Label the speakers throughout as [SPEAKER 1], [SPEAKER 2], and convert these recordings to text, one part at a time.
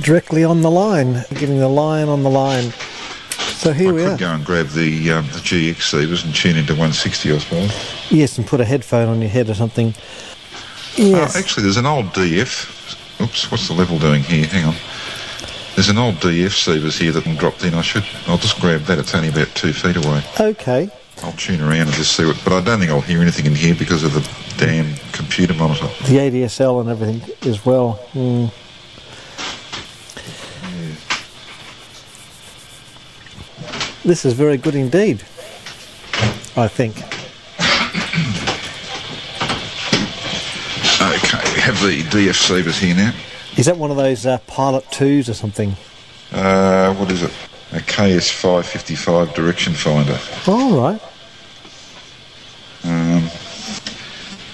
[SPEAKER 1] directly on the line, getting the line on the line. So here
[SPEAKER 2] I
[SPEAKER 1] we
[SPEAKER 2] could
[SPEAKER 1] are.
[SPEAKER 2] go and grab the, um, the GX Cedars and tune into 160, I suppose.
[SPEAKER 1] Yes, and put a headphone on your head or something.
[SPEAKER 2] Oh,
[SPEAKER 1] Yes.
[SPEAKER 2] actually, there's an old DF. Oops, what's the level doing here? Hang on. There's an old DF Cedars here that I'm dropped in. I should. I'll just grab that. It's only about two feet away.
[SPEAKER 1] okay.
[SPEAKER 2] I'll tune around and just see what. But I don't think I'll hear anything in here because of the damn computer monitor.
[SPEAKER 1] The ADSL and everything as well. Hmm. This is very good indeed, I think.
[SPEAKER 2] Okay, we have the DF Cedars here now.
[SPEAKER 1] Is that one of those uh, Pilot 2s or something?
[SPEAKER 2] Uh, what is it? A KS555 direction finder.
[SPEAKER 1] All right.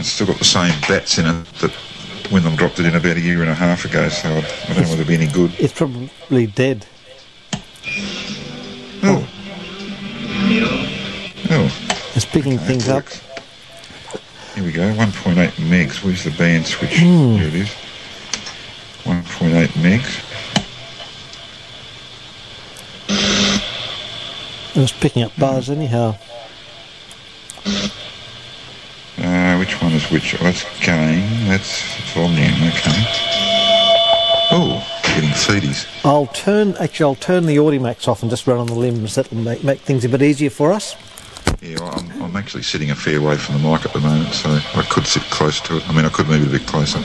[SPEAKER 2] It's still got the same bats in it that when I dropped it in about a year and a half ago, so I, I don't know whether it'd be any good.
[SPEAKER 1] It's probably dead.
[SPEAKER 2] Oh. Oh.
[SPEAKER 1] It's picking things up.
[SPEAKER 2] works. Here we go, 1.8 megs. Where's the band switch?
[SPEAKER 1] Hmm.
[SPEAKER 2] Here it is. 1.8 megs.
[SPEAKER 1] And it's picking up bars anyhow.
[SPEAKER 2] Uh, which one is which? Oh, that's gain. That's volume. Okay. Oh, getting CDs.
[SPEAKER 1] I'll turn, actually, I'll turn the Audimax off and just run on the limbs. That'll make, make things a bit easier for us.
[SPEAKER 2] Yeah, well, I'm, I'm actually sitting a fair way from the mic at the moment, so I could sit close to it. I mean, I could move it a bit closer.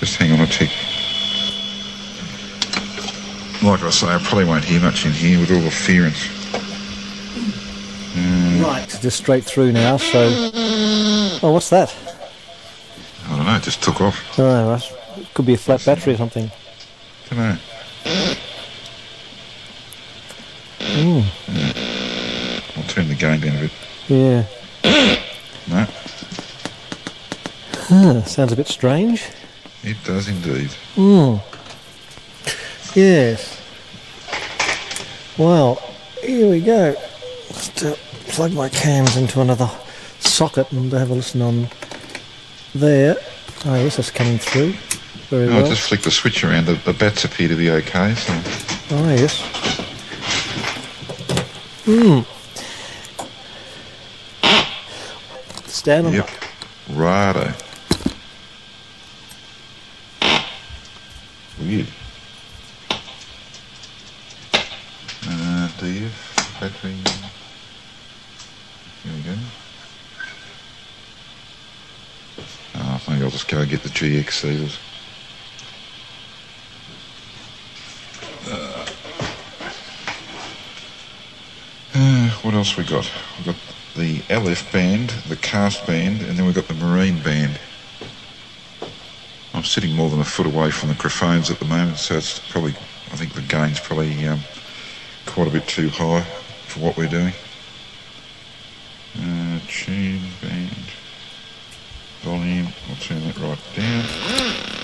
[SPEAKER 2] Just hang on a tick. Like I say, I probably won't hear much in here with all the fearance.
[SPEAKER 1] Right. Just straight through now, so. Oh, what's that?
[SPEAKER 2] I don't know, it just took off.
[SPEAKER 1] Oh, that's- it could be a flat battery or something.
[SPEAKER 2] don't know. I'll turn the gain down a bit.
[SPEAKER 1] Yeah.
[SPEAKER 2] No,
[SPEAKER 1] Huh, sounds a bit strange.
[SPEAKER 2] it does indeed.
[SPEAKER 1] Yes. Well, here we go. Just uh, plug my cams into another socket and have a listen on there. Oh, yes, that's coming through very
[SPEAKER 2] No, I
[SPEAKER 1] well.
[SPEAKER 2] Oh, just flicked the switch around. The, the bats appear to be okay. So
[SPEAKER 1] Oh, yes. Hmm. Stand on
[SPEAKER 2] yep, righto. Weird. Uh, DF battery. Here we go. Oh, maybe I'll just go and get the GX seals. Uh, what else we got? We got the LF band, the cast band, and then we got the marine band. I'm sitting more than a foot away from the craphones at the moment, so it's probably, I think the gain's probably um, quite a bit too high for what we're doing. Uh, tune band, volume, I'll turn that right down.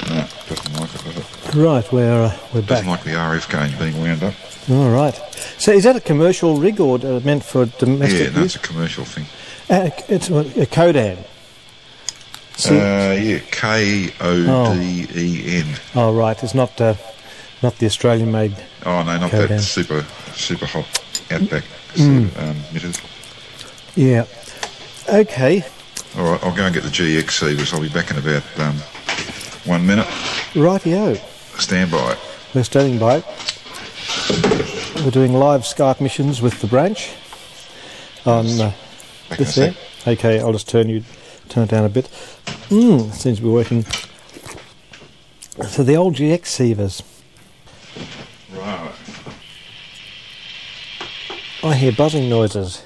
[SPEAKER 2] No, doesn't like it, does it?
[SPEAKER 1] Right, we're, uh, we're back.
[SPEAKER 2] Doesn't like the RF gain being wound up.
[SPEAKER 1] All right. So is that a commercial rig or uh, meant for
[SPEAKER 2] Yeah,
[SPEAKER 1] domestic
[SPEAKER 2] no,
[SPEAKER 1] use?
[SPEAKER 2] it's a commercial thing.
[SPEAKER 1] Uh, it's a, a Kodan. See?
[SPEAKER 2] Uh, yeah, K O D E N.
[SPEAKER 1] oh, right. It's not uh, not the Australian made.
[SPEAKER 2] Oh no, not
[SPEAKER 1] Go down.
[SPEAKER 2] that super super hot outback um, mitters.
[SPEAKER 1] Yeah. Okay.
[SPEAKER 2] All right, I'll go and get the GX Seavers. I'll be back in about um, one minute.
[SPEAKER 1] Rightio.
[SPEAKER 2] Stand by.
[SPEAKER 1] We're standing by. We're doing live Skype missions with the branch on uh,
[SPEAKER 2] Back in a
[SPEAKER 1] this there.
[SPEAKER 2] sec.
[SPEAKER 1] Okay, I'll just turn you turn it down a bit. Mm, seems to be working. So the old GX sievers.
[SPEAKER 2] Right,
[SPEAKER 1] I hear buzzing noises.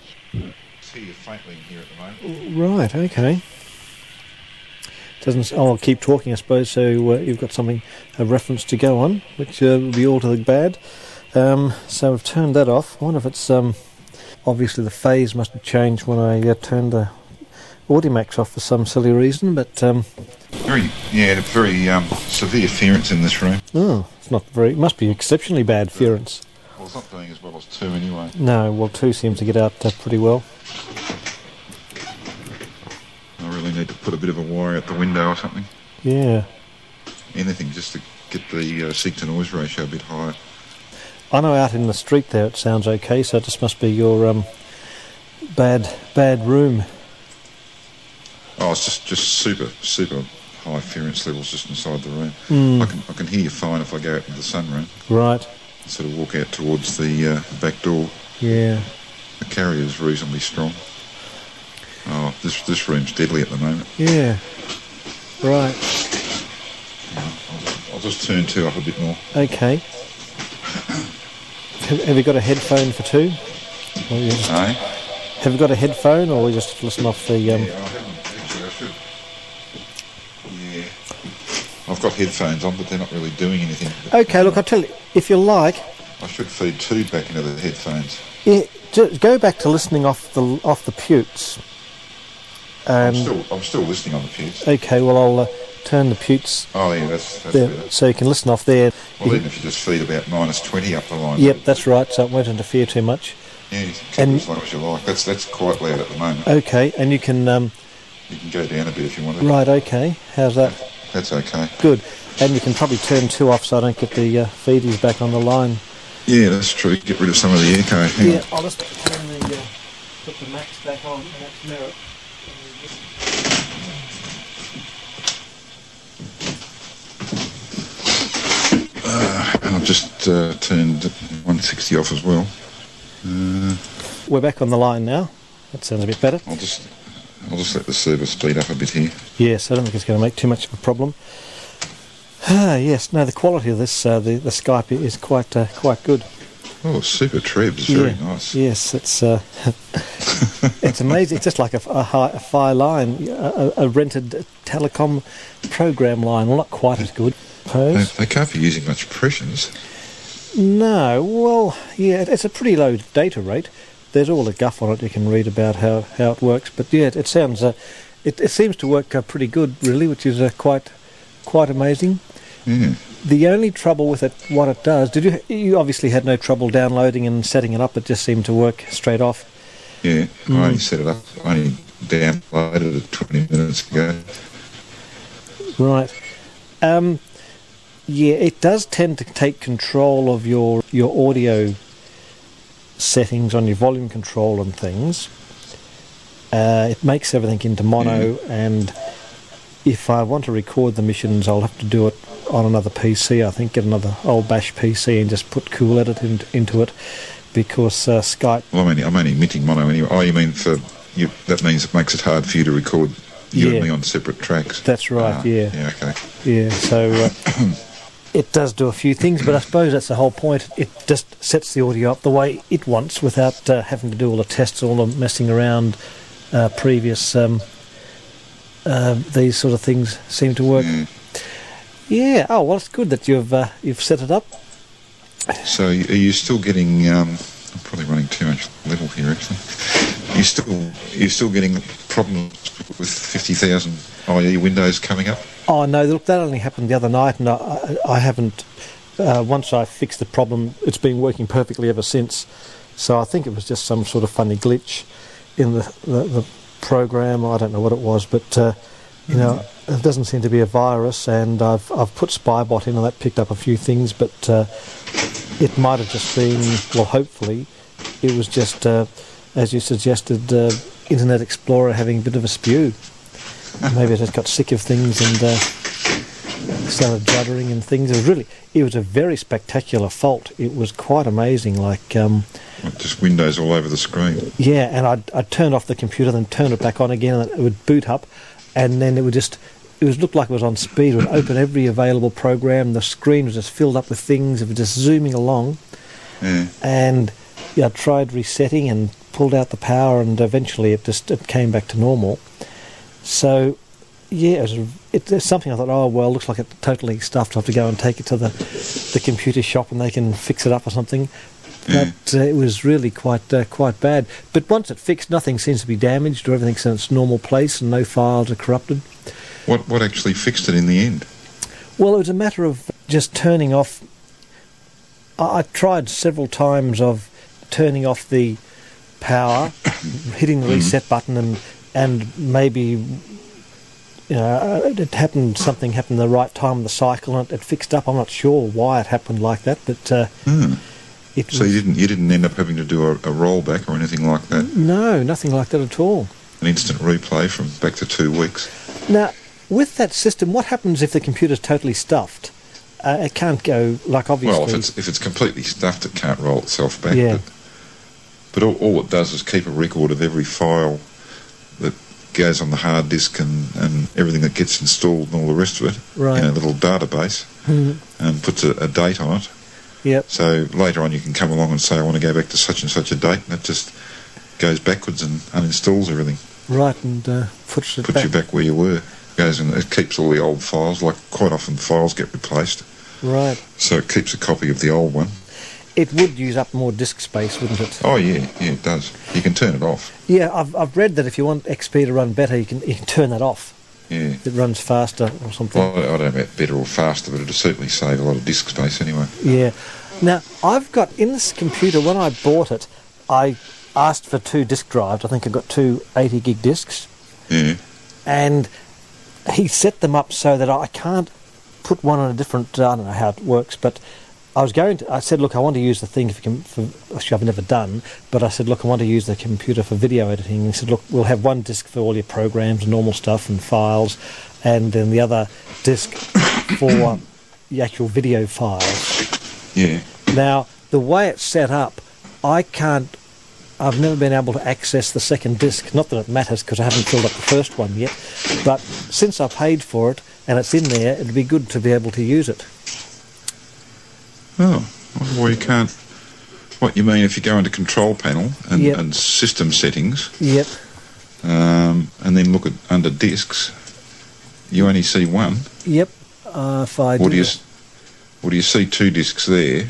[SPEAKER 2] see you faintly in here at the moment.
[SPEAKER 1] Right. Okay. Doesn't. s- Oh, I'll keep talking, I suppose. So uh, you've got something a reference to go on, which uh, would be all to the bad. Um, so I've turned that off. I wonder if it's um, obviously the phase must have changed when I uh, turned the Audimax off for some silly reason. But um,
[SPEAKER 2] Very yeah, very um, severe ferrets in this room.
[SPEAKER 1] oh, it's not very. It must be exceptionally bad ferrets.
[SPEAKER 2] Well, it's not doing as well as two anyway.
[SPEAKER 1] No. Well, two seems to get out uh, pretty well.
[SPEAKER 2] I really need to put a bit of a wire out the window or something.
[SPEAKER 1] Yeah.
[SPEAKER 2] Anything just to get the uh, seek to noise ratio a bit higher.
[SPEAKER 1] I know out in the street there it sounds okay, so it just must be your um, bad bad room.
[SPEAKER 2] Oh, it's just, just super, super high ference levels just inside the room. I, can, I can hear you fine if I go out to the sunroom,
[SPEAKER 1] Right.
[SPEAKER 2] sort of walk out towards the uh, back door.
[SPEAKER 1] Yeah.
[SPEAKER 2] The carrier's reasonably strong. Oh, this, this room's deadly at the moment.
[SPEAKER 1] Yeah. Right.
[SPEAKER 2] I'll just turn two up a bit more.
[SPEAKER 1] Okay. Have, have you got a headphone for two? Or you just,
[SPEAKER 2] Eh?
[SPEAKER 1] have you got a headphone, or you just listen off the? Um,
[SPEAKER 2] Yeah, I haven't. Actually, I should. Yeah. I've got headphones on, but they're not really doing anything.
[SPEAKER 1] Okay. Look, I tell you, if you like,
[SPEAKER 2] I should feed two back into the headphones.
[SPEAKER 1] yeah, ju- go back to listening off the off the putes.
[SPEAKER 2] I'm
[SPEAKER 1] And
[SPEAKER 2] still, I'm still listening on the pews.
[SPEAKER 1] okay, well I'll Um, uh, turn the putes
[SPEAKER 2] Oh, yeah, that's, that's
[SPEAKER 1] there
[SPEAKER 2] better.
[SPEAKER 1] so you can listen off there.
[SPEAKER 2] Well, even if you just feed about minus 20 up the line.
[SPEAKER 1] Yep, that's right. So it won't interfere too much.
[SPEAKER 2] Yeah, you can keep
[SPEAKER 1] And- Uh,
[SPEAKER 2] it as long as you like. That's, that's quite loud at the moment.
[SPEAKER 1] Okay, and you can um,
[SPEAKER 2] You can go down a bit if you want to.
[SPEAKER 1] right. Okay, how's that?
[SPEAKER 2] That's okay.
[SPEAKER 1] Good. And you can probably turn two off so I don't get the uh, feedies back on the line.
[SPEAKER 2] Yeah, that's true. Get rid of some of the echo. Hang on.
[SPEAKER 1] I'll just turn the uh, put the max back on. Max mirror.
[SPEAKER 2] And I've just uh, turned 160 off as well.
[SPEAKER 1] We're back on the line now. That sounds a bit better.
[SPEAKER 2] I'll just, I'll just let the server speed up a bit here.
[SPEAKER 1] Yes, I don't think it's going to make too much of a problem. Ah, yes. No, the quality of this uh, the the Skype is quite uh, quite good.
[SPEAKER 2] Oh, super trebs, very
[SPEAKER 1] Yeah.
[SPEAKER 2] nice.
[SPEAKER 1] Yes, it's uh, it's amazing. It's just like a, a, hi- a fire line, a, a- a rented telecom program line. Well, not quite as good.
[SPEAKER 2] They,
[SPEAKER 1] Pose.
[SPEAKER 2] they can't be using much pressions.
[SPEAKER 1] No, well, yeah, it- it's a pretty low data rate. There's all the guff on it. You can read about how, how it works, but yeah, it, it sounds uh, it, it seems to work uh, pretty good, really, which is uh, quite quite amazing.
[SPEAKER 2] Yeah.
[SPEAKER 1] The only trouble with it, what it does, did you you obviously had no trouble downloading and setting it up? It just seemed to work straight off.
[SPEAKER 2] Yeah, I
[SPEAKER 1] Mm.
[SPEAKER 2] only set it up, I only downloaded it 20 minutes ago.
[SPEAKER 1] Right. Um, yeah, it does tend to take control of your your audio settings on your volume control and things. Uh, it makes everything into mono, and if I want to record the missions, I'll have to do it on another PC. I think get another old bash PC and just put Cool Edit in, into it because uh, Skype.
[SPEAKER 2] Well, I'm only, I'm only emitting mono anyway. Oh, you mean for you? That means it makes it hard for you to record you
[SPEAKER 1] Yeah.
[SPEAKER 2] and me on separate tracks.
[SPEAKER 1] That's right.
[SPEAKER 2] Ah,
[SPEAKER 1] yeah.
[SPEAKER 2] Yeah. Okay.
[SPEAKER 1] Yeah, so uh, it does do a few things, but I suppose that's the whole point. It just sets the audio up the way it wants without uh, having to do all the tests, all the messing around. Uh, previous um, uh, these sort of things seem to work.
[SPEAKER 2] Mm.
[SPEAKER 1] Yeah. Oh well, it's good that you've uh, you've set it up.
[SPEAKER 2] So, are you still getting? Um, I'm probably running too much level here. Actually, you still you still getting problems with 50,000 IE E windows coming up.
[SPEAKER 1] Oh no! Look, that only happened the other night, and I, I, I haven't. Uh, once I fixed the problem, it's been working perfectly ever since. So I think it was just some sort of funny glitch in the the, the program. I don't know what it was, but uh, you know, it doesn't seem to be a virus. And I've I've put Spybot in, and that picked up a few things, but uh, it might have just been. Well, hopefully, it was just uh, as you suggested, uh, Internet Explorer having a bit of a spew. Maybe I just got sick of things and uh, started juddering and things. It was really, it was a very spectacular fault. It was quite amazing. Like, um,
[SPEAKER 2] Like just windows all over the screen.
[SPEAKER 1] yeah, and I'd, I'd turn off the computer, then turn it back on again, and it would boot up, and then it would just, it was looked like it was on speed. It would open every available program. The screen was just filled up with things. It was just zooming along,
[SPEAKER 2] Yeah.
[SPEAKER 1] and yeah, I tried resetting and pulled out the power, and eventually it just it came back to normal. So, yeah, it was, a- it, it's something I thought, oh well, looks like it's totally stuffed. I have to go and take it to the the computer shop, and they can fix it up or something. But uh, it was really quite uh, quite bad. But once it fixed, nothing seems to be damaged, or everything's in its normal place, and no files are corrupted.
[SPEAKER 2] What what actually fixed it in the end?
[SPEAKER 1] Well, it was a matter of just turning off. I, I tried several times of turning off the
[SPEAKER 2] Mm-hmm.
[SPEAKER 1] power, hitting the reset button, and and maybe you know, it- it happened, something happened the right time of the cycle and it, it fixed up. I'm not sure why it happened like that, but uh, it
[SPEAKER 2] Hmm. So
[SPEAKER 1] was,
[SPEAKER 2] you didn't you didn't end up having to do a, a rollback or anything like that.
[SPEAKER 1] no, nothing like that at all.
[SPEAKER 2] An instant replay from back to two weeks.
[SPEAKER 1] Now, with that system, what happens if the computer's totally stuffed? Uh, it can't go, like, obviously.
[SPEAKER 2] Well, if it's if it's completely stuffed, it can't roll itself back.
[SPEAKER 1] Yeah.
[SPEAKER 2] But, but all, all it does is keep a record of every file that goes on the hard disk and, and everything that gets installed and all the rest of it
[SPEAKER 1] Right.
[SPEAKER 2] in a little database
[SPEAKER 1] Mhm.
[SPEAKER 2] and puts a, a date on it.
[SPEAKER 1] Yep.
[SPEAKER 2] So later on, you can come along and say, I want to go back to such and such a date, and it just goes backwards and uninstalls everything,
[SPEAKER 1] Right, and uh, puts it
[SPEAKER 2] puts
[SPEAKER 1] back.
[SPEAKER 2] you back where you were. Goes and it keeps all the old files. Like quite often, files get replaced,
[SPEAKER 1] Right.
[SPEAKER 2] so it keeps a copy of the old one.
[SPEAKER 1] It would use up more disk space, wouldn't it?
[SPEAKER 2] Oh yeah, yeah, it does. You can turn it off.
[SPEAKER 1] Yeah, I've, I've read that if you want XP to run better, you can, you can turn that off.
[SPEAKER 2] Yeah.
[SPEAKER 1] It runs faster or something.
[SPEAKER 2] Well, I don't know about better or faster, but it'll certainly save a lot of disk space anyway.
[SPEAKER 1] Yeah. Now, I've got in this computer, when I bought it, I asked for two disk drives. I think I got two 80 gig disks.
[SPEAKER 2] Yeah.
[SPEAKER 1] and he set them up so that I can't put one on a different. I don't know how it works, but I was going to. I said, look, I want to use the thing for, com- for which I've never done, but I said, look, I want to use the computer for video editing. And he said, look, we'll have one disk for all your programs and normal stuff and files, and then the other disk for the actual video files.
[SPEAKER 2] Yeah.
[SPEAKER 1] Now, the way it's set up, I can't. I've never been able to access the second disc. Not that it matters because I haven't filled up the first one yet. But since I paid for it and it's in there, it'd be good to be able to use it.
[SPEAKER 2] Oh, I wonder why you can't. What you mean if you go into Control Panel and,
[SPEAKER 1] Yep.
[SPEAKER 2] and System Settings,
[SPEAKER 1] Yep.
[SPEAKER 2] um, and then look at under Discs, you only see one.
[SPEAKER 1] Yep. Uh, if I
[SPEAKER 2] Or do
[SPEAKER 1] do
[SPEAKER 2] you? s- Or do you see two discs there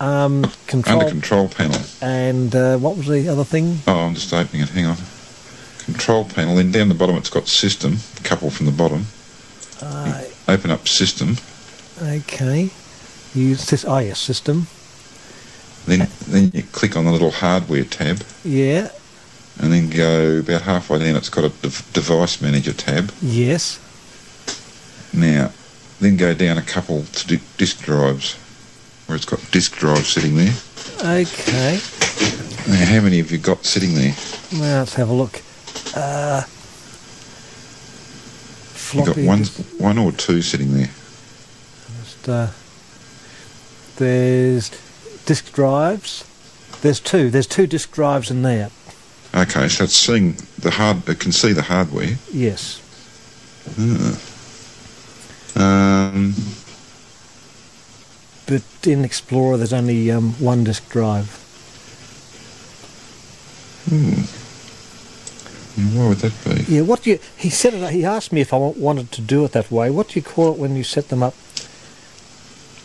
[SPEAKER 1] um, control
[SPEAKER 2] under Control Panel?
[SPEAKER 1] and uh, what was the other thing?
[SPEAKER 2] Oh, I'm just opening it. Hang on. Control Panel. Then down the bottom, it's got System. couple from the bottom.
[SPEAKER 1] Uh,
[SPEAKER 2] Open up System.
[SPEAKER 1] okay. Use this. Oh yes, system.
[SPEAKER 2] Then then you click on the little Hardware tab.
[SPEAKER 1] Yeah.
[SPEAKER 2] and then go about halfway down. It's got a dev- device manager tab.
[SPEAKER 1] Yes.
[SPEAKER 2] Now, then go down a couple to di- disk drives, where it's got disk drive sitting there.
[SPEAKER 1] Okay.
[SPEAKER 2] Now, how many have you got sitting there?
[SPEAKER 1] Now let's have a look. Uh,
[SPEAKER 2] You got
[SPEAKER 1] floppy.
[SPEAKER 2] one,
[SPEAKER 1] disk.
[SPEAKER 2] one or two sitting there.
[SPEAKER 1] Just, uh, there's disk drives. There's two. There's two disk drives in there.
[SPEAKER 2] Okay, so it's seeing the hard. It can see the hardware.
[SPEAKER 1] Yes.
[SPEAKER 2] Um,
[SPEAKER 1] But in Explorer, there's only um, one disk drive.
[SPEAKER 2] and why would that be?
[SPEAKER 1] Yeah. What do you? He said it. He asked me if I wa- wanted to do it that way. What do you call it when you set them up?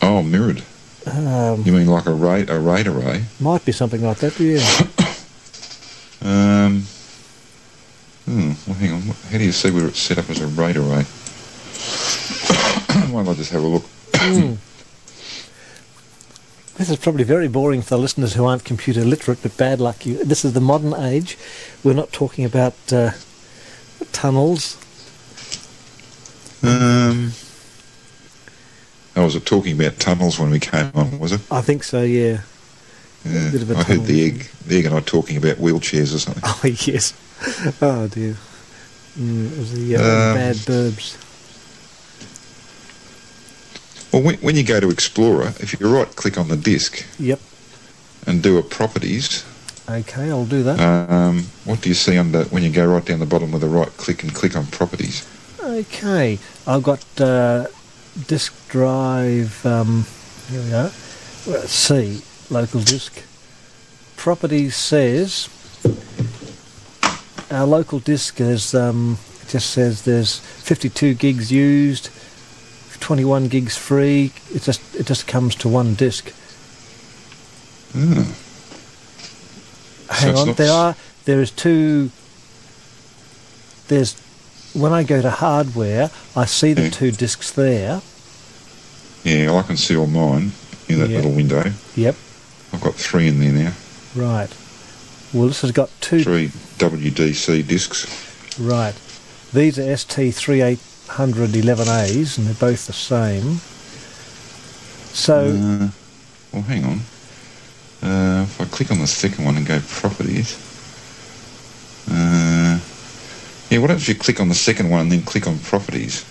[SPEAKER 2] Oh, mirrored.
[SPEAKER 1] Um,
[SPEAKER 2] You mean like a RAID, a RAID array?
[SPEAKER 1] might be something like that. Yeah.
[SPEAKER 2] Um, hmm, well, hang on. what- How do you see whether it's set up as a RAID array? Why don't I just have a look?
[SPEAKER 1] This is probably very boring for the listeners who aren't computer literate, but bad luck. You, this is the modern age. We're not talking about uh, tunnels.
[SPEAKER 2] Um, I was talking about tunnels when we came on, was it?
[SPEAKER 1] I think so. Yeah.
[SPEAKER 2] Yeah.
[SPEAKER 1] bit of a
[SPEAKER 2] I heard the
[SPEAKER 1] tunnel.
[SPEAKER 2] egg, the egg and I talking about wheelchairs or something.
[SPEAKER 1] Oh yes. Oh dear. Mm, it was the uh,
[SPEAKER 2] Um,
[SPEAKER 1] bad burbs.
[SPEAKER 2] Well, when, when you go to Explorer, if you right click on the disk
[SPEAKER 1] Yep.
[SPEAKER 2] and do a properties,
[SPEAKER 1] Okay, I'll do that.
[SPEAKER 2] um, what do you see under when you go right down the bottom with a right click and click on properties?
[SPEAKER 1] okay, I've got uh, disk drive. Um, here we are. Well, C local disk. Properties says our local disk is. Um, it just says there's 52 gigs used, 21 gigs free. It just it just comes to one disk.
[SPEAKER 2] Hmm. So
[SPEAKER 1] Hang
[SPEAKER 2] it's
[SPEAKER 1] on,
[SPEAKER 2] not
[SPEAKER 1] there
[SPEAKER 2] s-
[SPEAKER 1] are there is two. There's when I go to hardware, I see the
[SPEAKER 2] Yeah.
[SPEAKER 1] two discs there.
[SPEAKER 2] Yeah, well, I can see all mine in that
[SPEAKER 1] Yeah.
[SPEAKER 2] little window.
[SPEAKER 1] Yep,
[SPEAKER 2] I've got three in there now.
[SPEAKER 1] right. Well, this has got two.
[SPEAKER 2] Three WDC discs.
[SPEAKER 1] Right. These are ST3811As, and they're both the same. So,
[SPEAKER 2] Uh, well, hang on. Uh, if I click on the second one and go properties. Uh, yeah, why don't you click on the second one and then click on properties?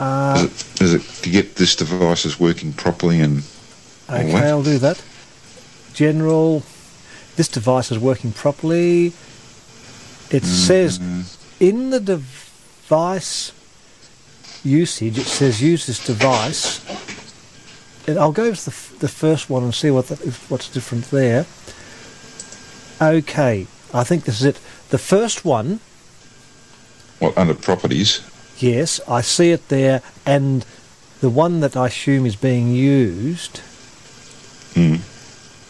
[SPEAKER 1] uh,
[SPEAKER 2] Does it to get this device is working properly and
[SPEAKER 1] okay,
[SPEAKER 2] what?
[SPEAKER 1] I'll do that. General, this device is working properly. It says in the device usage, it says use this device. And I'll go to the, f- the first one and see what the, if- what's different there. Okay, I think this is it. The first one,
[SPEAKER 2] what under properties?
[SPEAKER 1] yes, I see it there, and the one that I assume is being used,
[SPEAKER 2] Hmm.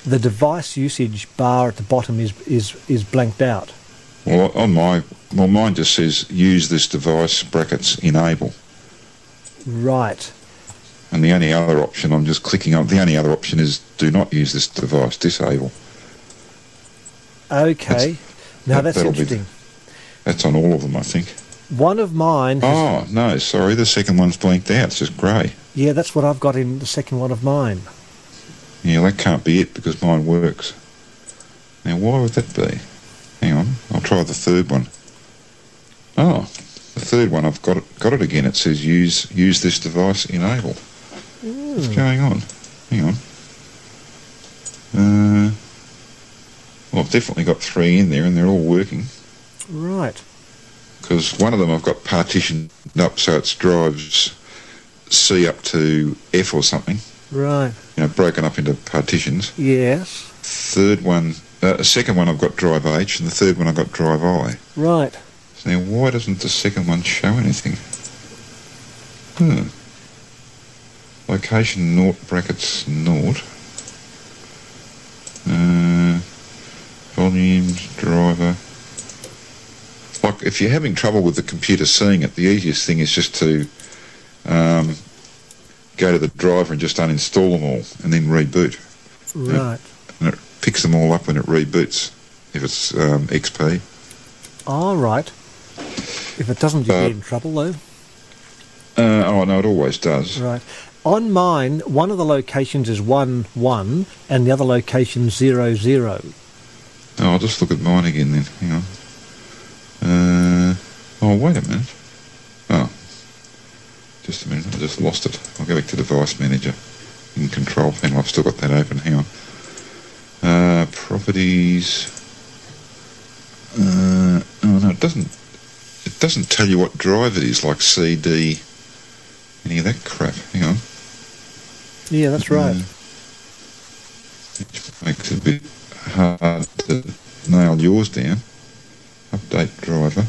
[SPEAKER 1] the device usage bar at the bottom is is is blanked out.
[SPEAKER 2] Well, on my well, mine just says use this device brackets enable,
[SPEAKER 1] Right.
[SPEAKER 2] and the only other option I'm just clicking on. The only other option is do not use this device disable.
[SPEAKER 1] Okay. now
[SPEAKER 2] that-
[SPEAKER 1] that's
[SPEAKER 2] that'll be-
[SPEAKER 1] interesting.
[SPEAKER 2] That's on all of them, I think.
[SPEAKER 1] One of mine. has-
[SPEAKER 2] Oh, no, sorry, the second one's blanked out. It's just grey.
[SPEAKER 1] Yeah, that's what I've got in the second one of mine.
[SPEAKER 2] Yeah, that can't be it because mine works. Now, why would that be? Hang on, I'll try the third one. Oh, the third one, I've got it, got it again. It says use use this device enable. What's going on? Hang on. Uh, well, I've definitely got three in there and they're all working
[SPEAKER 1] Right.
[SPEAKER 2] because one of them I've got partitioned up so it's drives C up to F or something,
[SPEAKER 1] Right.
[SPEAKER 2] you know, broken up into partitions.
[SPEAKER 1] Yes.
[SPEAKER 2] third one, uh, second one I've got drive H, and the third one I've got drive I.
[SPEAKER 1] Right.
[SPEAKER 2] So now, why doesn't the second one show anything? Hmm. Location naught brackets naught. Uh, volumes driver. Like, if you're having trouble with the computer seeing it, the easiest thing is just to um, go to the driver and just uninstall them all, and then reboot Hmm.
[SPEAKER 1] Right.
[SPEAKER 2] and it picks them all up when it reboots if it's um, XP.
[SPEAKER 1] All right. If it doesn't, you
[SPEAKER 2] Uh,
[SPEAKER 1] get in trouble though.
[SPEAKER 2] Uh, oh no, it always does.
[SPEAKER 1] Right. On mine, one of the locations is one one, and the other location zero zero.
[SPEAKER 2] Oh, I'll just look at mine again then. Hang on. Uh, oh wait a minute. Oh, just a minute. I just lost it. I'll go back to device manager in control panel. I've still got that open. Hang on. Uh, properties. Uh, oh no, it doesn't. It doesn't tell you what drive it is, like CD, any of that crap. Hang on.
[SPEAKER 1] Yeah, that's right.
[SPEAKER 2] Mm. which makes it a bit hard to nail yours down. Update driver.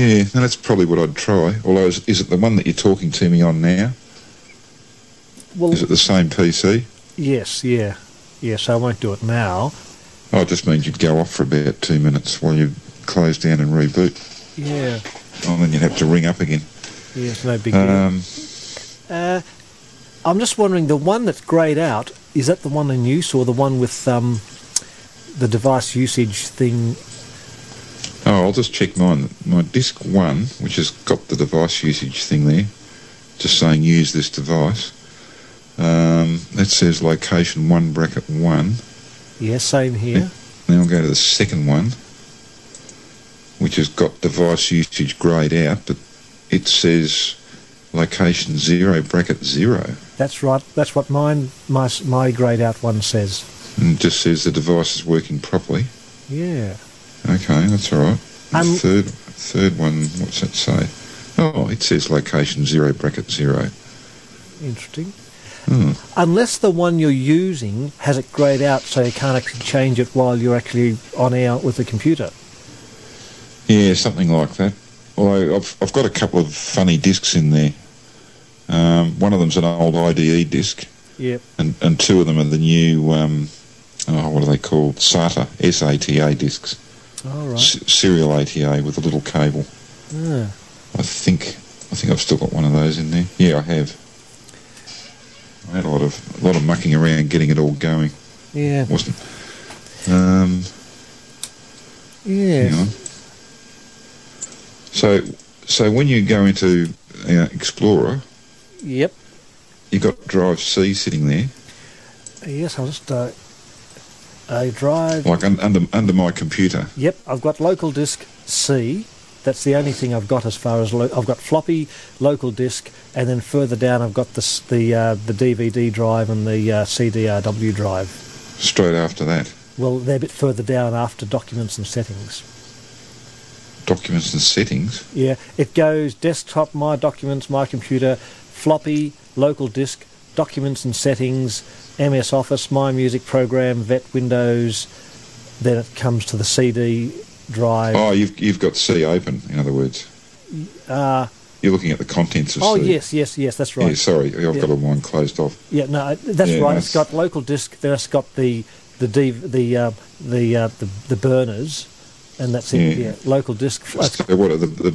[SPEAKER 2] Yeah, no, that's probably what I'd try. Although, is, is it the one that you're talking to me on now?
[SPEAKER 1] Well,
[SPEAKER 2] Is it the same PC?
[SPEAKER 1] yes, yeah, yes. I won't do it now.
[SPEAKER 2] Oh, it just means you'd go off for about two minutes while you close down and reboot.
[SPEAKER 1] Yeah,
[SPEAKER 2] Oh, and then you'd have to ring up again.
[SPEAKER 1] yeah. It's no big deal.
[SPEAKER 2] Um,
[SPEAKER 1] Uh, I'm just wondering, the one that's greyed out, is that the one in use or the one with um, the device usage thing?
[SPEAKER 2] Oh, I'll just check mine. My disc one, which has got the device usage thing there, just saying use this device. Um, that says location one bracket one.
[SPEAKER 1] Yeah, same here.
[SPEAKER 2] Then I'll go to the second one, which has got device usage grayed out, but it says location zero bracket zero,
[SPEAKER 1] That's right. That's what mine, my, s- my greyed out one says.
[SPEAKER 2] and it just says the device is working properly.
[SPEAKER 1] Yeah.
[SPEAKER 2] Okay, that's all right. The
[SPEAKER 1] Um,
[SPEAKER 2] third, third one. What's that say? Oh, it says location zero bracket zero.
[SPEAKER 1] Interesting. Unless the one you're using has it greyed out so you can't actually change it while you're actually on air with the computer.
[SPEAKER 2] Yeah, something like that. Although I've, I've got a couple of funny discs in there. Um, one of them's an old IDE disc,
[SPEAKER 1] Yep.
[SPEAKER 2] and, and two of them are the new, um, oh, what are they called? SATA, SATA discs,
[SPEAKER 1] All right.
[SPEAKER 2] S- serial ATA with a little cable.
[SPEAKER 1] Ah.
[SPEAKER 2] I think I think I've still got one of those in there. Yeah, I have. I had a lot of a lot of mucking around getting it all going.
[SPEAKER 1] Yeah.
[SPEAKER 2] wasn't. Um, Hang on.
[SPEAKER 1] Yes.
[SPEAKER 2] So, so when you go into uh, Explorer,
[SPEAKER 1] Yep.
[SPEAKER 2] you got Drive C sitting there.
[SPEAKER 1] Yes, I'll just uh, a drive.
[SPEAKER 2] Like un- under under my computer.
[SPEAKER 1] Yep, I've got local disk C. That's the only thing I've got as far as lo- I've got floppy, local disk, and then further down I've got the s- the uh, the DVD drive and the uh, CDRW drive.
[SPEAKER 2] Straight after that,
[SPEAKER 1] Well, they're a bit further down after documents and settings.
[SPEAKER 2] documents and settings.
[SPEAKER 1] Yeah, it goes desktop, my documents, my computer, floppy, local disk, documents and settings, MS Office, my music program, vet Windows. Then it comes to the CD drive.
[SPEAKER 2] Oh, you've you've got C open. In other words,
[SPEAKER 1] Uh,
[SPEAKER 2] you're looking at the contents of
[SPEAKER 1] oh
[SPEAKER 2] C.
[SPEAKER 1] yes, yes, yes, that's right.
[SPEAKER 2] Yeah, sorry, I've got a mine closed off.
[SPEAKER 1] Yeah, no, I- that's
[SPEAKER 2] Yeah,
[SPEAKER 1] right. It's got
[SPEAKER 2] that's-
[SPEAKER 1] local disk. Then it's got the the div, the uh, the, uh, the the burners, and that's it.
[SPEAKER 2] Yeah.
[SPEAKER 1] Yeah, local disk. That's
[SPEAKER 2] So what are the the,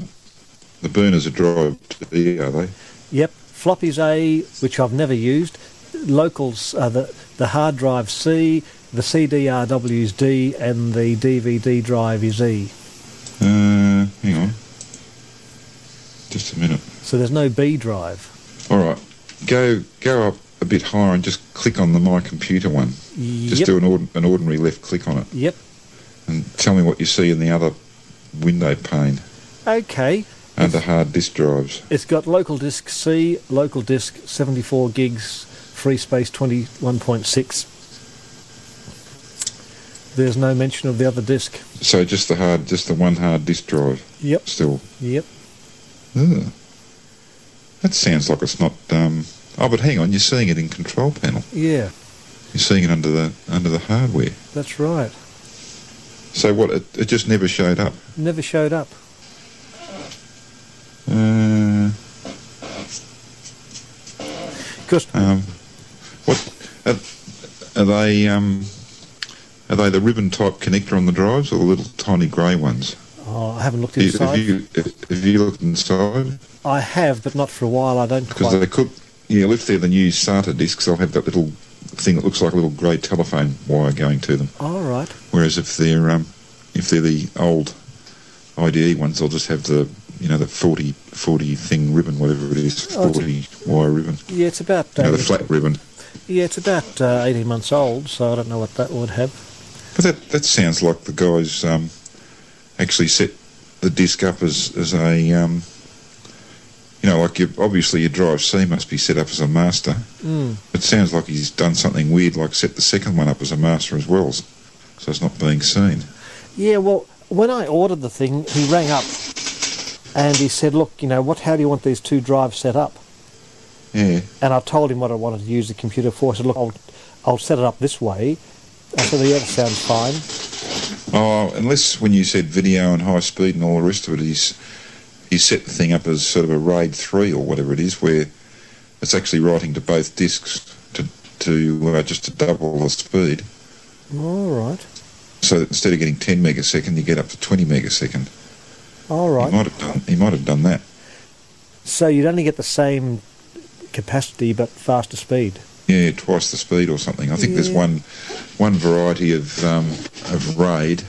[SPEAKER 2] the burners are drive D, are they?
[SPEAKER 1] Yep, floppies A, which I've never used. Locals are the the hard drive C, the CDRW is D, and the DVD drive is E.
[SPEAKER 2] Uh, hang on. Just a minute.
[SPEAKER 1] So there's no B drive.
[SPEAKER 2] All right, go go up a bit higher and just click on the My Computer one. Just
[SPEAKER 1] Yep.
[SPEAKER 2] do an, ord- an ordinary left click on it
[SPEAKER 1] Yep.
[SPEAKER 2] and tell me what you see in the other window pane
[SPEAKER 1] Okay.
[SPEAKER 2] under hard disk drives.
[SPEAKER 1] It's got local disk C, local disk 74 gigs, free space 21.6. There's no mention of the other disk.
[SPEAKER 2] So just the hard, just the one hard disk drive
[SPEAKER 1] Yep.
[SPEAKER 2] still.
[SPEAKER 1] Yep.
[SPEAKER 2] Ugh. That sounds like it's not. Um, oh, but hang on, you're seeing it in Control Panel.
[SPEAKER 1] Yeah.
[SPEAKER 2] You're seeing it under the under the hardware.
[SPEAKER 1] That's right.
[SPEAKER 2] So what? It, it just never showed up.
[SPEAKER 1] Never showed up.
[SPEAKER 2] Uh,
[SPEAKER 1] Because
[SPEAKER 2] um, what? Are, are they? Um, are they the ribbon type connector on the drives or the little tiny grey ones?
[SPEAKER 1] oh, I haven't looked
[SPEAKER 2] Have you-
[SPEAKER 1] inside.
[SPEAKER 2] have you, have you looked inside?
[SPEAKER 1] I have, but not for a while. I don't
[SPEAKER 2] Because
[SPEAKER 1] quite.
[SPEAKER 2] they could, yeah, well, if they're the new SATA discs, they'll have that little thing that looks like a little grey telephone wire going to them.
[SPEAKER 1] All right.
[SPEAKER 2] Whereas if they're um, if they're the old IDE ones, they'll just have the you know the 40, 40 thing ribbon, whatever it is,
[SPEAKER 1] Oh, it's-
[SPEAKER 2] forty wire ribbon,
[SPEAKER 1] Yeah, it's about.
[SPEAKER 2] you know,
[SPEAKER 1] Uh,
[SPEAKER 2] the flat ribbon.
[SPEAKER 1] yeah, it's about uh, eighteen months old, so I don't know what that would have.
[SPEAKER 2] But that that sounds like the guys um, actually set the disc up as as a um, you know, like you, obviously your drive C must be set up as a master.
[SPEAKER 1] Mm.
[SPEAKER 2] It sounds like he's done something weird, like set the second one up as a master as well, s- so it's not being seen.
[SPEAKER 1] Yeah. Well, when I ordered the thing, he rang up, and he said, "Look, you know what? How do you want these two drives set up?"
[SPEAKER 2] Yeah.
[SPEAKER 1] And I told him what I wanted to use the computer for. I said, "Look, I'll, I'll set it up this way." I said, "Yeah, that sounds fine."
[SPEAKER 2] Oh, unless when you said video and high speed and all the rest of it, he's he's set the thing up as sort of a RAID three or whatever it is, where it's actually writing to both discs to to uh, just to double the speed.
[SPEAKER 1] All right.
[SPEAKER 2] So that instead of getting ten megasecond, you get up to twenty megasecond.
[SPEAKER 1] All
[SPEAKER 2] He
[SPEAKER 1] right.
[SPEAKER 2] might have done. He might have done that.
[SPEAKER 1] So you'd only get the same capacity but faster speed.
[SPEAKER 2] Yeah, twice the speed or something. I think there's
[SPEAKER 1] Yeah.
[SPEAKER 2] one one variety of um, of RAID,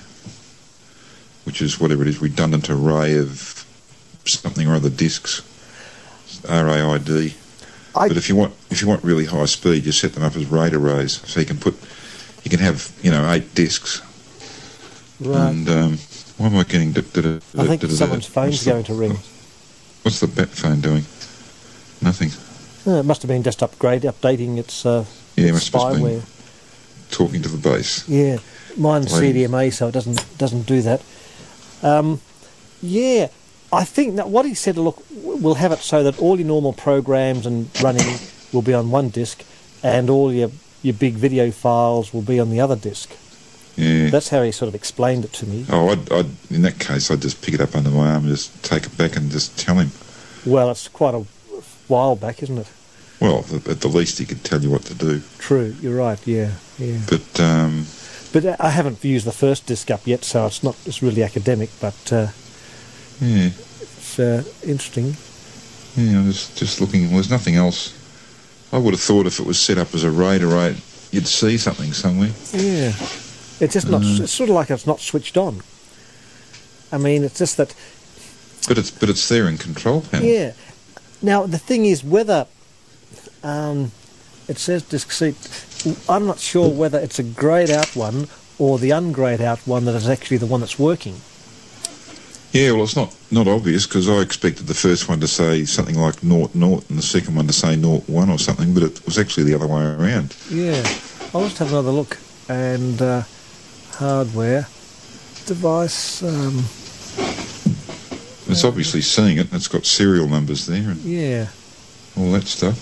[SPEAKER 2] which is whatever it is, redundant array of something or other discs, RAID.
[SPEAKER 1] I-
[SPEAKER 2] But if you want if you want really high speed, you set them up as RAID arrays, so you can put you can have you know eight discs. And um, why am I getting? Da, da, da,
[SPEAKER 1] I think
[SPEAKER 2] da- da- da-
[SPEAKER 1] someone's phone's
[SPEAKER 2] what's the-
[SPEAKER 1] going to ring.
[SPEAKER 2] What's the bat phone doing? Nothing.
[SPEAKER 1] Uh, it must have been just upgrade, updating its uh,
[SPEAKER 2] Yeah, it
[SPEAKER 1] its
[SPEAKER 2] must have just been
[SPEAKER 1] spyware.
[SPEAKER 2] talking to the base.
[SPEAKER 1] Yeah, mine's
[SPEAKER 2] Right.
[SPEAKER 1] CDMA, so it doesn't doesn't do that. Um, yeah, I think that what he said. Look, w- we'll have it so that all your normal programs and running will be on one disk, and all your your big video files will be on the other disk.
[SPEAKER 2] Yeah.
[SPEAKER 1] That's how he sort of explained it to me.
[SPEAKER 2] Oh, I'd, I'd, in that case, I'd just pick it up under my arm and just take it back and just tell him.
[SPEAKER 1] Well, it's quite a while back, isn't it?
[SPEAKER 2] Well, th- at the least, he could tell you what to do.
[SPEAKER 1] True, you're right. Yeah, yeah.
[SPEAKER 2] But um,
[SPEAKER 1] But uh, I- I haven't used the first disc up yet, so it's not it's really academic, but. Uh,
[SPEAKER 2] yeah,
[SPEAKER 1] It's uh, interesting.
[SPEAKER 2] yeah, I was just looking. Well, there's nothing else. I would have thought if it was set up as a raid array, you'd see something somewhere.
[SPEAKER 1] Mm. Yeah. It's just not. It's sort of like it's not switched on. I mean, it's just that
[SPEAKER 2] But it's but it's there in control panel.
[SPEAKER 1] Yeah. Now the thing is whether um, it says disc seat. I'm not sure whether it's a grayed out one or the ungrayed out one that is actually the one that's working.
[SPEAKER 2] Yeah, well, it's not not obvious because I expected the first one to say something like naught naught and the second one to say naught one or something, but it was actually the other way around.
[SPEAKER 1] Yeah. I'll just have another look and uh, hardware device. Um,
[SPEAKER 2] It's obviously seeing it, and it's got serial numbers there and
[SPEAKER 1] yeah.
[SPEAKER 2] all that stuff.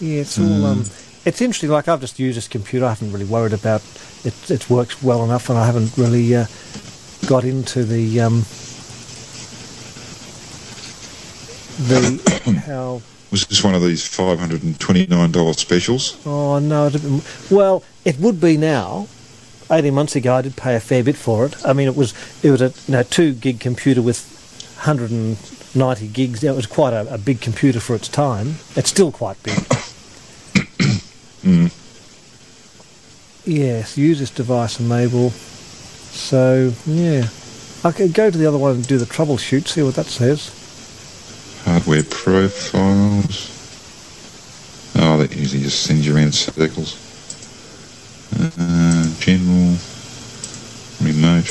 [SPEAKER 1] Yeah, it's all. Um, it's interesting. Like I've just used this computer. I haven't really worried about it. It works well enough, and I haven't really uh, got into the um, the how.
[SPEAKER 2] Was this one of these five hundred and twenty nine dollar specials?
[SPEAKER 1] Oh no! it'd Been, well, it would be now. Eighteen months ago, I did pay a fair bit for it. I mean, it was it was a you know, two gig computer with 190 gigs. It was quite a, a big computer for its time. It's still quite big. Mm. Yes, use this device enable. So yeah, I could go to the other one and do the troubleshoot. See what that says.
[SPEAKER 2] Hardware profiles. Oh, that usually just sends you around in circles. Uh, general, remote,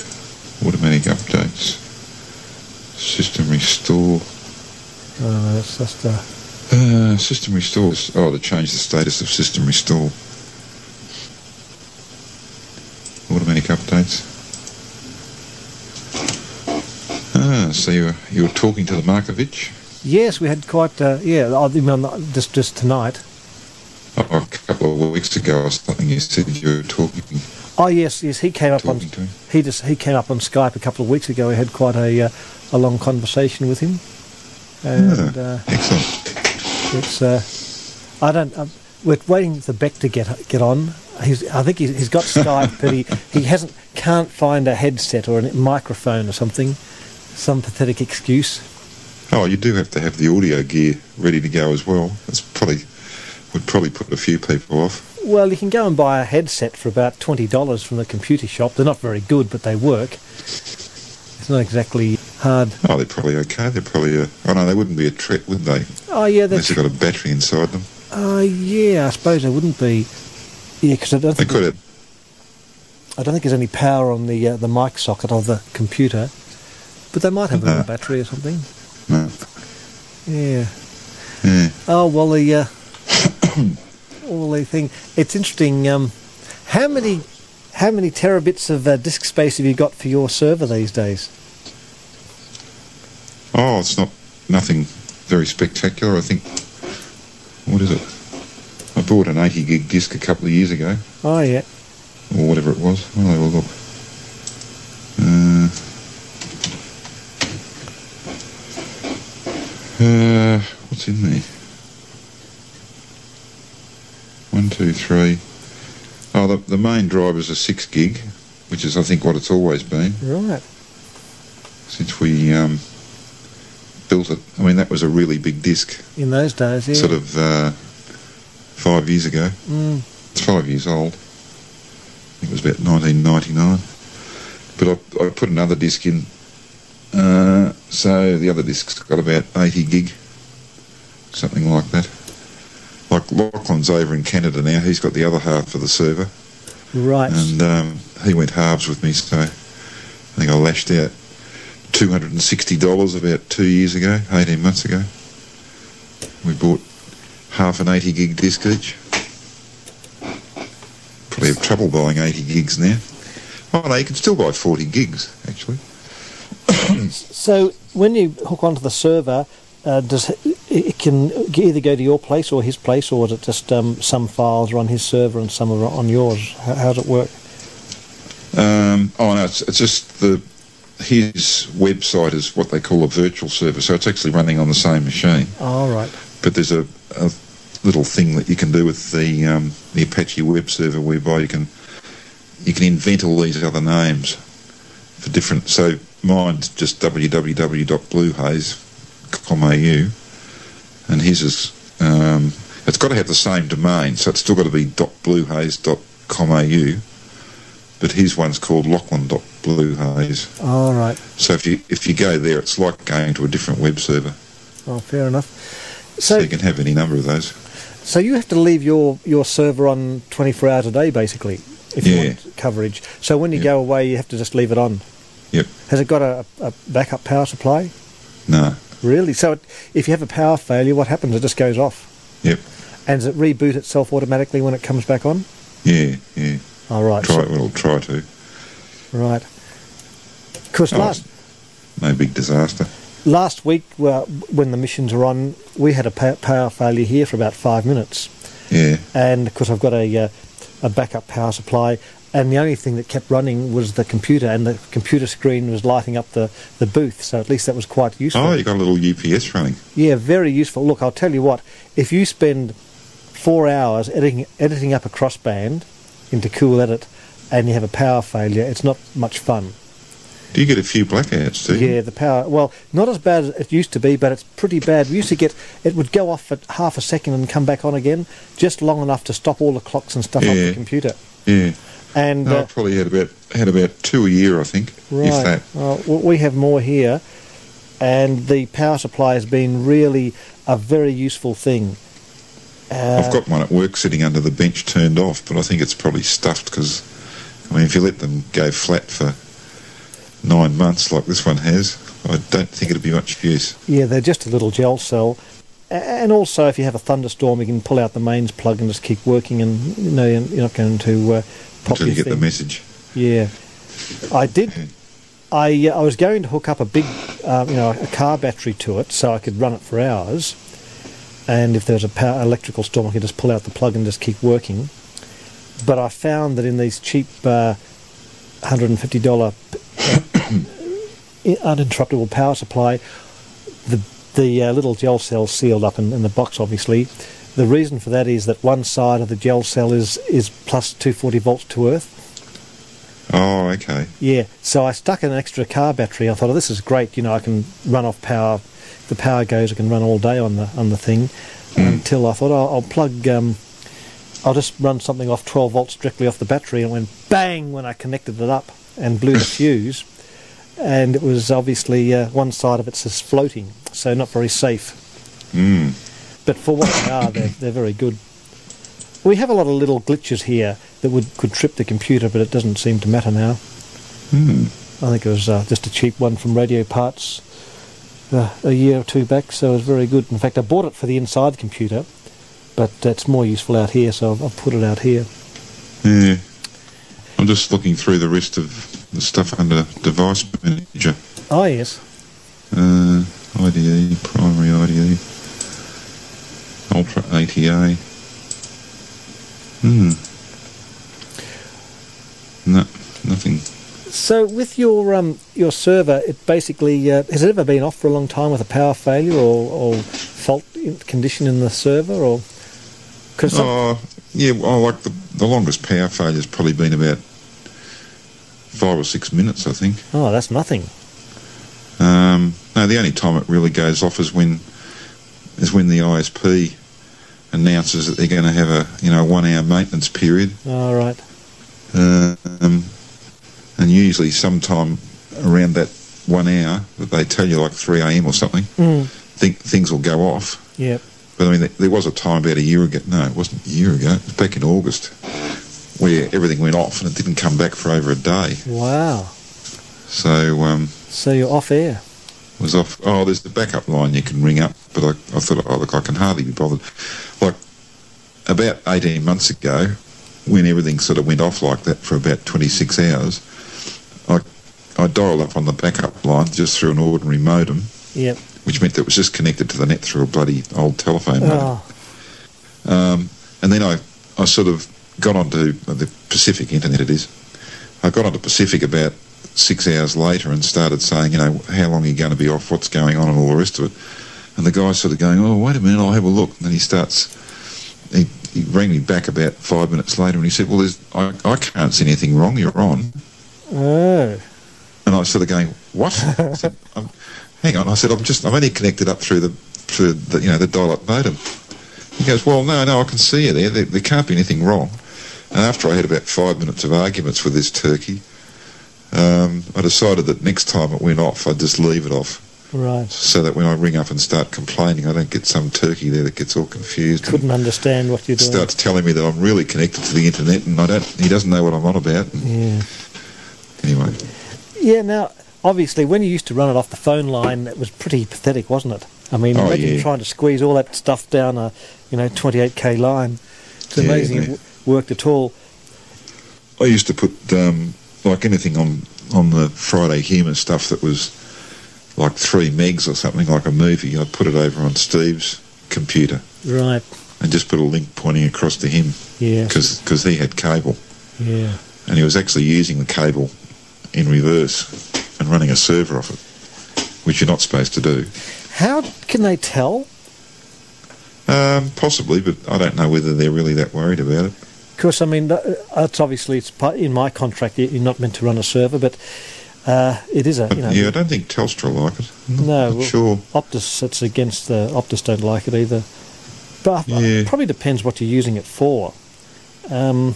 [SPEAKER 2] automatic updates, system restore.
[SPEAKER 1] Oh, no, that's just a
[SPEAKER 2] Uh, system restore. Oh, to change the status of system restore. Automatic updates. Ah, so you were, you were talking to the Markovic?
[SPEAKER 1] yes. We had quite uh, yeah. I mean, just just tonight.
[SPEAKER 2] Oh, a couple of weeks ago or something, you said you were talking.
[SPEAKER 1] Oh yes, yes. He came up on
[SPEAKER 2] Talking to him.
[SPEAKER 1] he just he came up on Skype a couple of weeks ago. We had quite a uh, a long conversation with him, and uh,
[SPEAKER 2] Hmm. Excellent.
[SPEAKER 1] it's uh, I don't. i we're waiting for Beck to get get on. He's, I think he's, he's got Skype, but he, he hasn't can't find a headset or a microphone or something. Some pathetic excuse.
[SPEAKER 2] Oh, you do have to have the audio gear ready to go as well. That's probably would probably put a few people off.
[SPEAKER 1] Well, you can go and buy a headset for about twenty dollars from the computer shop. They're not very good, but they work. It's not exactly hard.
[SPEAKER 2] Oh, they're probably okay. They're probably. A, oh no, they wouldn't be a threat, would they?
[SPEAKER 1] Oh yeah,
[SPEAKER 2] Unless
[SPEAKER 1] that's
[SPEAKER 2] you've got a battery inside them.
[SPEAKER 1] Uh, yeah, I suppose there wouldn't be. Yeah, because I don't
[SPEAKER 2] They
[SPEAKER 1] think
[SPEAKER 2] could have
[SPEAKER 1] I don't think there's any power on the uh, the mic socket of the computer, but they might have a
[SPEAKER 2] No.
[SPEAKER 1] battery or something.
[SPEAKER 2] No.
[SPEAKER 1] Yeah.
[SPEAKER 2] Yeah.
[SPEAKER 1] Oh well, the uh, all the thing. It's interesting. Um, how many how many terabits of uh, disk space have you got for your server these days?
[SPEAKER 2] Oh, it's not nothing very spectacular. I think. What is it? I bought an 80 gig disc a couple of years ago,
[SPEAKER 1] Oh yeah.
[SPEAKER 2] or whatever it was. I'll have a look. Uh, uh, what's in there? One, two, three. Oh, the, the main drive is a 6 gig, which is, I think, what it's always been.
[SPEAKER 1] Right.
[SPEAKER 2] since we um, built it. I mean, that was a really big disc,
[SPEAKER 1] In those days, yeah.
[SPEAKER 2] sort of uh, five years ago.
[SPEAKER 1] Mm.
[SPEAKER 2] It's five years old. I think it was about 1999. But I, I put another disc in, uh, so the other disc's got about 80 gig, something like that. Like Lachlan's over in Canada now, he's got the other half of the server,
[SPEAKER 1] Right.
[SPEAKER 2] and um, he went halves with me, so I think I lashed out two hundred and sixty dollars about two years ago, eighteen months ago. We bought half an eighty gig disc each. Probably have trouble buying eighty gigs now. Oh no, you can still buy forty gigs actually.
[SPEAKER 1] So when you hook onto the server, uh, does it, it can either go to your place or his place, or is it just um, some files are on his server and some are on yours? How, how does it work?
[SPEAKER 2] Um, oh no, it's, it's just the his website is what they call a virtual server, so it's actually running on the same machine.
[SPEAKER 1] All right.
[SPEAKER 2] but there's a, a little thing that you can do with the um, the Apache web server whereby you can you can invent all these other names for different. So mine's just www.bluehaze.com.au, and his is um, it's got to have the same domain, so it's still got to be .bluehaze.com.au, but his one's called Lachlan.bluehaze.com.au. blue haze.
[SPEAKER 1] All right.
[SPEAKER 2] So if you if you go there, it's like going to a different web server.
[SPEAKER 1] Oh, fair enough. So,
[SPEAKER 2] So, you can have any number of those.
[SPEAKER 1] so you have to leave your, your server on 24 hours a day, basically, if
[SPEAKER 2] Yeah.
[SPEAKER 1] you want coverage. So when you
[SPEAKER 2] Yep.
[SPEAKER 1] go away, you have to just leave it on.
[SPEAKER 2] Yep.
[SPEAKER 1] Has it got a, a backup power supply?
[SPEAKER 2] No.
[SPEAKER 1] Really? So it, if you have a power failure, what happens? It just goes off.
[SPEAKER 2] Yep.
[SPEAKER 1] And does it reboot itself automatically when it comes back on?
[SPEAKER 2] Yeah. Yeah.
[SPEAKER 1] All right.
[SPEAKER 2] Try it. Well, try to.
[SPEAKER 1] so- right. Of course,
[SPEAKER 2] Oh,
[SPEAKER 1] last,
[SPEAKER 2] it's no big disaster.
[SPEAKER 1] last week, well, when the missions were on, we had a pa- power failure here for about five minutes.
[SPEAKER 2] Yeah.
[SPEAKER 1] and of course I've got a uh, a backup power supply. And the only thing that kept running was the computer, and the computer screen was lighting up the, the booth. So at least that was quite useful.
[SPEAKER 2] Oh, you got a little UPS running.
[SPEAKER 1] Yeah, very useful. Look, I'll tell you what. If you spend four hours editing editing up a crossband into Cool Edit, and you have a power failure, it's not much fun.
[SPEAKER 2] Do you get a few blackouts too?
[SPEAKER 1] Yeah, the power. Well, not as bad as it used to be, but it's pretty bad. We used to get it would go off at half a second and come back on again, just long enough to stop all the clocks and stuff off
[SPEAKER 2] Yeah.
[SPEAKER 1] the computer.
[SPEAKER 2] Yeah.
[SPEAKER 1] And
[SPEAKER 2] No, I
[SPEAKER 1] uh,
[SPEAKER 2] Oh, probably had about had about two a year, I think, if
[SPEAKER 1] Right.
[SPEAKER 2] that.
[SPEAKER 1] Well, w- we have more here, and the power supply has been really a very useful thing. Uh,
[SPEAKER 2] I've got one at work sitting under the bench turned off, but I think it's probably stuffed because, I mean, if you let them go flat for nine months like this one has, I don't think it'd be much use.
[SPEAKER 1] Yeah, they're just a little gel cell. A- And also, if you have a thunderstorm, you can pull out the mains plug and just keep working, and you know you're not going to uh, pop your
[SPEAKER 2] until you get
[SPEAKER 1] thing.
[SPEAKER 2] the message.
[SPEAKER 1] Yeah, I did. I uh, I was going to hook up a big, um, you know, a car battery to it so I could run it for hours, and if there was a power electrical storm, I could just pull out the plug and just keep working. But I found that in these cheap, uh, hundred and fifty dollar uh, uninterruptible power supply, the the uh, little gel cell sealed up in, in the box, obviously. The reason for that is that one side of the gel cell is is plus two forty volts to earth.
[SPEAKER 2] Oh, okay.
[SPEAKER 1] Yeah, so I stuck an extra car battery. I thought, oh, this is great. You know, I can run off power. If the power goes, I can run all day on the on the thing. Until I thought, oh, I'll plug. Um, I'll just run something off 12 volts directly off the battery, and it went bang when I connected it up and blew the fuse. And it was obviously uh, one side of it's just floating, so not very safe. But for what they are, they're, they're very good. We have a lot of little glitches here that would could trip the computer, but it doesn't seem to matter now. I think it was uh, just a cheap one from Radio Parts uh, a year or two back, so it was very good. In fact, I bought it for the inside computer, but it's more useful out here, so I've, I've put it out here.
[SPEAKER 2] Yeah. I'm just looking through the rest of the stuff under device manager.
[SPEAKER 1] Ah, yes.
[SPEAKER 2] Uh, IDE, primary IDE, ultra ATA. Hmm. No, nothing.
[SPEAKER 1] So with your um, your server, it basically uh, has it ever been off for a long time with a power failure or, or fault in condition in the server, or because
[SPEAKER 2] Oh, yeah. Well, like the the longest power failure's probably been about five or six minutes, I think.
[SPEAKER 1] oh, that's nothing.
[SPEAKER 2] Um, no, the only time it really goes off is when is when the ISP announces that they're going to have a you know one hour maintenance period,
[SPEAKER 1] All right.
[SPEAKER 2] um, and usually sometime around that one hour that they tell you like three a.m. or something,
[SPEAKER 1] Mm.
[SPEAKER 2] think things will go off.
[SPEAKER 1] Yep.
[SPEAKER 2] But I mean, there- there was a time about a year ago. No, it wasn't a year ago. It was back in August, where everything went off and it didn't come back for over a day.
[SPEAKER 1] Wow.
[SPEAKER 2] So um,
[SPEAKER 1] So you're off air.
[SPEAKER 2] was off. Oh, there's the backup line you can ring up, but I, I thought, oh look, I can hardly be bothered. Like about 18 months ago, when everything sort of went off like that for about 26 hours, I I dialed up on the backup line just through an ordinary modem,
[SPEAKER 1] Yep.
[SPEAKER 2] which meant that it was just connected to the net through a bloody old telephone modem.
[SPEAKER 1] Oh.
[SPEAKER 2] And then I, I sort of got onto the Pacific internet, it is. I got onto Pacific about six hours later and started saying, you know, how long are you going to be off, what's going on, and all the rest of it. And the guy's sort of going, oh, wait a minute, I'll have a look. And then he starts, he, he rang me back about five minutes later and he said, well, there's, I, I can't see anything wrong, you're on.
[SPEAKER 1] Oh.
[SPEAKER 2] And I was sort of going, what? I said, I'm, hang on. I said, I'm just, I'm only connected up through the, through the, you know, the dial-up modem. He goes, well, no, no, I can see you there. There, there can't be anything wrong. And after I had about five minutes of arguments with this turkey, Um, I decided that next time it went off, I'd just leave it off
[SPEAKER 1] Right.
[SPEAKER 2] so that when I ring up and start complaining, I don't get some turkey there that gets all confused. and-
[SPEAKER 1] Couldn't understand what you're doing.
[SPEAKER 2] starts telling me that I'm really connected to the internet and I don't he doesn't know what I'm on about. And
[SPEAKER 1] Yeah.
[SPEAKER 2] Anyway,
[SPEAKER 1] Yeah. Now, obviously, when you used to run it off the phone line, it was pretty pathetic, wasn't it? I mean,
[SPEAKER 2] Oh,
[SPEAKER 1] imagine
[SPEAKER 2] yeah.
[SPEAKER 1] trying to squeeze all that stuff down a, you know, 28k line. It's
[SPEAKER 2] Yeah,
[SPEAKER 1] amazing
[SPEAKER 2] yeah.
[SPEAKER 1] it w- worked at all.
[SPEAKER 2] I used to put um, like anything on on the Friday humour stuff that was like three megs or something like a movie. I'd put it over on Steve's computer
[SPEAKER 1] Right.
[SPEAKER 2] and just put a link pointing across to him
[SPEAKER 1] Yeah.
[SPEAKER 2] because he had cable
[SPEAKER 1] Yeah.
[SPEAKER 2] and he was actually using the cable in reverse and running a server off it, which you're not supposed to do.
[SPEAKER 1] How can they tell?
[SPEAKER 2] Um, possibly, but I don't know whether they're really that worried about it.
[SPEAKER 1] Because I mean, th- that's obviously it's part, in my contract. you- You're not meant to run a server, but uh, it is a
[SPEAKER 2] But
[SPEAKER 1] you know.
[SPEAKER 2] yeah, I don't think Telstra like it. I'm not-
[SPEAKER 1] No,
[SPEAKER 2] not
[SPEAKER 1] well-
[SPEAKER 2] sure.
[SPEAKER 1] Optus, it's against the Optus don't like it either. But I-
[SPEAKER 2] Yeah.
[SPEAKER 1] probably depends what you're using it for. Um,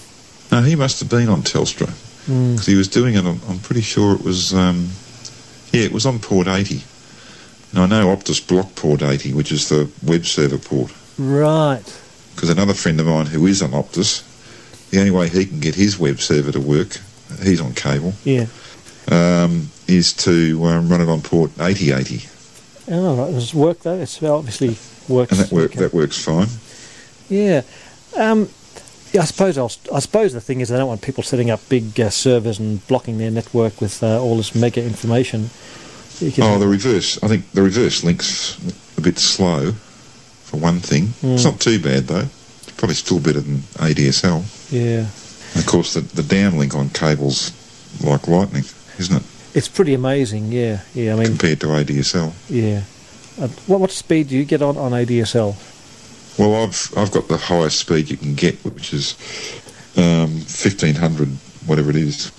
[SPEAKER 2] No, he must have been on Telstra because he was doing it. On, I'm pretty sure it was. Um, yeah, it was on port 80. And I know Optus blocked port 80, which is the web server port.
[SPEAKER 1] right.
[SPEAKER 2] Because another friend of mine who is on Optus, the only way he can get his web server to work, he's on cable,
[SPEAKER 1] Yeah.
[SPEAKER 2] um, is to um, run it on port 8080,
[SPEAKER 1] Oh, right. Does it work though? It's well, obviously works.
[SPEAKER 2] and that work
[SPEAKER 1] Okay.
[SPEAKER 2] that works fine.
[SPEAKER 1] Yeah. Um, yeah, I suppose I'll, I suppose the thing is they don't want people setting up big uh, servers and blocking their network with uh, all this mega information. You can-
[SPEAKER 2] Oh, the reverse. I think the reverse links a bit slow, for one thing. It's not too bad though. It's probably still better than ADSL.
[SPEAKER 1] yeah.
[SPEAKER 2] And of course, the the downlink on cables like lightning, isn't it?
[SPEAKER 1] It's pretty amazing. Yeah. Yeah. I mean,
[SPEAKER 2] Compared to ADSL.
[SPEAKER 1] yeah. Uh, what, what speed do you get on on ADSL?
[SPEAKER 2] Well, I've I've got the highest speed you can get, which is um, fifteen hundred, whatever it is,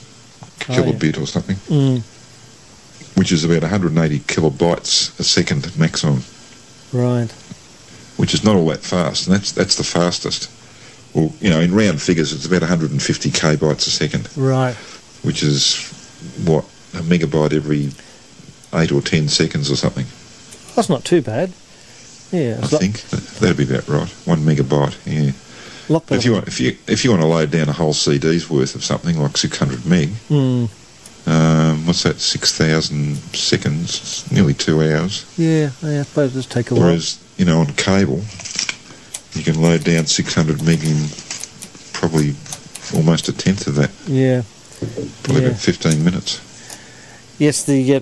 [SPEAKER 1] Oh, yeah.
[SPEAKER 2] kilobit or something,
[SPEAKER 1] Mm,
[SPEAKER 2] which is about one hundred and eighty kilobytes a second maximum,
[SPEAKER 1] right.
[SPEAKER 2] which is not all that fast, and that's that's the fastest. Well, you know, in round figures, it's about one hundred and fifty kbytes a second.
[SPEAKER 1] Right.
[SPEAKER 2] which is what a megabyte every eight or ten seconds or something.
[SPEAKER 1] That's not too bad. Yeah,
[SPEAKER 2] I
[SPEAKER 1] it's a lot,
[SPEAKER 2] think That- that'd be about right. One megabyte. Yeah.
[SPEAKER 1] lot
[SPEAKER 2] But if
[SPEAKER 1] better.
[SPEAKER 2] you want, if you if you want to load down a whole CD's worth of something like six hundred meg,
[SPEAKER 1] Mm,
[SPEAKER 2] um, what's that? Six thousand seconds. It's nearly two hours.
[SPEAKER 1] yeah, yeah, I suppose it's take a while.
[SPEAKER 2] Whereas you know on cable, you can load down six hundred meg in probably almost a tenth of that,
[SPEAKER 1] Yeah.
[SPEAKER 2] probably
[SPEAKER 1] Yeah.
[SPEAKER 2] about fifteen minutes.
[SPEAKER 1] Yes, the uh,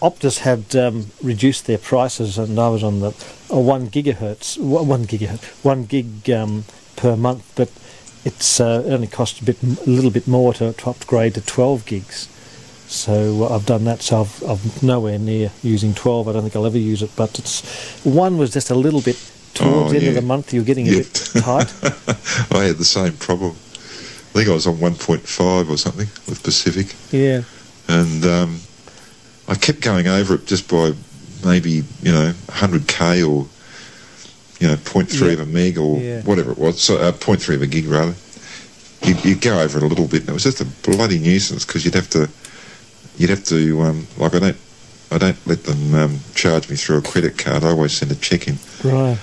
[SPEAKER 1] Optus had um, reduced their prices, and I was on the uh, one gigahertz, wa- one gigahertz, one gig um, per month, but it's uh, it only cost a bit, m- a little bit more to, to upgrade to twelve gigs. So uh, I've done that. So I've, I'm nowhere near using twelve. I don't think I'll ever use it. But it's one was just a little bit towards
[SPEAKER 2] Oh,
[SPEAKER 1] the end of
[SPEAKER 2] yeah.
[SPEAKER 1] the month. You're getting a
[SPEAKER 2] Yeah.
[SPEAKER 1] bit tight.
[SPEAKER 2] I had the same problem. I think I was on 1.5 or something with Pacific,
[SPEAKER 1] Yeah.
[SPEAKER 2] and um, I kept going over it just by maybe you know 100k or you know 0.3 of a meg or
[SPEAKER 1] Yeah.
[SPEAKER 2] whatever it was, so uh, 0.3 of a gig rather. You'd, you'd go over it a little bit, and it was just a bloody nuisance because you'd have to you'd have to um, like I don't I don't let them um, charge me through a credit card. I always send a check in.
[SPEAKER 1] Right.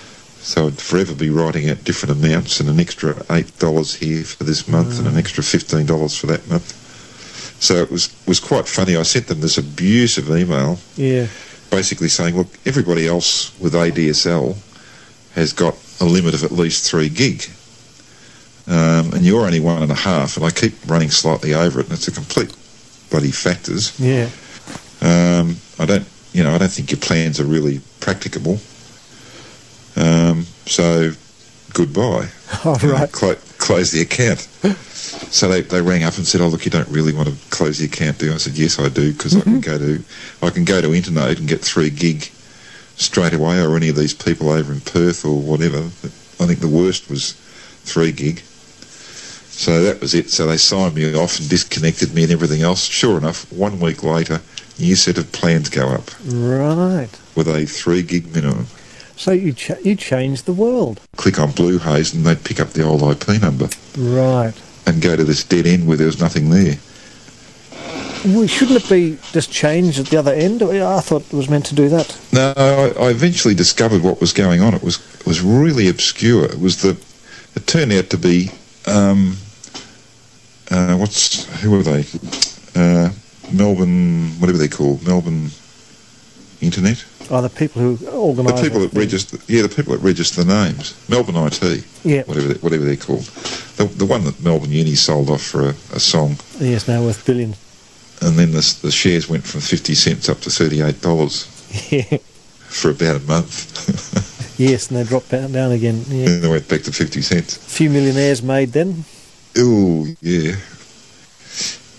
[SPEAKER 2] So I'd forever be writing out different amounts and an extra eight dollars here for this month and an extra fifteen dollars for that month. So it was was quite funny. I sent them this abusive email
[SPEAKER 1] Yeah.
[SPEAKER 2] basically saying, Look, everybody else with ADSL has got a limit of at least three gig. Um, and you're only one and a half, and I keep running slightly over it, and it's a complete bloody factors.
[SPEAKER 1] Yeah.
[SPEAKER 2] Um, I don't, you know, I don't think your plans are really practicable. Um, so, goodbye.
[SPEAKER 1] All
[SPEAKER 2] You know,
[SPEAKER 1] right.
[SPEAKER 2] clo- close the account. so they, they rang up and said, "Oh, look, you don't really want to close the account, do you?" I said, "Yes, I do, because I can
[SPEAKER 1] Mm-hmm.
[SPEAKER 2] go to, I can go to Internode and get three gig straight away, or any of these people over in Perth or whatever." I think the worst was three gig. So that was it. So they signed me off and disconnected me and everything else. Sure enough, one week later, new set of plans go up
[SPEAKER 1] Right.
[SPEAKER 2] with a three gig minimum.
[SPEAKER 1] So you cha- you changed the world.
[SPEAKER 2] Click on Blue Haze and they'd pick up the old IP number
[SPEAKER 1] Right.
[SPEAKER 2] and go to this dead end where there was nothing there.
[SPEAKER 1] Well, shouldn't it be just changed at the other end? I thought it was meant to do that.
[SPEAKER 2] No, I, I eventually discovered what was going on. It was it was really obscure. It was the it turned out to be um, uh, what's who are they? Uh, Melbourne, whatever they call Melbourne Internet.
[SPEAKER 1] Oh, the people who
[SPEAKER 2] The
[SPEAKER 1] organise
[SPEAKER 2] people
[SPEAKER 1] it.
[SPEAKER 2] that register, yeah, the people that register the names, Melbourne IT,
[SPEAKER 1] Yeah.
[SPEAKER 2] whatever they, whatever they're called. The, the one that Melbourne Uni sold off for a, a song,
[SPEAKER 1] Yes, now worth billions.
[SPEAKER 2] and then the, s- the shares went from fifty cents up to thirty eight dollars
[SPEAKER 1] Yeah.
[SPEAKER 2] for about a month,
[SPEAKER 1] Yes, and they dropped down, down again. Yeah.
[SPEAKER 2] and then they went back to fifty cents.
[SPEAKER 1] few millionaires made then.
[SPEAKER 2] Oh yeah.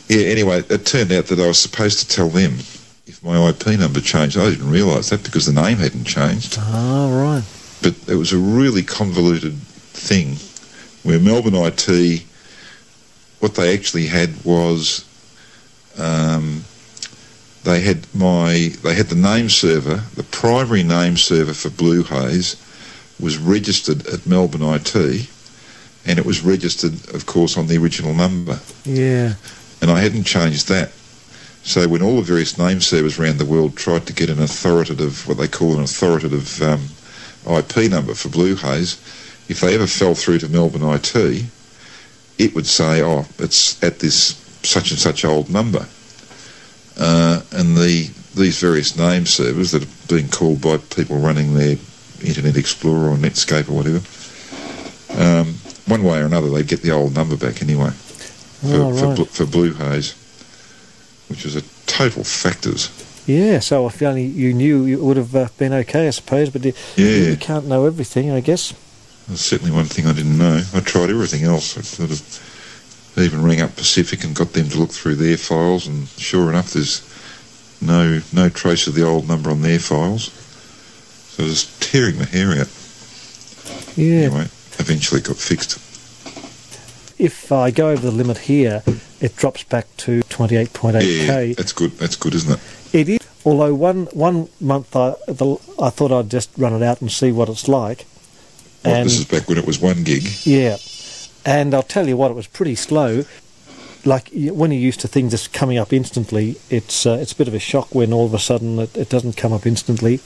[SPEAKER 2] Yeah, anyway, it turned out that I was supposed to tell them if my IP number changed. I didn't realise that because the name hadn't changed.
[SPEAKER 1] Ah, right.
[SPEAKER 2] But it was a really convoluted thing where Melbourne IT, what they actually had was um, they had my they had the name server, the primary name server for Blue Haze was registered at Melbourne IT and it was registered of course on the original number
[SPEAKER 1] Yeah.
[SPEAKER 2] and I hadn't changed that. So when all the various name servers around the world tried to get an authoritative, what they call an authoritative um, IP number for Blue Haze, if they ever fell through to Melbourne IT, it would say, "Oh, it's at this such and such old number," uh, and the these various name servers that are being called by people running their Internet Explorer or Netscape or whatever, um, one way or another, they'd get the old number back anyway for,
[SPEAKER 1] Oh,
[SPEAKER 2] for,
[SPEAKER 1] right.
[SPEAKER 2] bl- for Blue Haze, which was a total factors.
[SPEAKER 1] Yeah, so if only you knew, it would have uh, been okay, I suppose, but you,
[SPEAKER 2] Yeah.
[SPEAKER 1] you can't know everything, I guess.
[SPEAKER 2] That's certainly one thing I didn't know. I tried everything else. I sort of even rang up Pacific and got them to look through their files, and sure enough, there's no no trace of the old number on their files. So I was tearing my hair out.
[SPEAKER 1] Yeah.
[SPEAKER 2] Anyway, eventually it got fixed.
[SPEAKER 1] If I go over the limit here, it drops back to 28.8k.
[SPEAKER 2] Yeah, that's good. That's good, isn't it?
[SPEAKER 1] It is. Although one one month I the, I thought I'd just run it out and see what it's like,
[SPEAKER 2] Well,
[SPEAKER 1] and
[SPEAKER 2] this is back when it was one gig.
[SPEAKER 1] yeah, and I'll tell you what, it was pretty slow. Like y- when you're used to things just coming up instantly, it's uh, it's a bit of a shock when all of a sudden it, it doesn't come up instantly.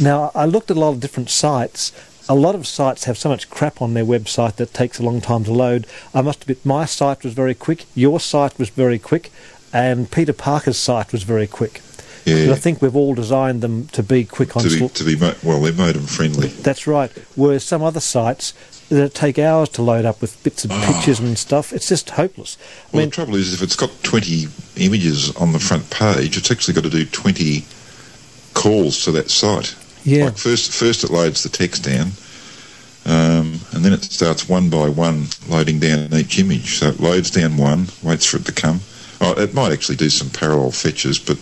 [SPEAKER 1] Now I looked at a lot of different sites. A lot of sites have so much crap on their website that takes a long time to load. I must admit, my site was very quick, your site was very quick, and Peter Parker's site was very quick. But
[SPEAKER 2] Yeah,
[SPEAKER 1] I think we've all designed them to be quick on.
[SPEAKER 2] to be
[SPEAKER 1] sl-
[SPEAKER 2] to be mo- well, they're modem friendly.
[SPEAKER 1] That's right. Whereas some other sites that take hours to load up with bits
[SPEAKER 2] Ah.
[SPEAKER 1] of pictures and stuff, it's just hopeless. I
[SPEAKER 2] Well,
[SPEAKER 1] mean,
[SPEAKER 2] the trouble is, if it's got 20 images on the front page, it's actually got to do 20 calls to that site.
[SPEAKER 1] yeah,
[SPEAKER 2] Like first, first it loads the text down, um, and then it starts one by one loading down each image. So it loads down one, waits for it to come. Oh, it might actually do some parallel fetches, but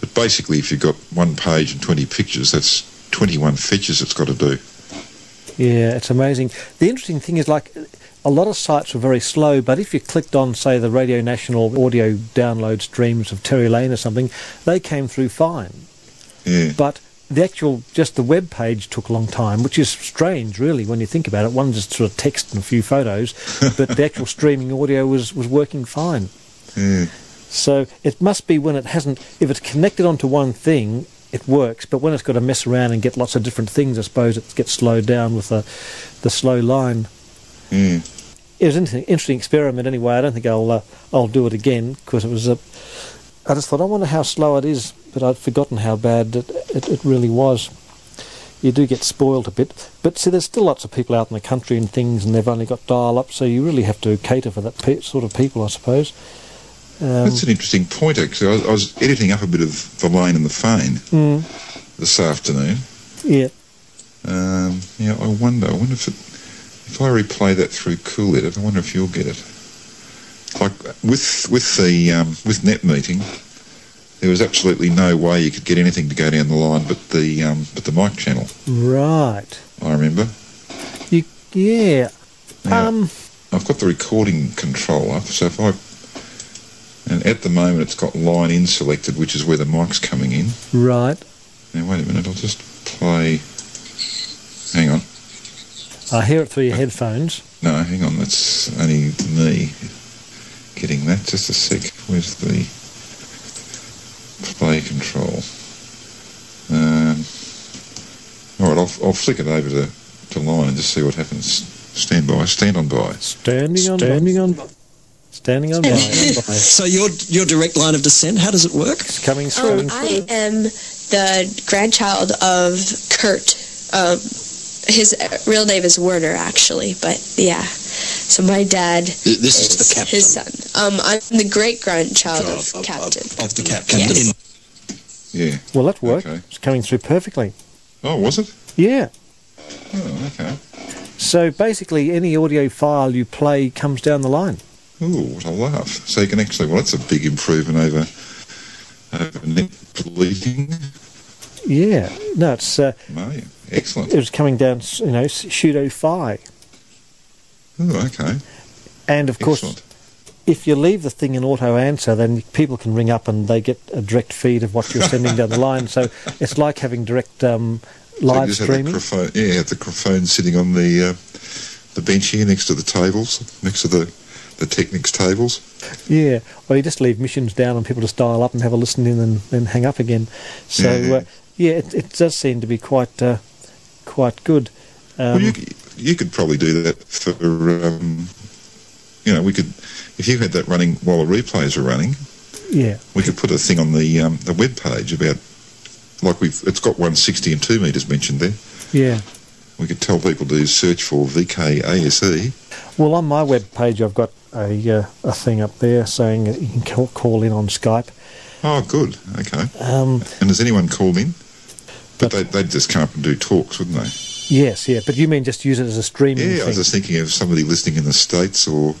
[SPEAKER 2] but basically, if you've got one page and 20 pictures, that's 21 fetches it's got to do.
[SPEAKER 1] yeah, it's amazing. The interesting thing is, like, a lot of sites were very slow, but if you clicked on, say, the Radio National audio download streams of Terry Lane or something, they came through fine.
[SPEAKER 2] Yeah,
[SPEAKER 1] But the actual, just the web page took a long time, which is strange, really, when you think about it. One just sort of text and a few photos, but the actual streaming audio was, was working fine.
[SPEAKER 2] yeah.
[SPEAKER 1] So it must be when it hasn't, if it's connected onto one thing, it works. But when it's got to mess around and get lots of different things, I suppose it gets slowed down with the, the slow line.
[SPEAKER 2] yeah.
[SPEAKER 1] It was an interesting, interesting experiment anyway. I don't think I'll, uh, I'll do it again because it was a. I just thought, I wonder how slow it is, but I'd forgotten how bad it, it, it really was. You do get spoiled a bit. But see, there's still lots of people out in the country and things, and they've only got dial up, so you really have to cater for that pe- sort of people, I suppose. Um,
[SPEAKER 2] That's an interesting point, actually. I was, I was editing up a bit of The Lane and the Fane this afternoon.
[SPEAKER 1] Mm, yeah.
[SPEAKER 2] Um, yeah, I wonder. I wonder if it, if I replay that through Cool Edit, I wonder if you'll get it. Like with with the um, with Net Meeting, there was absolutely no way you could get anything to go down the line but the um, but the mic channel.
[SPEAKER 1] Right.
[SPEAKER 2] I remember.
[SPEAKER 1] You, yeah.
[SPEAKER 2] Yeah.
[SPEAKER 1] Um.
[SPEAKER 2] I've got the recording control up, so if I and at the moment it's got line in selected, which is where the mic's coming in.
[SPEAKER 1] Right.
[SPEAKER 2] Now wait a minute, I'll just play. Hang on,
[SPEAKER 1] I hear it through your headphones.
[SPEAKER 2] no, hang on. That's only me getting that. Just a sec. Where's the? Um, I'll, I'll flick it over to, to line and just see what happens. Stand by, stand on by.
[SPEAKER 1] Standing, standing on, by. standing on by.
[SPEAKER 3] so your your direct line of descent, how does it work?
[SPEAKER 1] It's coming through.
[SPEAKER 4] Um, I am the grandchild of Kurt. Um, his uh, real name is Werner, actually, but yeah. So my dad,
[SPEAKER 3] Th- This is the captain.
[SPEAKER 4] his son. Um, I'm the great grandchild
[SPEAKER 3] Of-
[SPEAKER 4] of
[SPEAKER 3] of-
[SPEAKER 4] Captain.
[SPEAKER 3] of the captain.
[SPEAKER 4] Yes.
[SPEAKER 3] In-
[SPEAKER 2] Yeah.
[SPEAKER 1] well, that worked.
[SPEAKER 2] Okay.
[SPEAKER 1] It's coming through perfectly.
[SPEAKER 2] Oh, was it?
[SPEAKER 1] Yeah.
[SPEAKER 2] Oh, okay.
[SPEAKER 1] So basically, any audio file you play comes down the line.
[SPEAKER 2] Ooh, what a laugh. So you can actually, well, that's a big improvement over, over net deleting.
[SPEAKER 1] Yeah. No, it's uh,
[SPEAKER 2] Mate, excellent.
[SPEAKER 1] it was coming down. s- You know, s- pseudo phi.
[SPEAKER 2] Oh, okay.
[SPEAKER 1] And of course,
[SPEAKER 2] Excellent.
[SPEAKER 1] if you leave the thing in auto answer, then people can ring up and they get a direct feed of what you're sending down the line. So it's like having direct um,
[SPEAKER 2] So you
[SPEAKER 1] live
[SPEAKER 2] just had
[SPEAKER 1] streaming.
[SPEAKER 2] The crophone, yeah, had the crophone sitting on the uh, the bench here next to the tables, next to the the technics tables.
[SPEAKER 1] Yeah, or you just leave missions down and people just dial up and have a listen in and then hang up again. So
[SPEAKER 2] Yeah.
[SPEAKER 1] uh, yeah, it, it does seem to be quite uh, quite good. Um,
[SPEAKER 2] well, you c- you could probably do that for um, you know we could if you had that running while the replays were running,
[SPEAKER 1] yeah,
[SPEAKER 2] we could put a thing on the um, the web page about like we've it's got 160 and two meters mentioned there.
[SPEAKER 1] yeah.
[SPEAKER 2] We could tell people to search for VKASE.
[SPEAKER 1] Well, on my web page, I've got a uh, a thing up there saying that you can call, call in on Skype.
[SPEAKER 2] Oh, good. Okay.
[SPEAKER 1] Um,
[SPEAKER 2] And has anyone called in?
[SPEAKER 1] But-
[SPEAKER 2] But they, they'd just come up and do talks, wouldn't they?
[SPEAKER 1] yes, yeah, but you mean just use it as a streaming
[SPEAKER 2] Yeah, I
[SPEAKER 1] thing?
[SPEAKER 2] was just thinking of somebody listening in the States or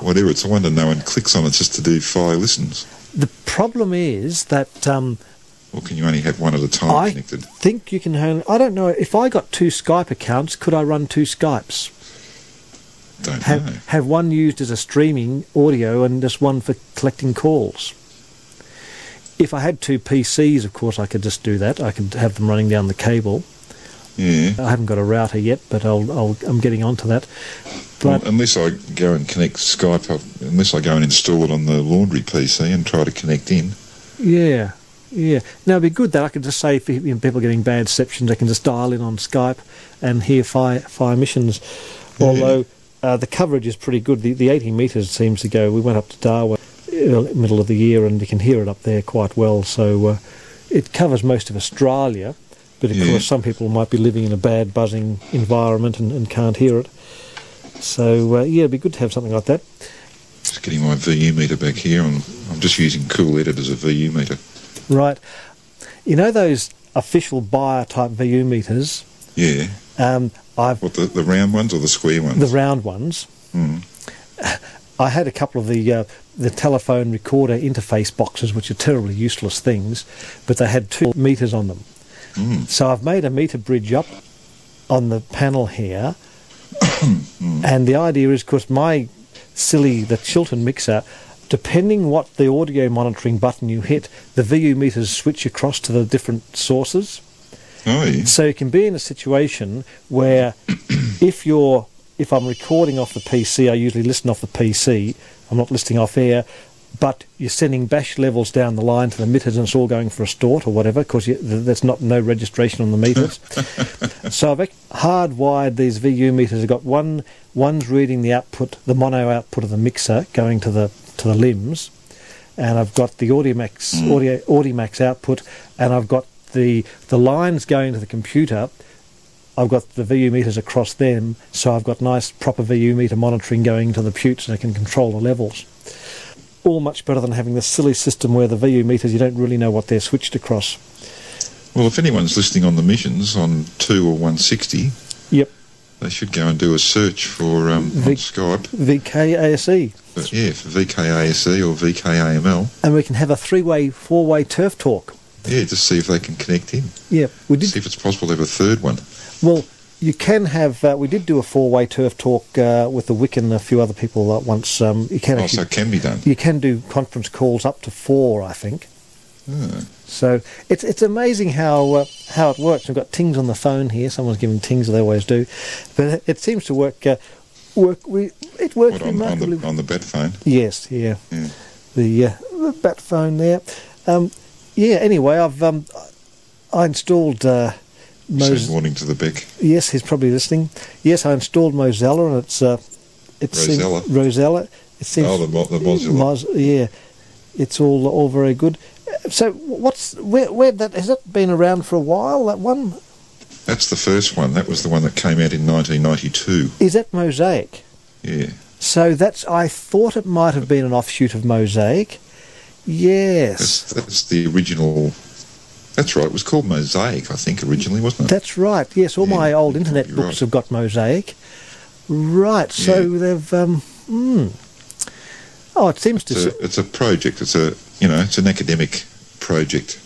[SPEAKER 2] whatever. It's a wonder no one clicks on it just to do fire listens.
[SPEAKER 1] The problem is that um,
[SPEAKER 2] Or can you only have one at a time
[SPEAKER 1] I
[SPEAKER 2] connected?
[SPEAKER 1] think you can only. I don't know if I got two Skype accounts, could I run two Skypes?
[SPEAKER 2] Don't
[SPEAKER 1] have,
[SPEAKER 2] know.
[SPEAKER 1] have one used as a streaming audio and just one for collecting calls. If I had two PCs, of course, I could just do that. I could have them running down the cable.
[SPEAKER 2] Yeah.
[SPEAKER 1] I haven't got a router yet, but I'll, I'll, I'm getting onto that.
[SPEAKER 2] Well,
[SPEAKER 1] But
[SPEAKER 2] unless I go and connect Skype, up, unless I go and install it on the laundry PC and try to connect in.
[SPEAKER 1] yeah, yeah. Now it'd be good that I could just say if you know, people are getting bad receptions, they can just dial in on Skype and hear fire fire missions. Although uh, the coverage is pretty good. The the 80 meters seems to go. We went up to Darwin in the middle of the year, and you can hear it up there quite well. So uh, it covers most of Australia, but of
[SPEAKER 2] Yeah.
[SPEAKER 1] course some people might be living in a bad buzzing environment and, and can't hear it. So uh, yeah, it'd be good to have something like that.
[SPEAKER 2] Just getting my VU meter back here, and I'm just using Cool Edit as a VU meter.
[SPEAKER 1] Right. You know those official buyer type VU meters?
[SPEAKER 2] Yeah.
[SPEAKER 1] Um, I've
[SPEAKER 2] What the, the round ones or the square ones?
[SPEAKER 1] the round ones. I had a couple of the uh, the telephone recorder interface boxes, which are terribly useless things, but they had two meters on them. So I've made a meter bridge up on the panel here, Hmm. and the idea is, of course, my silly the Chiltern mixer. Depending what the audio monitoring button you hit, the VU meters switch across to the different sources.
[SPEAKER 2] oh, yeah.
[SPEAKER 1] So you can be in a situation where if you're if I'm recording off the PC, I usually listen off the PC. I'm not listening off air, but you're sending bash levels down the line to the meters, and it's all going for a stort or whatever because th- there's not no registration on the meters. so I've act- hardwired these VU meters. I've got one one's reading the output, the mono output of the mixer going to the to the limbs, and I've got the Audimax
[SPEAKER 2] Mm.
[SPEAKER 1] audio Audimax output, and I've got the the lines going to the computer. I've got the VU meters across them, so I've got nice proper VU meter monitoring going to the putes, and I can control the levels. All much better than having this silly system where the VU meters you don't really know what they're switched across.
[SPEAKER 2] Well, if anyone's listening on the missions on 2 or 160,
[SPEAKER 1] Yep,
[SPEAKER 2] They should go and do a search for um,
[SPEAKER 1] Vic-
[SPEAKER 2] on Skype,
[SPEAKER 1] VKASE,
[SPEAKER 2] but yeah, for VKASE E or VKAML.
[SPEAKER 1] E. and we can have a three-way, four-way turf talk.
[SPEAKER 2] Yeah, just see if they can connect in.
[SPEAKER 1] Yeah, we did
[SPEAKER 2] See if it's possible to have a third one.
[SPEAKER 1] Well, you can have. Uh, we did do a four-way turf talk uh, with the Wick and a few other people uh, once. Um, you can
[SPEAKER 2] Oh, so
[SPEAKER 1] actually,
[SPEAKER 2] it can be done.
[SPEAKER 1] you can do conference calls up to four, I think.
[SPEAKER 2] Hmm.
[SPEAKER 1] So it's it's amazing how uh, how it works. We've got Tings on the phone here. Someone's giving Tings, as they always do, but it, it seems to work. Uh, work we it works
[SPEAKER 2] What, on, on
[SPEAKER 1] remarkably.
[SPEAKER 2] the on the bat phone?
[SPEAKER 1] yes, yeah
[SPEAKER 2] Yeah.
[SPEAKER 1] the, uh, the bat phone there. Um, yeah. Anyway, I've um, I installed uh, Mos-
[SPEAKER 2] Send warning to the Beck.
[SPEAKER 1] Yes, he's probably listening. Yes, I installed Mozilla, and it's uh, it seems-
[SPEAKER 2] Rosella.
[SPEAKER 1] Rosella. It seems
[SPEAKER 2] Oh, the, mo- the Mozilla.
[SPEAKER 1] Mos- yeah, it's all all very good. Uh, So what's where where that has it been around for a while? That one
[SPEAKER 2] That's the first one. That was the one that came out in 1992.
[SPEAKER 1] is that Mosaic.
[SPEAKER 2] Yeah.
[SPEAKER 1] So that's I thought it might have been an offshoot of Mosaic. Yes,
[SPEAKER 2] That's, that's the original. That's right. It was called Mosaic, I think, originally, wasn't it?
[SPEAKER 1] that's right. Yes, all
[SPEAKER 2] Yeah,
[SPEAKER 1] my old internet
[SPEAKER 2] you're
[SPEAKER 1] books
[SPEAKER 2] right.
[SPEAKER 1] have got Mosaic. Right. So
[SPEAKER 2] Yeah.
[SPEAKER 1] they've. Um, hmm. Oh, it seems to.
[SPEAKER 2] It's
[SPEAKER 1] s-
[SPEAKER 2] a, it's a project. It's a you know it's an academic project.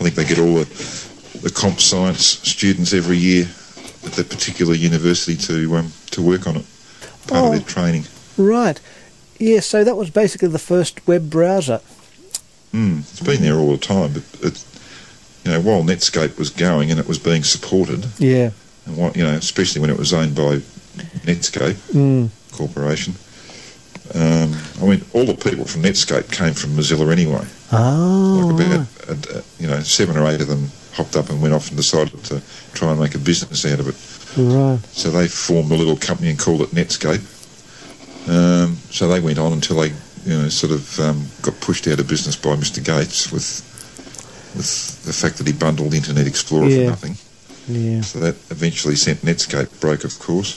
[SPEAKER 2] I think they get all the, the comp science students every year at that particular university to um, to work on it. Part
[SPEAKER 1] Oh.
[SPEAKER 2] of their training.
[SPEAKER 1] Right. Yeah, so that was basically the first web browser.
[SPEAKER 2] Mm, it's been there all the time, but it, you know while Netscape was going and it was being supported,
[SPEAKER 1] Yeah.
[SPEAKER 2] and what you know especially when it was owned by Netscape
[SPEAKER 1] Mm.
[SPEAKER 2] Corporation. Um, I mean, all the people from Netscape came from Mozilla anyway.
[SPEAKER 1] Oh.
[SPEAKER 2] Like
[SPEAKER 1] right.
[SPEAKER 2] about, uh, uh, you know, seven or eight of them hopped up and went off and decided to try and make a business out of it.
[SPEAKER 1] Right.
[SPEAKER 2] So they formed a little company and called it Netscape. Um, so they went on until they, you know, sort of um, got pushed out of business by Mr. Gates with with the fact that he bundled Internet Explorer
[SPEAKER 1] Yeah.
[SPEAKER 2] for nothing.
[SPEAKER 1] Yeah.
[SPEAKER 2] So that eventually sent Netscape broke, of course.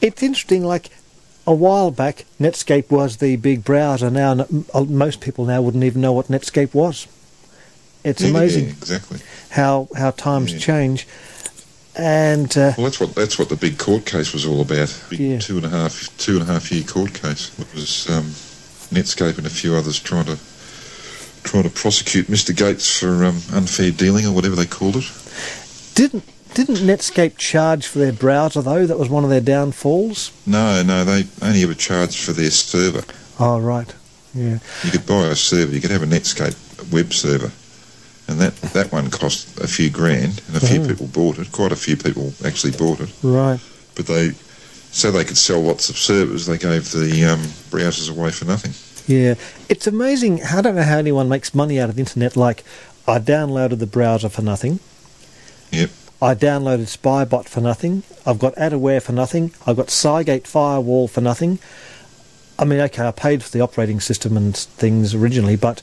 [SPEAKER 1] It's interesting, like, a while back, Netscape was the big browser. Now, n- uh, most people now wouldn't even know what Netscape was. It's
[SPEAKER 2] Yeah,
[SPEAKER 1] amazing
[SPEAKER 2] exactly.
[SPEAKER 1] how, how times
[SPEAKER 2] Yeah.
[SPEAKER 1] change. And, uh,
[SPEAKER 2] Well, that's what that's what the big court case was all about. Big
[SPEAKER 1] Yeah.
[SPEAKER 2] two and a half two and a half year court case. It was um, Netscape and a few others trying to trying to prosecute Mr. Gates for um, unfair dealing or whatever they called it.
[SPEAKER 1] didn't, didn't Netscape charge for their browser, though? That was one of their downfalls.
[SPEAKER 2] No, no, they only ever charged for their server.
[SPEAKER 1] Oh, right. Yeah.
[SPEAKER 2] You could buy a server. You could have a Netscape web server, and that that one cost a few grand, and a few
[SPEAKER 1] Oh.
[SPEAKER 2] people bought it. Quite a few people actually bought it,
[SPEAKER 1] Right.
[SPEAKER 2] but they. So they could sell lots of servers. They gave the um, browsers away for nothing.
[SPEAKER 1] Yeah, it's amazing. I don't know how anyone makes money out of the internet. Like, I downloaded the browser for nothing.
[SPEAKER 2] Yep.
[SPEAKER 1] I downloaded Spybot for nothing. I've got Adaware for nothing. I've got Cygate Firewall for nothing. I mean, okay, I paid for the operating system and things originally, but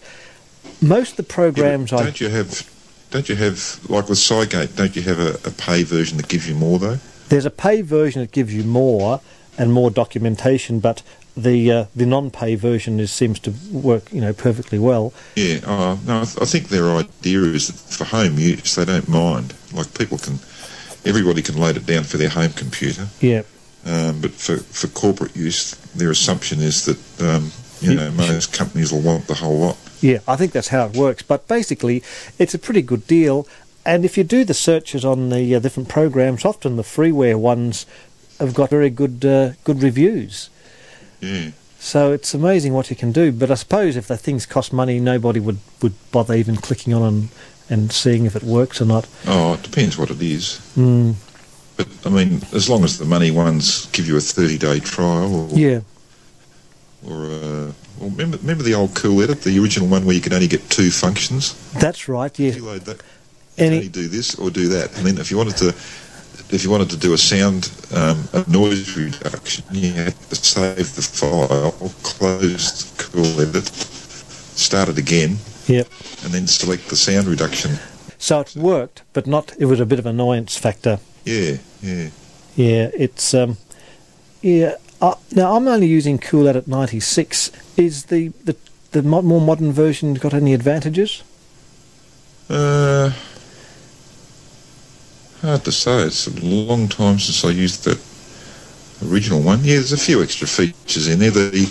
[SPEAKER 1] most of the
[SPEAKER 2] Yeah, but
[SPEAKER 1] programs I
[SPEAKER 2] Don't you have? Don't you have like with Cygate? Don't you have a, a pay version that gives you more though?
[SPEAKER 1] there's a pay version that gives you more and more documentation, but the uh, the non-pay version is, seems to work, you know, perfectly well.
[SPEAKER 2] Yeah. Oh, no. I, th- I think their idea is that for home use they don't mind. Like people can, everybody can load it down for their home computer,
[SPEAKER 1] Yeah,
[SPEAKER 2] um, but for, for corporate use, their assumption is that um, you
[SPEAKER 1] You-
[SPEAKER 2] know most companies will want the whole lot.
[SPEAKER 1] Yeah, I think that's how it works. But basically, it's a pretty good deal. And if you do the searches on the uh, different programs, often the freeware ones have got very good uh, good reviews.
[SPEAKER 2] Yeah.
[SPEAKER 1] So it's amazing what you can do. But I suppose if the things cost money, nobody would, would bother even clicking on and, and seeing if it works or not.
[SPEAKER 2] Oh, it depends what it is.
[SPEAKER 1] Mm,
[SPEAKER 2] But I mean, as long as the money ones give you a thirty-day trial, or,
[SPEAKER 1] yeah,
[SPEAKER 2] or uh, well, remember, remember the old Cool Edit, the original one where you could only get two functions.
[SPEAKER 1] that's right. Yeah,
[SPEAKER 2] You load that. You
[SPEAKER 1] Any-
[SPEAKER 2] only do this or do that, and then if you wanted to, if you wanted to do a sound, um, a noise reduction, you had to save the file, close Cool Edit, start it again,
[SPEAKER 1] yep.
[SPEAKER 2] and then select the sound reduction.
[SPEAKER 1] So it worked, but not. It was a bit of annoyance factor.
[SPEAKER 2] Yeah, yeah.
[SPEAKER 1] Yeah, it's um, yeah. Uh, now I'm only using Cool Edit 96. Is the the the mo- more modern version got any advantages?
[SPEAKER 2] Uh, hard to say. It's a long time since I used the original one. Yeah, there's a few extra features in there. The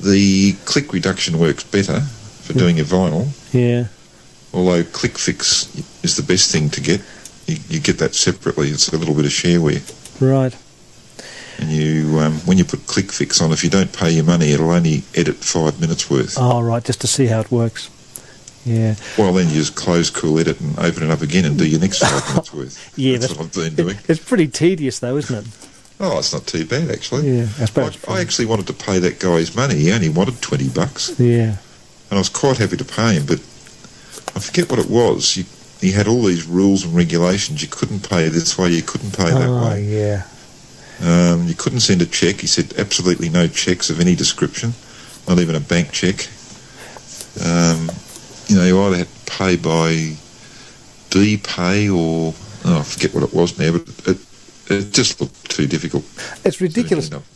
[SPEAKER 2] the click reduction works better for
[SPEAKER 1] Hmm.
[SPEAKER 2] doing your vinyl,
[SPEAKER 1] Yeah,
[SPEAKER 2] although click fix is the best thing to get. You, you get that separately. It's a little bit of shareware,
[SPEAKER 1] right.
[SPEAKER 2] and you um, when you put click fix on, if you don't pay your money, it'll only edit five minutes worth.
[SPEAKER 1] All Ah, right, just to see how it works. Yeah,
[SPEAKER 2] Well, then you just close Cool Edit and open it up again and do your next five minutes worth.
[SPEAKER 1] Yeah,
[SPEAKER 2] that's
[SPEAKER 1] that's-
[SPEAKER 2] what I've been doing.
[SPEAKER 1] it, it's pretty tedious though, isn't it?
[SPEAKER 2] Oh, it's not too bad actually.
[SPEAKER 1] Yeah, I suppose.
[SPEAKER 2] I, I actually wanted to pay that guy his money. He only wanted twenty bucks,
[SPEAKER 1] Yeah,
[SPEAKER 2] and I was quite happy to pay him. But I forget what it was. He, he He had all these rules and regulations. You couldn't pay this way, you couldn't pay that
[SPEAKER 1] oh,
[SPEAKER 2] way.
[SPEAKER 1] yeah.
[SPEAKER 2] Um, you couldn't send a check. He said absolutely no checks of any description, not even a bank check. Um, you know, you either had to pay by DPay or oh, I forget what it was now, but it, it just looked too difficult.
[SPEAKER 1] It's ridiculous.
[SPEAKER 2] Enough.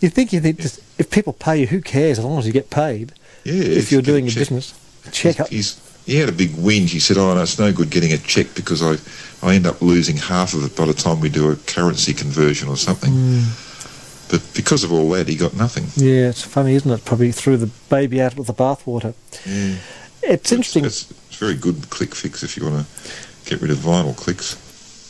[SPEAKER 1] You think you think just, if people pay you, who cares as long as you get paid?
[SPEAKER 2] Yeah,
[SPEAKER 1] if you're
[SPEAKER 2] you get a
[SPEAKER 1] doing your
[SPEAKER 2] check.
[SPEAKER 1] business, check up.
[SPEAKER 2] He's, he had a big whinge. He said, "Oh no, it's no good getting a check because I, I end up losing half of it by the time we do a currency conversion or something." But because of all that, he got nothing.
[SPEAKER 1] Yeah, Hmm. it's funny, isn't it? Probably threw the baby out with the bathwater. It's interesting.
[SPEAKER 2] It's, it's, it's very good click fix if you want to get rid of vinyl clicks.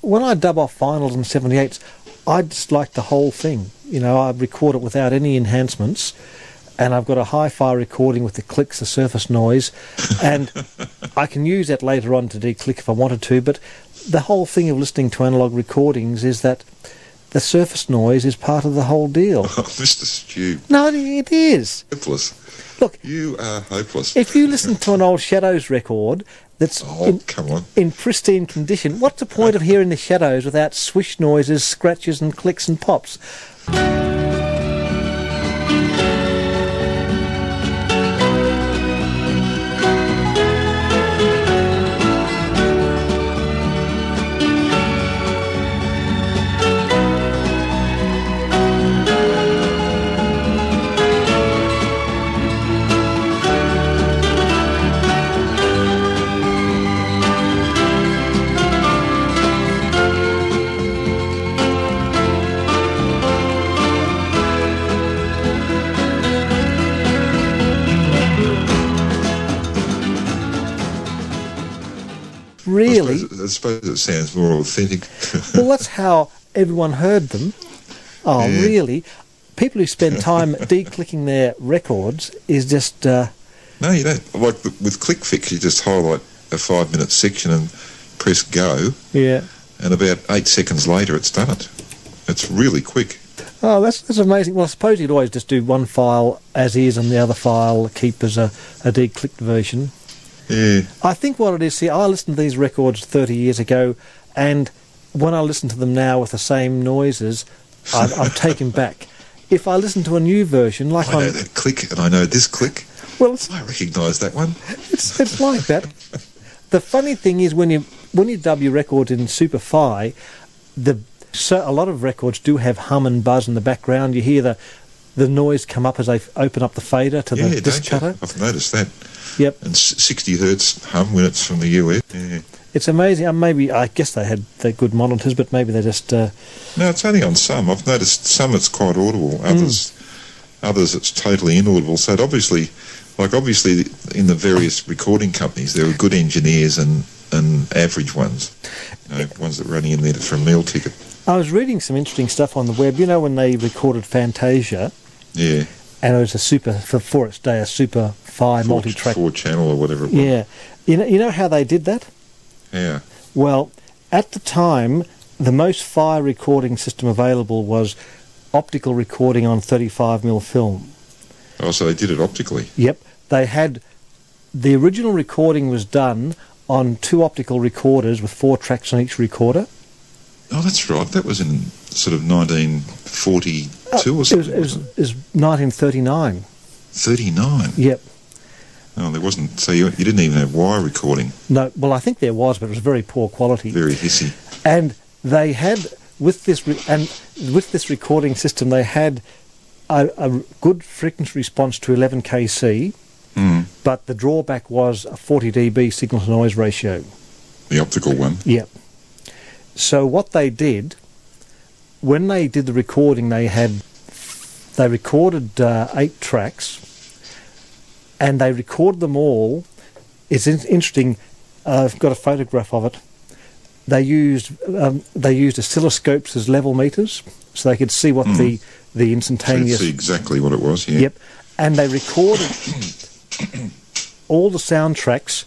[SPEAKER 1] when I dub off vinyls and 78s, I just like the whole thing. You know, I record it without any enhancements, and I've got a hi fi recording with the clicks, the surface noise, and I can use that later on to declick if I wanted to. But the whole thing of listening to analog recordings is that the surface noise is part of the whole deal.
[SPEAKER 2] Oh, Mr. Stew,
[SPEAKER 1] no, it is.
[SPEAKER 2] hopeless.
[SPEAKER 1] Look,
[SPEAKER 2] You are hopeless.
[SPEAKER 1] if you listen to an old Shadows record that's
[SPEAKER 2] Oh,
[SPEAKER 1] in,
[SPEAKER 2] come on.
[SPEAKER 1] in pristine condition, what's the point of hearing the Shadows without swish noises, scratches, and clicks and pops?
[SPEAKER 2] I
[SPEAKER 1] Really?
[SPEAKER 2] suppose, it, I suppose it sounds more authentic.
[SPEAKER 1] well, that's how everyone heard them. Oh,
[SPEAKER 2] Yeah.
[SPEAKER 1] really? People who spend time de-clicking their records is just uh,
[SPEAKER 2] no, you don't. Like with with click fix, you just highlight a five-minute section and press go,
[SPEAKER 1] yeah.
[SPEAKER 2] and about eight seconds later, it's done it. It's really quick.
[SPEAKER 1] Oh, that's that's amazing. Well, I suppose you'd always just do one file as is, and the other file keep as a, a de-clicked version.
[SPEAKER 2] Yeah.
[SPEAKER 1] I think what it is, see, I listened to these records 30 years ago, and when I listen to them now with the same noises, I'm, I'm taken back. If I listen to a new version, like
[SPEAKER 2] I know
[SPEAKER 1] I'm,
[SPEAKER 2] that click, and I know this click.
[SPEAKER 1] well, it's,
[SPEAKER 2] I recognise that one.
[SPEAKER 1] it's, it's like that. The funny thing is when you when you dub your record in Superfi, the so a lot of records do have hum and buzz in the background. You hear the the noise come up as they f- open up the fader to
[SPEAKER 2] Yeah,
[SPEAKER 1] the disc
[SPEAKER 2] don't you?
[SPEAKER 1] cutter.
[SPEAKER 2] I've noticed that.
[SPEAKER 1] Yep.
[SPEAKER 2] And s- 60 hertz hum when it's from the US. Yeah.
[SPEAKER 1] It's amazing. And maybe I guess they had the good monitors, but maybe they just uh,
[SPEAKER 2] No, it's only on some. I've noticed some it's quite audible.
[SPEAKER 1] Hmm.
[SPEAKER 2] Others, others it's totally inaudible. So it obviously, like obviously, in the various recording companies, there are good engineers and and average ones, you know, ones that are only in there for a meal ticket.
[SPEAKER 1] I was reading some interesting stuff on the web. You know, when they recorded Fantasia,
[SPEAKER 2] Yeah,
[SPEAKER 1] and it was a super for, for its day, a super fi
[SPEAKER 2] four,
[SPEAKER 1] multi-track.
[SPEAKER 2] four channel or whatever. It was.
[SPEAKER 1] Yeah, you know, you know how they did that?
[SPEAKER 2] yeah.
[SPEAKER 1] Well, at the time, the most fi recording system available was optical recording on 35mm film.
[SPEAKER 2] Oh, so they did it optically.
[SPEAKER 1] Yep, they had the original recording was done on two optical recorders with four tracks on each recorder.
[SPEAKER 2] Oh, that's right. That was in sort of 1942 or
[SPEAKER 1] Oh, It was,
[SPEAKER 2] something.
[SPEAKER 1] it was,
[SPEAKER 2] wasn't
[SPEAKER 1] it was 1939.
[SPEAKER 2] 39.
[SPEAKER 1] Yep.
[SPEAKER 2] Oh, there wasn't. So you, you didn't even have wire recording.
[SPEAKER 1] No, well, I think there was, but it was very poor quality.
[SPEAKER 2] Very hissy.
[SPEAKER 1] and they had with this re- and with this recording system they had a, a good frequency response to 11 kc but the drawback was a 40 db signal to noise ratio
[SPEAKER 2] The optical one.
[SPEAKER 1] yep so what they did when they did the recording they had they recorded uh, eight tracks and they recorded them all it's in- interesting i've got a photograph of it they used um, they used oscilloscopes as level meters, so they could see what the the
[SPEAKER 2] So you
[SPEAKER 1] instantaneous.
[SPEAKER 2] see exactly what it was. Yeah.
[SPEAKER 1] Yep, and they recorded all the soundtracks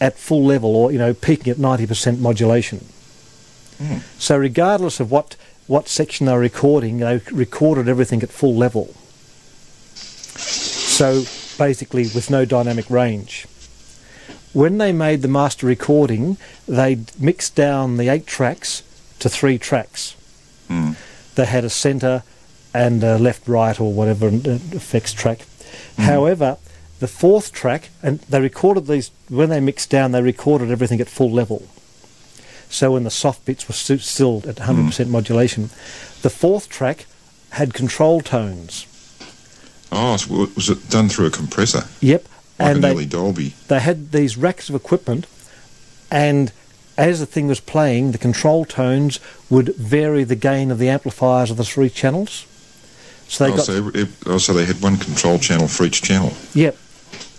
[SPEAKER 1] at full level, or you know, peaking at ninety percent modulation.
[SPEAKER 2] Hmm.
[SPEAKER 1] So regardless of what what section they're recording, they recorded everything at full level. So basically, with no dynamic range. when they made the master recording, they mixed down the eight tracks to three tracks.
[SPEAKER 2] Hmm.
[SPEAKER 1] They had a centre and a left, right, or whatever and, uh, effects track.
[SPEAKER 2] Hmm.
[SPEAKER 1] However, the fourth track, and they recorded these when they mixed down, they recorded everything at full level. So when the soft bits were stu- still at 100%
[SPEAKER 2] Hmm.
[SPEAKER 1] modulation, the fourth track had control tones.
[SPEAKER 2] Oh, so w- was it done through a compressor?
[SPEAKER 1] Yep,
[SPEAKER 2] Like
[SPEAKER 1] and
[SPEAKER 2] an
[SPEAKER 1] they
[SPEAKER 2] early Dolby.
[SPEAKER 1] they had these racks of equipment, and as the thing was playing, the control tones would vary the gain of the amplifiers of the three channels. So they
[SPEAKER 2] oh,
[SPEAKER 1] got
[SPEAKER 2] so every- ev- oh, so they had one control channel for each channel,
[SPEAKER 1] yep,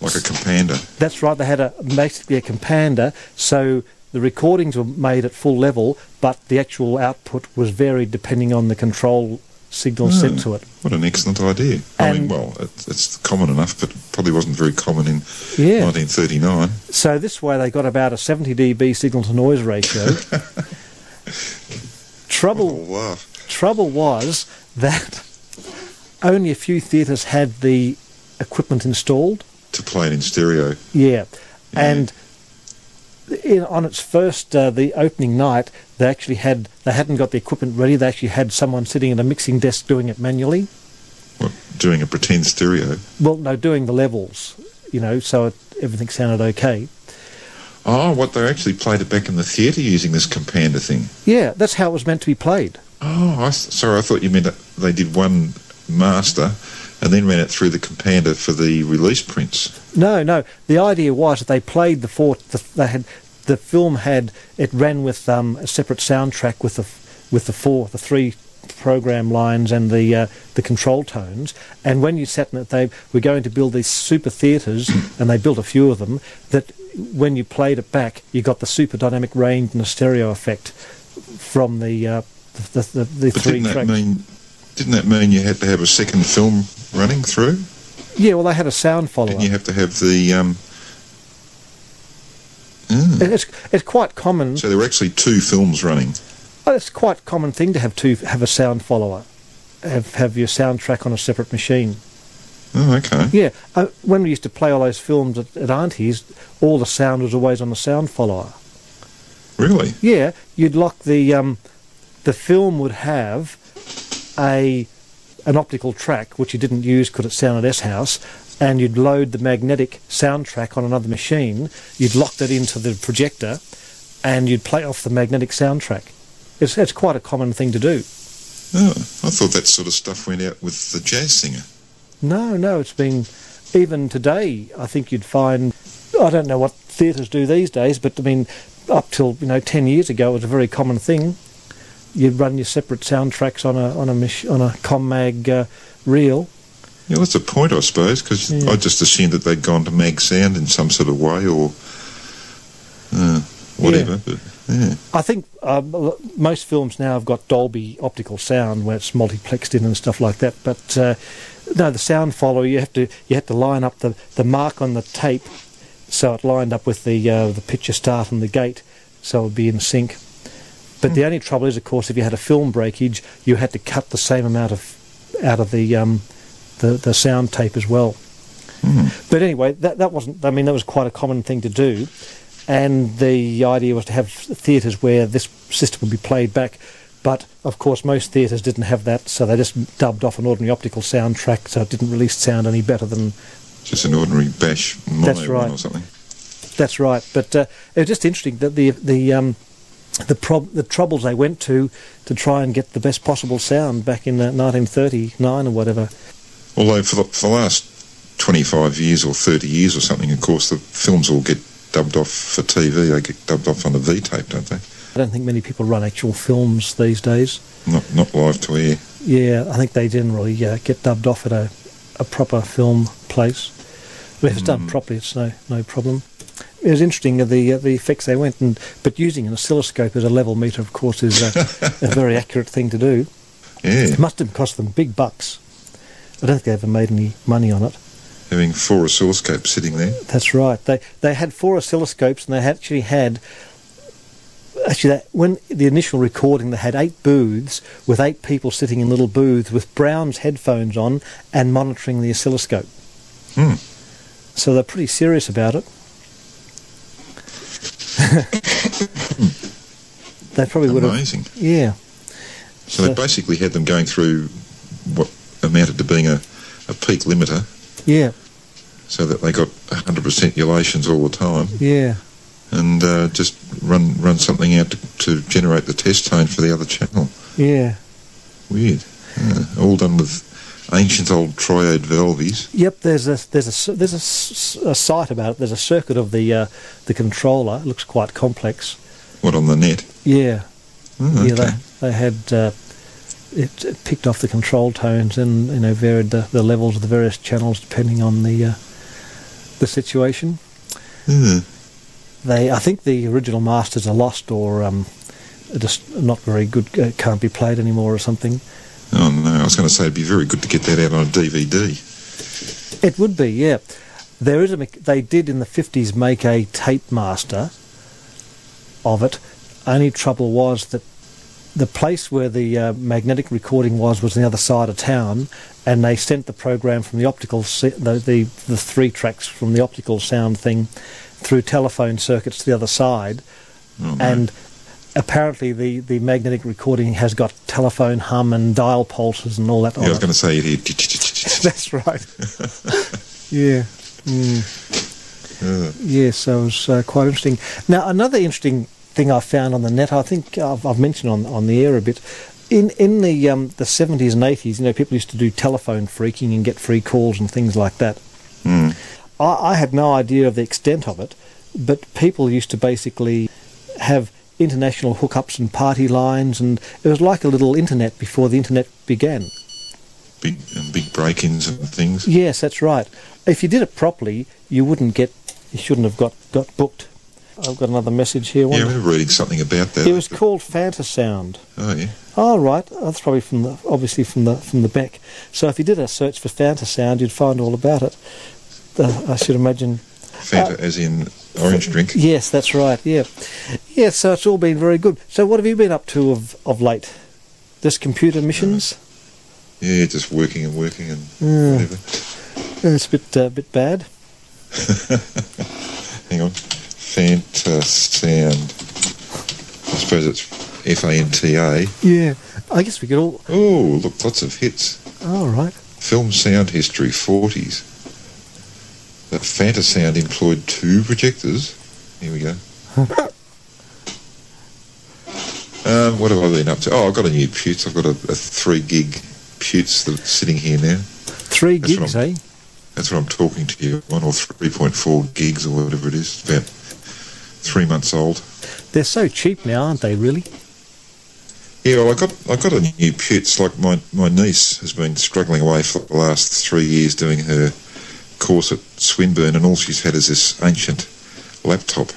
[SPEAKER 2] like a compander.
[SPEAKER 1] that's right. They had a basically a compander, so the recordings were made at full level, but the actual output was varied depending on the control signal sent to it.
[SPEAKER 2] What an excellent idea. I mean,
[SPEAKER 1] And-
[SPEAKER 2] well, it, it's common enough, but probably wasn't very common in
[SPEAKER 1] Yeah.
[SPEAKER 2] 1939.
[SPEAKER 1] So this way they got about a 70 dB signal to noise ratio. Trouble
[SPEAKER 2] Oh, laugh.
[SPEAKER 1] trouble was that only a few theatres had the equipment installed.
[SPEAKER 2] To play it in stereo.
[SPEAKER 1] Yeah, and in, on its first uh, the opening night, they actually had they hadn't got the equipment ready. They actually had someone sitting at a mixing desk doing it manually.
[SPEAKER 2] What, doing a pretend stereo.
[SPEAKER 1] Well, no, doing the levels, you know, so it, everything sounded okay.
[SPEAKER 2] Oh, what they actually played it back in the theatre using this compander thing.
[SPEAKER 1] Yeah, that's how it was meant to be played.
[SPEAKER 2] Oh, I, s- sorry, I thought you meant that they did one master and then ran it through the compander for the release prints.
[SPEAKER 1] No, no. The idea was that they played the four. The, they had the film had it ran with um, a separate soundtrack with the f- with the four the three program lines and the uh, the control tones. And when you sat in it, they were going to build these super theaters, and they built a few of them. That when you played it back, you got the super dynamic range and the stereo effect from the uh, the, the, the, the
[SPEAKER 2] But
[SPEAKER 1] three
[SPEAKER 2] didn't that
[SPEAKER 1] tracks.
[SPEAKER 2] mean didn't that mean you had to have a second film running through?
[SPEAKER 1] yeah, well, they had a sound follower.
[SPEAKER 2] Didn't you have to have the um,
[SPEAKER 1] It- It's it's quite common.
[SPEAKER 2] so there were actually two films running.
[SPEAKER 1] Well, it's quite a common thing to have two have a sound follower, have have your soundtrack on a separate machine.
[SPEAKER 2] Oh, okay.
[SPEAKER 1] Yeah, uh, when we used to play all those films at, at Auntie's, all the sound was always on the sound follower.
[SPEAKER 2] Really?
[SPEAKER 1] Yeah, you'd lock the um, the film would have a an optical track which you didn't use because it sounded S House, and you'd load the magnetic soundtrack on another machine. You'd lock that into the projector, and you'd play off the magnetic soundtrack. It's it's quite a common thing to do.
[SPEAKER 2] Oh, I thought that sort of stuff went out with the jazz singer.
[SPEAKER 1] No, no, it's been even today. I think you'd find I don't know what theatres do these days, but I mean, up till you know ten years ago, it was a very common thing. You'd run your separate soundtracks on a on a mach- on a Commag uh, reel.
[SPEAKER 2] Yeah, that's a point, I suppose, because I just assumed that they'd gone to Mag Sound in some sort of way or uh, whatever. But, yeah.
[SPEAKER 1] I think um, l- most films now have got Dolby optical sound where it's multiplexed in and stuff like that. But uh, no, the sound follower you have to you had to line up the, the mark on the tape so it lined up with the uh, the picture start and the gate, so it would be in sync. But the only trouble is, of course, if you had a film breakage, you had to cut the same amount of out of the um, the, the sound tape as well. But anyway, that that wasn't. I mean, that was quite a common thing to do, and the idea was to have theatres where this system would be played back. But of course, most theatres didn't have that, so they just dubbed off an ordinary optical soundtrack, so it didn't really sound any better than
[SPEAKER 2] Just an ordinary bash mono
[SPEAKER 1] That's
[SPEAKER 2] one
[SPEAKER 1] right.
[SPEAKER 2] or something.
[SPEAKER 1] That's right. But uh, it was just interesting that the the um, the prob- the troubles they went to to try and get the best possible sound back in uh, 1939 or whatever.
[SPEAKER 2] Although for the, for the last 25 years or 30 years or something, of course, the films all get dubbed off for TV. They get dubbed off on a V-tape, don't they?
[SPEAKER 1] I don't think many people run actual films these days.
[SPEAKER 2] Not not live to air.
[SPEAKER 1] Yeah, I think they generally uh, get dubbed off at a, a proper film place. But if it's done properly, it's no no problem. It was interesting uh, the uh, the effects they went and but using an oscilloscope as a level meter, of course, is a, a very accurate thing to do.
[SPEAKER 2] Yeah,
[SPEAKER 1] It must have cost them big bucks. I don't think they ever made any money on it.
[SPEAKER 2] having four oscilloscopes sitting there.
[SPEAKER 1] That's right. They they had four oscilloscopes, and they had- actually had actually that, when the initial recording, they had eight booths with eight people sitting in little booths with Brown's headphones on and monitoring the oscilloscope.
[SPEAKER 2] Hmm.
[SPEAKER 1] So they're pretty serious about it. They probably would have.
[SPEAKER 2] Amazing.
[SPEAKER 1] Yeah.
[SPEAKER 2] So they basically had them going through what amounted to being a, a peak limiter
[SPEAKER 1] Yeah.
[SPEAKER 2] so that they got 100% elations all the time
[SPEAKER 1] Yeah.
[SPEAKER 2] and uh, just run run something out to, to generate the test tone for the other channel.
[SPEAKER 1] Yeah.
[SPEAKER 2] Weird. Yeah, all done with ancient old triode valves.
[SPEAKER 1] Yep, there's a there's a s- there's a, s- a site about it. There's a circuit of the uh, the controller. It looks quite complex.
[SPEAKER 2] What on the net?
[SPEAKER 1] Yeah,
[SPEAKER 2] Oh,
[SPEAKER 1] yeah.
[SPEAKER 2] okay.
[SPEAKER 1] They, they had uh, it, it picked off the control tones and you know varied the, the levels of the various channels depending on the uh, the situation.
[SPEAKER 2] Yeah.
[SPEAKER 1] They I think the original masters are lost or um, are just not very good. Uh, can't be played anymore or something.
[SPEAKER 2] Oh no, I was going to say it'd be very good to get that out on a DVD.
[SPEAKER 1] It would be, yeah. There is a mech- they did in the fifties make a tape master of it. Only trouble was that the place where the uh, magnetic recording was was on the other side of town, and they sent the program from the optical se- the, the the three tracks from the optical sound thing through telephone circuits to the other side,
[SPEAKER 2] Oh, no.
[SPEAKER 1] and apparently the, the magnetic recording has got telephone hum and dial pulses and all that.
[SPEAKER 2] yeah,
[SPEAKER 1] on
[SPEAKER 2] I was
[SPEAKER 1] it.
[SPEAKER 2] going to say it here.
[SPEAKER 1] That's right. yeah.
[SPEAKER 2] Yeah.
[SPEAKER 1] Yeah, so it was uh, quite interesting. Now, another interesting thing I found on the net, I think I've, I've mentioned on, on the air a bit. In in the um, the seventies and eighties, you know, people used to do telephone freaking and get free calls and things like that. I, I had no idea of the extent of it, but people used to basically have international hookups and party lines, and it was like a little internet before the internet began.
[SPEAKER 2] Big and big break-ins and things.
[SPEAKER 1] Yes, that's right. If you did it properly, you wouldn't get, you shouldn't have got, got booked. I've got another message here.
[SPEAKER 2] Yeah, I
[SPEAKER 1] One,
[SPEAKER 2] remember reading something about that.
[SPEAKER 1] it was called Fantasound.
[SPEAKER 2] Oh yeah.
[SPEAKER 1] Oh right, that's probably from the obviously from the from the back. So if you did a search for Fantasound, you'd find all about it. Uh, I should imagine. uh,
[SPEAKER 2] Fanta, as in orange drink.
[SPEAKER 1] Yes, that's right. Yeah, yeah. So it's all been very good. So what have you been up to of of late? Just computer missions.
[SPEAKER 2] Yeah, just working and working and
[SPEAKER 1] Mm.
[SPEAKER 2] whatever.
[SPEAKER 1] Uh, It's a bit uh, bit bad.
[SPEAKER 2] Hang on. Fanta sound. I suppose it's F A N T A.
[SPEAKER 1] Yeah, I guess we could all.
[SPEAKER 2] Oh, look, lots of hits.
[SPEAKER 1] All right.
[SPEAKER 2] Film sound history, 40s. That Fanta sound employed two projectors. Here we go. um, what have I been up to? Oh, I've got a new Putz. I've got a, a three gig Putz that's sitting here now.
[SPEAKER 1] Three
[SPEAKER 2] That's what
[SPEAKER 1] gigs,
[SPEAKER 2] I'm-
[SPEAKER 1] eh?
[SPEAKER 2] That's what I'm talking to you. One or 3.4 gigs or whatever it is. About three months old.
[SPEAKER 1] They're so cheap now, aren't they? Really?
[SPEAKER 2] Yeah, well, I got I got a new putz. Like my, my niece has been struggling away for the last three years doing her course at Swinburne, and all she's had is this ancient laptop.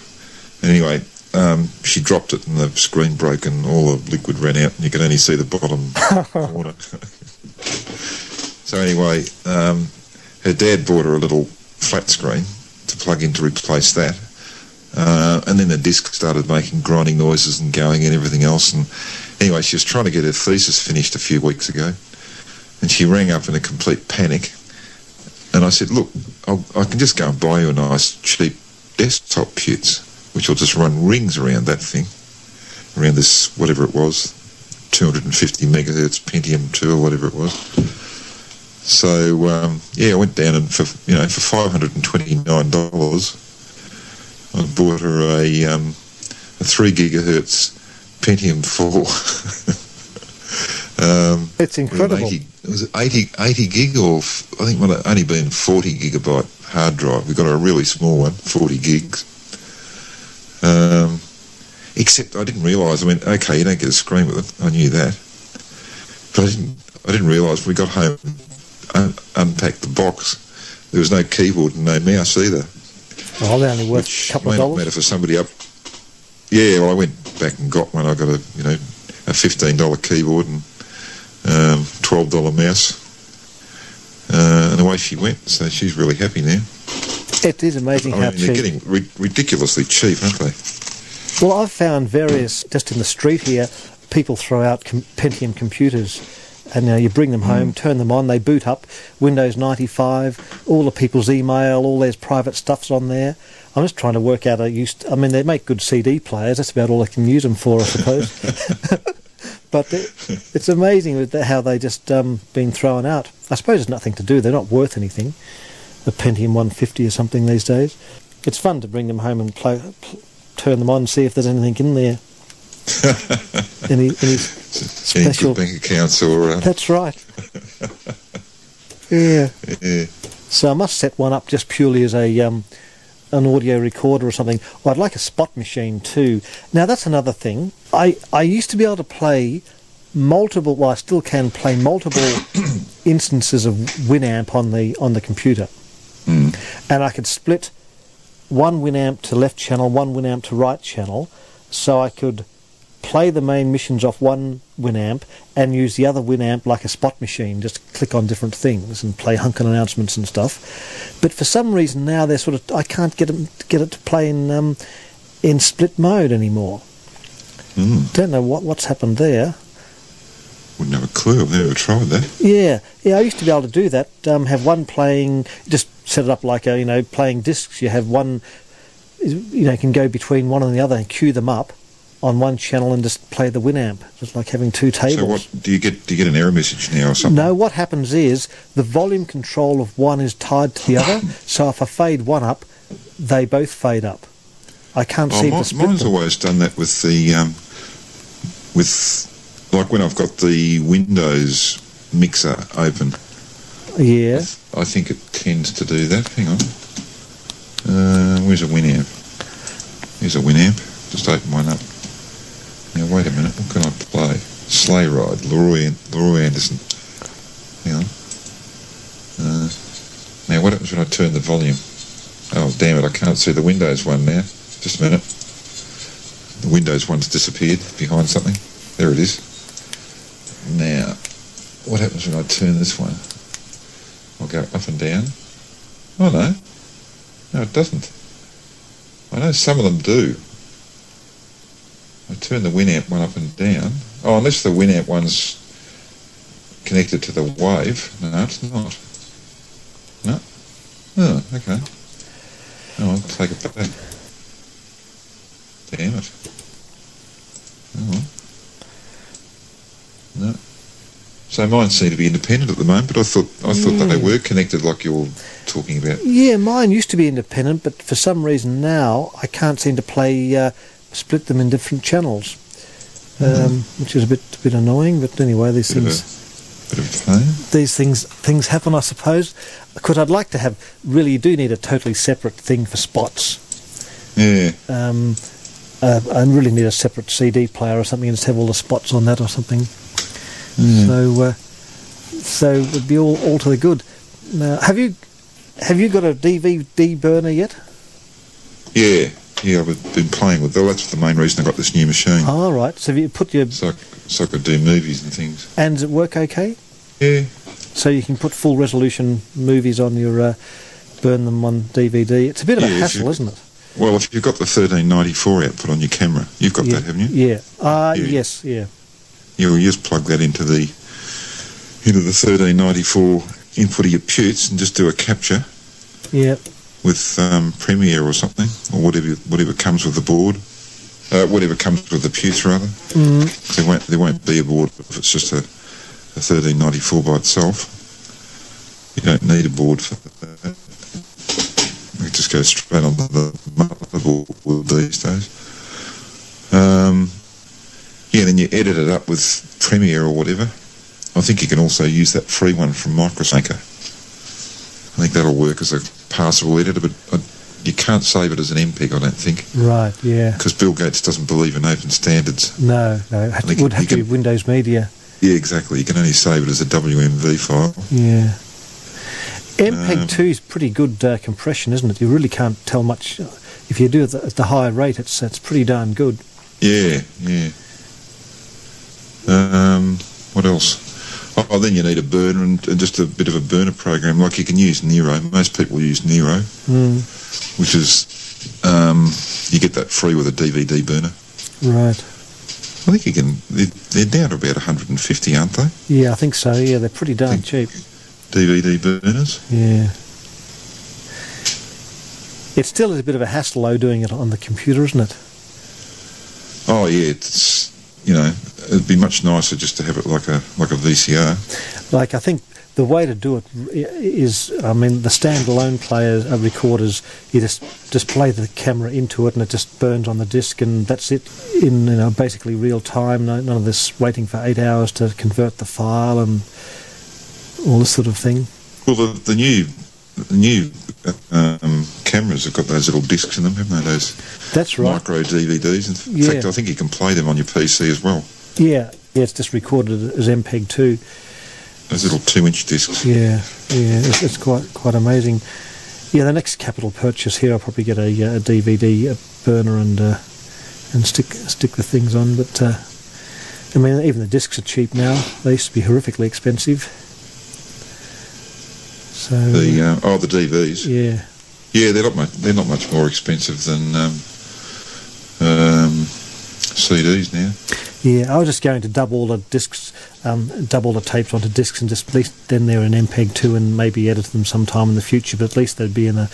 [SPEAKER 2] Anyway, um, she dropped it, and the screen broke, and all the liquid ran out, and you could only see the bottom corner. so anyway, um, her dad bought her a little flat screen to plug in to replace that. Uh, and then the disc started making grinding noises and going and everything else. And anyway, she was trying to get her thesis finished a few weeks ago, and she rang up in a complete panic. And I said, "Look, I'll, I can just go and buy you a nice cheap desktop putz, which will just run rings around that thing, around this whatever it was, 250 megahertz Pentium 2 or whatever it was." So um, yeah, I went down and for you know for 529 dollars. I bought her a, um, a 3 gigahertz Pentium 4. um,
[SPEAKER 1] It's
[SPEAKER 2] with an
[SPEAKER 1] incredible.
[SPEAKER 2] 80, it was 80, 80 gig or f- I think it might have only been 40 gigabyte hard drive. We got a really small one, 40 gigs. Um, except I didn't realise, I mean, okay, you don't get a screen with it. I knew that. But I didn't, I didn't realise we got home un- unpacked the box. There was no keyboard and no mouse either
[SPEAKER 1] Well, Oh, they're only worth a couple of
[SPEAKER 2] may not
[SPEAKER 1] dollars.
[SPEAKER 2] matter for somebody up. Yeah, well, I went back and got one. I got a you know a fifteen dollar keyboard and um, twelve dollar mouse, uh, and away she went. So she's really happy now.
[SPEAKER 1] It is amazing
[SPEAKER 2] I
[SPEAKER 1] how
[SPEAKER 2] mean,
[SPEAKER 1] cheap.
[SPEAKER 2] they're getting ri- ridiculously cheap, aren't they?
[SPEAKER 1] Well, I've found various just in the street here, people throw out com- Pentium computers, and uh, you bring them home, turn them on, they boot up Windows 95, all the people's email, all their private stuffs on there. I'm just trying to work out a use. I mean, they make good CD players. That's about all I can use them for, I suppose. but it, it's amazing with the, how they just um, been thrown out. I suppose there's nothing to do. They're not worth anything. The Pentium 150 or something these days. It's fun to bring them home and play, pl- turn them on and see if there's anything in there. any, any
[SPEAKER 2] Any good
[SPEAKER 1] special.
[SPEAKER 2] bank accounts or uh,
[SPEAKER 1] That's right. yeah.
[SPEAKER 2] yeah.
[SPEAKER 1] So I must set one up just purely as a um, an audio recorder or something. Or I'd like a spot machine too. Now that's another thing. I I used to be able to play multiple. Well, I still can play multiple instances of Winamp on the on the computer, and I could split one Winamp to left channel, one Winamp to right channel, so I could play the main missions off one Winamp and use the other Winamp like a spot machine, just click on different things and play hunkin' announcements and stuff. But for some reason now they're sort of I can't get 'em- get it to play in um, in split mode anymore. Don't know what what's happened there.
[SPEAKER 2] hmm, Wouldn't have a clue. I've never tried that.
[SPEAKER 1] Yeah, yeah. I used to be able to do that. Um, have one playing, just set it up like a you know playing discs. You have one, you know, can go between one and the other and queue them up on one channel and just play the Winamp. Just like having two tables.
[SPEAKER 2] So what do you get? Do you get an error message now or something?
[SPEAKER 1] No, what happens is the volume control of one is tied to the other. so if I fade one up, they both fade up. I can't
[SPEAKER 2] Oh,
[SPEAKER 1] seem
[SPEAKER 2] mine,
[SPEAKER 1] to split
[SPEAKER 2] mine's
[SPEAKER 1] them.
[SPEAKER 2] always done that with the um, with like when I've got the Windows mixer open.
[SPEAKER 1] Yeah,
[SPEAKER 2] I think it tends to do that. Hang on. Uh, where's a Winamp? Here's a Winamp. Just open one up. Now wait a minute. What can I play? Sleigh Ride. Leroy, An- Leroy Anderson. Hang on. Uh, now what happens when I turn the volume? Oh damn it! I can't see the Windows one now. Just a minute. The Windows one's disappeared behind something. There it is. Now, what happens when I turn this one? I'll go up and down. Oh no. No, it doesn't. I know some of them do. I turn the Winamp one up and down. Oh, unless the Winamp one's connected to the wave. No, it's not. No. Oh, okay. Oh, I'll take it back. Damn it. Oh. well. No. So mine seem to be independent at the moment, but I thought I thought that they were connected, like you're talking about.
[SPEAKER 1] yeah. Mine used to be independent, but for some reason now I can't seem to play uh, split them in different channels, um, which is a bit a bit annoying. But anyway, these
[SPEAKER 2] Bit of
[SPEAKER 1] things.
[SPEAKER 2] a bit of a pain.
[SPEAKER 1] these things things happen, I suppose. Because I'd like to have really you do need a totally separate thing for spots.
[SPEAKER 2] Yeah.
[SPEAKER 1] Um, uh, I really need a separate CD player or something, and just have all the spots on that or something.
[SPEAKER 2] Hmm.
[SPEAKER 1] So, uh, so it would be all, all to the good. Now, have you have you got a DVD burner yet?
[SPEAKER 2] Yeah. Yeah, I've been playing with that. That's the main reason I got this new machine.
[SPEAKER 1] All Ah, right. So have you put your
[SPEAKER 2] So I, so I could do movies and things.
[SPEAKER 1] and does it work okay?
[SPEAKER 2] Yeah.
[SPEAKER 1] So you can put full resolution movies on your uh, burn them on DVD. It's a bit of a
[SPEAKER 2] Yeah, if
[SPEAKER 1] hassle,
[SPEAKER 2] you-
[SPEAKER 1] isn't it?
[SPEAKER 2] Well, if you've got the 1394 output on your camera, you've got
[SPEAKER 1] yeah.
[SPEAKER 2] that, haven't you?
[SPEAKER 1] Yeah. Uh,
[SPEAKER 2] Yeah.
[SPEAKER 1] Yes. Yeah.
[SPEAKER 2] You you just plug that into the into the 1394 input of your putes and just do a capture
[SPEAKER 1] Yeah.
[SPEAKER 2] with um, Premiere or something, or whatever whatever comes with the board, uh, whatever comes with the putes rather. There won't there won't be a board if it's just a, a thirteen ninety four by itself. You don't need a board for that. We just go straight on the motherboard these days. Um, yeah, then you edit it up with Premiere or whatever. I think you can also use that free one from Microsoft. I think that'll work as a passable editor, but I, you can't save it as an MPEG, I don't think,
[SPEAKER 1] Right. Yeah.
[SPEAKER 2] because Bill Gates doesn't believe in open standards.
[SPEAKER 1] No. No. It had
[SPEAKER 2] think
[SPEAKER 1] to- would
[SPEAKER 2] you
[SPEAKER 1] have to be
[SPEAKER 2] can-
[SPEAKER 1] Windows Media.
[SPEAKER 2] Yeah, exactly. You can only save it as a WMV file.
[SPEAKER 1] Yeah. MPEG two is pretty good uh, compression, isn't it? You really can't tell much. uh, If you do it at the high rate, it's it's pretty darn good.
[SPEAKER 2] Yeah, yeah. Um, what else? Oh, oh, then you need a burner and, and just a bit of a burner program. Like you can use Nero. Most people use Nero, which is um, you get that free with a DVD burner.
[SPEAKER 1] Right.
[SPEAKER 2] I think you can. They're, they're down to about 150, aren't they?
[SPEAKER 1] Yeah, I think so. Yeah, they're pretty darn cheap.
[SPEAKER 2] Think- DVD burners.
[SPEAKER 1] Yeah. It still is a bit of a hassle though doing it on the computer, isn't it?
[SPEAKER 2] Oh yeah, it's you know it'd be much nicer just to have it like a like a VCR.
[SPEAKER 1] Like I think the way to do it i- is, I mean, the standalone players uh, recorders. You just display the camera into it, and it just burns on the disc, and that's it. In you know, basically real time. No, none of this waiting for eight hours to convert the file and all this sort of thing.
[SPEAKER 2] Well, the, the new the new uh, um, cameras have got those little discs in them, haven't they? Those
[SPEAKER 1] That's right.
[SPEAKER 2] micro DVDs. In
[SPEAKER 1] Yeah.
[SPEAKER 2] fact, I think you can play them on your PC as well.
[SPEAKER 1] Yeah, yeah. It's just recorded as MPEG two.
[SPEAKER 2] Those little two-inch discs.
[SPEAKER 1] Yeah, yeah, it's, it's quite quite amazing. Yeah, the next capital purchase here, I'll probably get a, uh, a DVD a burner and uh, and stick stick the things on. But uh, I mean, even the discs are cheap now. They used to be horrifically expensive. So
[SPEAKER 2] The uh, oh, the DVs.
[SPEAKER 1] yeah,
[SPEAKER 2] Yeah, they're not much. They're not much more expensive than um, um, CDs now.
[SPEAKER 1] yeah, I was just going to dub all the discs, um, dub all the tapes onto discs, and just at least then they're in MPEG two, E and maybe edit them sometime in the future. But at least they'd be in a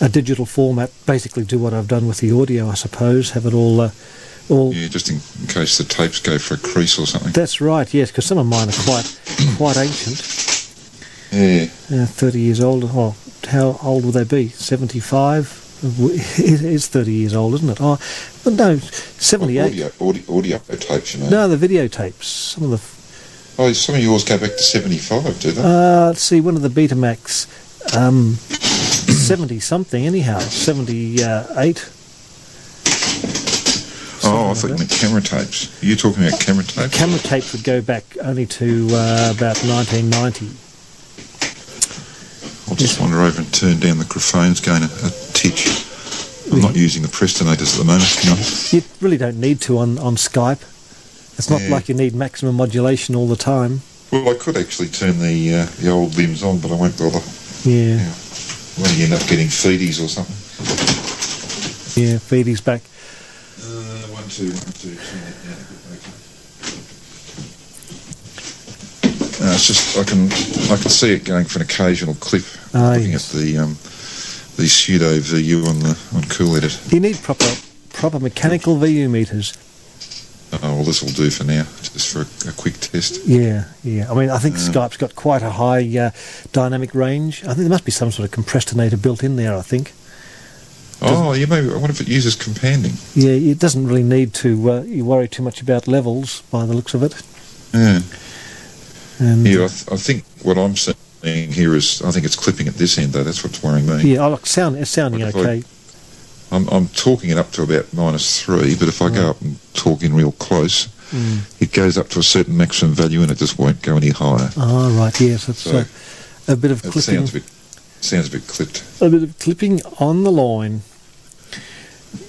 [SPEAKER 1] a digital format. Basically, do what I've done with the audio, I suppose. Have it all. Uh, all
[SPEAKER 2] Yeah, just in, in case the tapes go for a crease or something.
[SPEAKER 1] That's right, yes, because some of mine are quite quite ancient,
[SPEAKER 2] Yeah,
[SPEAKER 1] uh, 30 years old. Oh, how old will they be? 75? It is 30 years old, isn't it? Oh, but no, 78.
[SPEAKER 2] audio, audio, audio tapes, you know.
[SPEAKER 1] No, the videotapes. Some of the. f-
[SPEAKER 2] Oh, some of yours go back to seventy-five, do they?
[SPEAKER 1] Uh, let's see, one of the Betamax, um, 70 something, anyhow, 78.
[SPEAKER 2] oh, I thought you meant camera tapes. Are you talking about camera tapes?
[SPEAKER 1] Camera tapes would go back only to uh, about 1990.
[SPEAKER 2] I'll just wander over and turn down the graphones going a, a titch. I'm not using the Prestonators at the moment. No.
[SPEAKER 1] You really don't need to on, on Skype. It's not
[SPEAKER 2] Yeah.
[SPEAKER 1] like you need maximum modulation all the time.
[SPEAKER 2] Well, I could actually turn the uh, the old limbs on, but I won't bother.
[SPEAKER 1] Yeah.
[SPEAKER 2] When you end up getting feedies or something.
[SPEAKER 1] Yeah, Feedy's back.
[SPEAKER 2] Uh, one, two, one, two, two, yeah, okay. No, Uh, it's just I can I can see it going for an occasional clip.
[SPEAKER 1] Ah,
[SPEAKER 2] looking
[SPEAKER 1] yes.
[SPEAKER 2] at the um, the pseudo VU on the on Cool Edit.
[SPEAKER 1] You need proper proper mechanical VU meters.
[SPEAKER 2] Oh, well, this will do for now, just for a, a quick test.
[SPEAKER 1] Yeah, yeah. I mean, I think Skype's got quite a high uh, dynamic range. I think there must be some sort of compressinator built in there. I think.
[SPEAKER 2] Oh, yeah, maybe. I wonder if it uses companding.
[SPEAKER 1] Yeah, it doesn't really need to uh, you worry too much about levels by the looks of it.
[SPEAKER 2] Yeah,
[SPEAKER 1] And
[SPEAKER 2] yeah. I, th- I think what I'm seeing here is I think it's clipping at this end though. That's what's worrying me.
[SPEAKER 1] yeah, oh, look, sound it's sounding
[SPEAKER 2] What if I-
[SPEAKER 1] okay.
[SPEAKER 2] I'm, I'm talking it up to about minus three, but if I go up and talk in real close,
[SPEAKER 1] Mm.
[SPEAKER 2] it goes up to a certain maximum value and it just won't go any higher.
[SPEAKER 1] Ah, right. Yes, it's uh, a bit of
[SPEAKER 2] It
[SPEAKER 1] clipping.
[SPEAKER 2] sounds a bit sounds a bit clipped.
[SPEAKER 1] A bit of clipping on the line.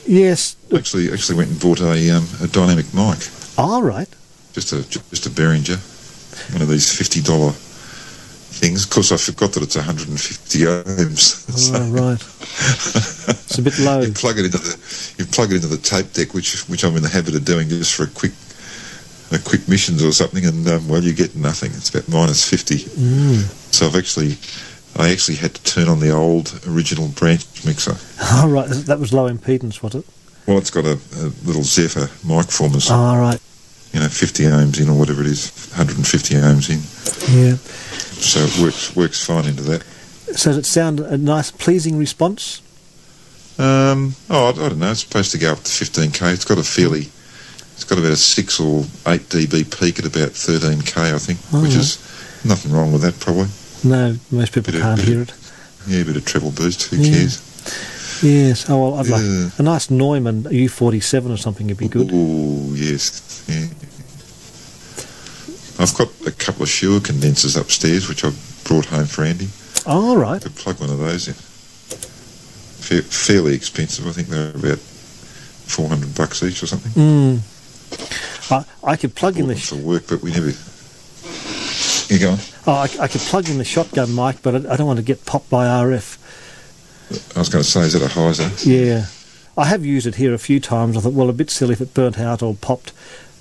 [SPEAKER 1] Yes.
[SPEAKER 2] I actually actually went and bought a um, a dynamic mic,
[SPEAKER 1] All right.
[SPEAKER 2] just a ju- just a Behringer, one of these fifty dollar things. Of course, I forgot that it's 150 ohms. So
[SPEAKER 1] All right. It's a bit low.
[SPEAKER 2] you plug it into the you plug it into the tape deck, which which I'm in the habit of doing just for a quick. A quick missions or something, and um, well, you get nothing. It's about minus fifty.
[SPEAKER 1] Mm.
[SPEAKER 2] So I've actually, I actually had to turn on the old original branch mixer.
[SPEAKER 1] All right. That was low impedance, was it?
[SPEAKER 2] Well, it's got a, a little Zephyr mic formers,
[SPEAKER 1] All right.
[SPEAKER 2] you know, 50 ohms in or whatever it is, 150 ohms in.
[SPEAKER 1] Yeah.
[SPEAKER 2] So it works works fine into that.
[SPEAKER 1] So does it sound a nice, pleasing response?
[SPEAKER 2] Um, oh, I, I don't know. It's supposed to go up to 15k. It's got a fairly, it's got about a six or eight dB peak at about 13k, I think,
[SPEAKER 1] Oh,
[SPEAKER 2] which
[SPEAKER 1] yeah.
[SPEAKER 2] is nothing wrong with that probably.
[SPEAKER 1] No, most people
[SPEAKER 2] Bit of-
[SPEAKER 1] can't
[SPEAKER 2] bit of-
[SPEAKER 1] hear it.
[SPEAKER 2] Yeah, a bit of treble boost. Who
[SPEAKER 1] Yeah.
[SPEAKER 2] cares?
[SPEAKER 1] Yes. Oh, well, I'd like
[SPEAKER 2] Yeah.
[SPEAKER 1] a nice Neumann U47 or something would be good.
[SPEAKER 2] Oh yes. Yeah. I've got a couple of Shure condensers upstairs, which I've brought home for Andy.
[SPEAKER 1] All right.
[SPEAKER 2] Could plug one of those in. Fair, fairly expensive. I think they're about four hundred bucks each or something.
[SPEAKER 1] Mm. I, I could plug in
[SPEAKER 2] Bought
[SPEAKER 1] the
[SPEAKER 2] them
[SPEAKER 1] sh-
[SPEAKER 2] for work, but we never. You go on.
[SPEAKER 1] oh, I, I could plug in the shotgun mic, but I, I don't want to get popped by RF.
[SPEAKER 2] I was going to say, is that a Heiser?
[SPEAKER 1] Yeah. I have used it here a few times. I thought, well, a bit silly if it burnt out or popped,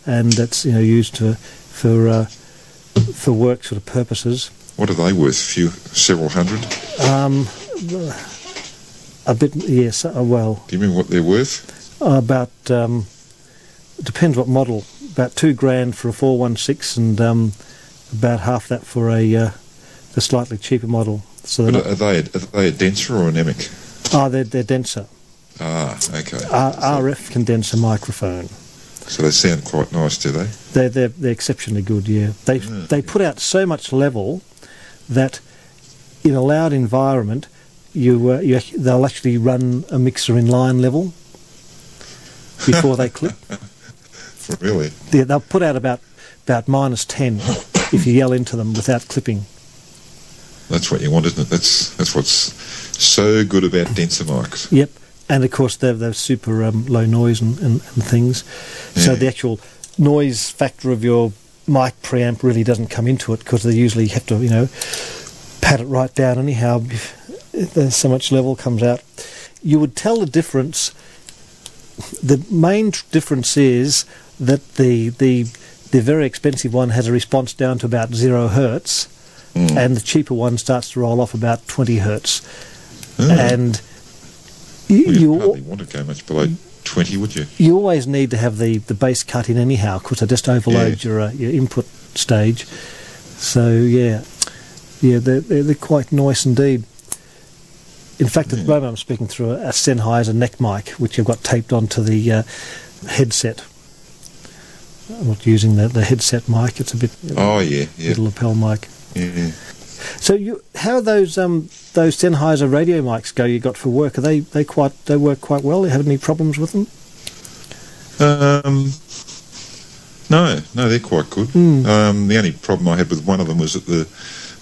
[SPEAKER 1] and that's you know used for for uh, for work sort of purposes.
[SPEAKER 2] What are they worth? A few, several hundred.
[SPEAKER 1] Um, A bit, yes. Uh, well,
[SPEAKER 2] Do you remember what they're worth?
[SPEAKER 1] about um, depends what model. About two grand for a four one six, and um, about half that for a uh, the slightly cheaper model. So they're
[SPEAKER 2] But
[SPEAKER 1] not,
[SPEAKER 2] are they, are they a denser or an emic?
[SPEAKER 1] ah, they're, they're denser.
[SPEAKER 2] Ah, okay.
[SPEAKER 1] R- RF condenser microphone.
[SPEAKER 2] So they sound quite nice, do they?
[SPEAKER 1] They're, they're, they're exceptionally good, yeah. They, they put out so much level that in a loud environment, you, uh, you, ac- they'll actually run a mixer in line level before they clip.
[SPEAKER 2] Really?
[SPEAKER 1] They, they'll put out about, about minus 10 if you yell into them without clipping.
[SPEAKER 2] That's what you want, isn't it? That's that's what's so good about denser mics.
[SPEAKER 1] Yep, and of course they're they're super um, low noise and, and, and things, so
[SPEAKER 2] Yeah.
[SPEAKER 1] the actual noise factor of your mic preamp really doesn't come into it because they usually have to you know pat it right down anyhow. if There's so much level comes out. You would tell the difference. The main tr- difference is that the the the very expensive one has a response down to about zero hertz, and the cheaper one starts to roll off about twenty hertz. And you,
[SPEAKER 2] Mm. Well, you'd
[SPEAKER 1] Um, you,
[SPEAKER 2] hardly want to go much below 20, would you?
[SPEAKER 1] you always need to have the, the bass cut in anyhow because it just overloads your uh, your input stage. So yeah, yeah, they're they're, they're quite nice indeed. In fact, at the moment I'm speaking through a, a Sennheiser neck mic, which I've got taped onto the uh, headset. I'm not using the, the headset mic; it's a bit
[SPEAKER 2] Oh, yeah, yeah,
[SPEAKER 1] little lapel mic.
[SPEAKER 2] yeah.
[SPEAKER 1] So, you, how are those um, those Sennheiser radio mics go? You got for work? Are they they quite they work quite well? You have any problems with them?
[SPEAKER 2] Um, no, no, they're quite good. Um, the only problem I had with one of them was that the,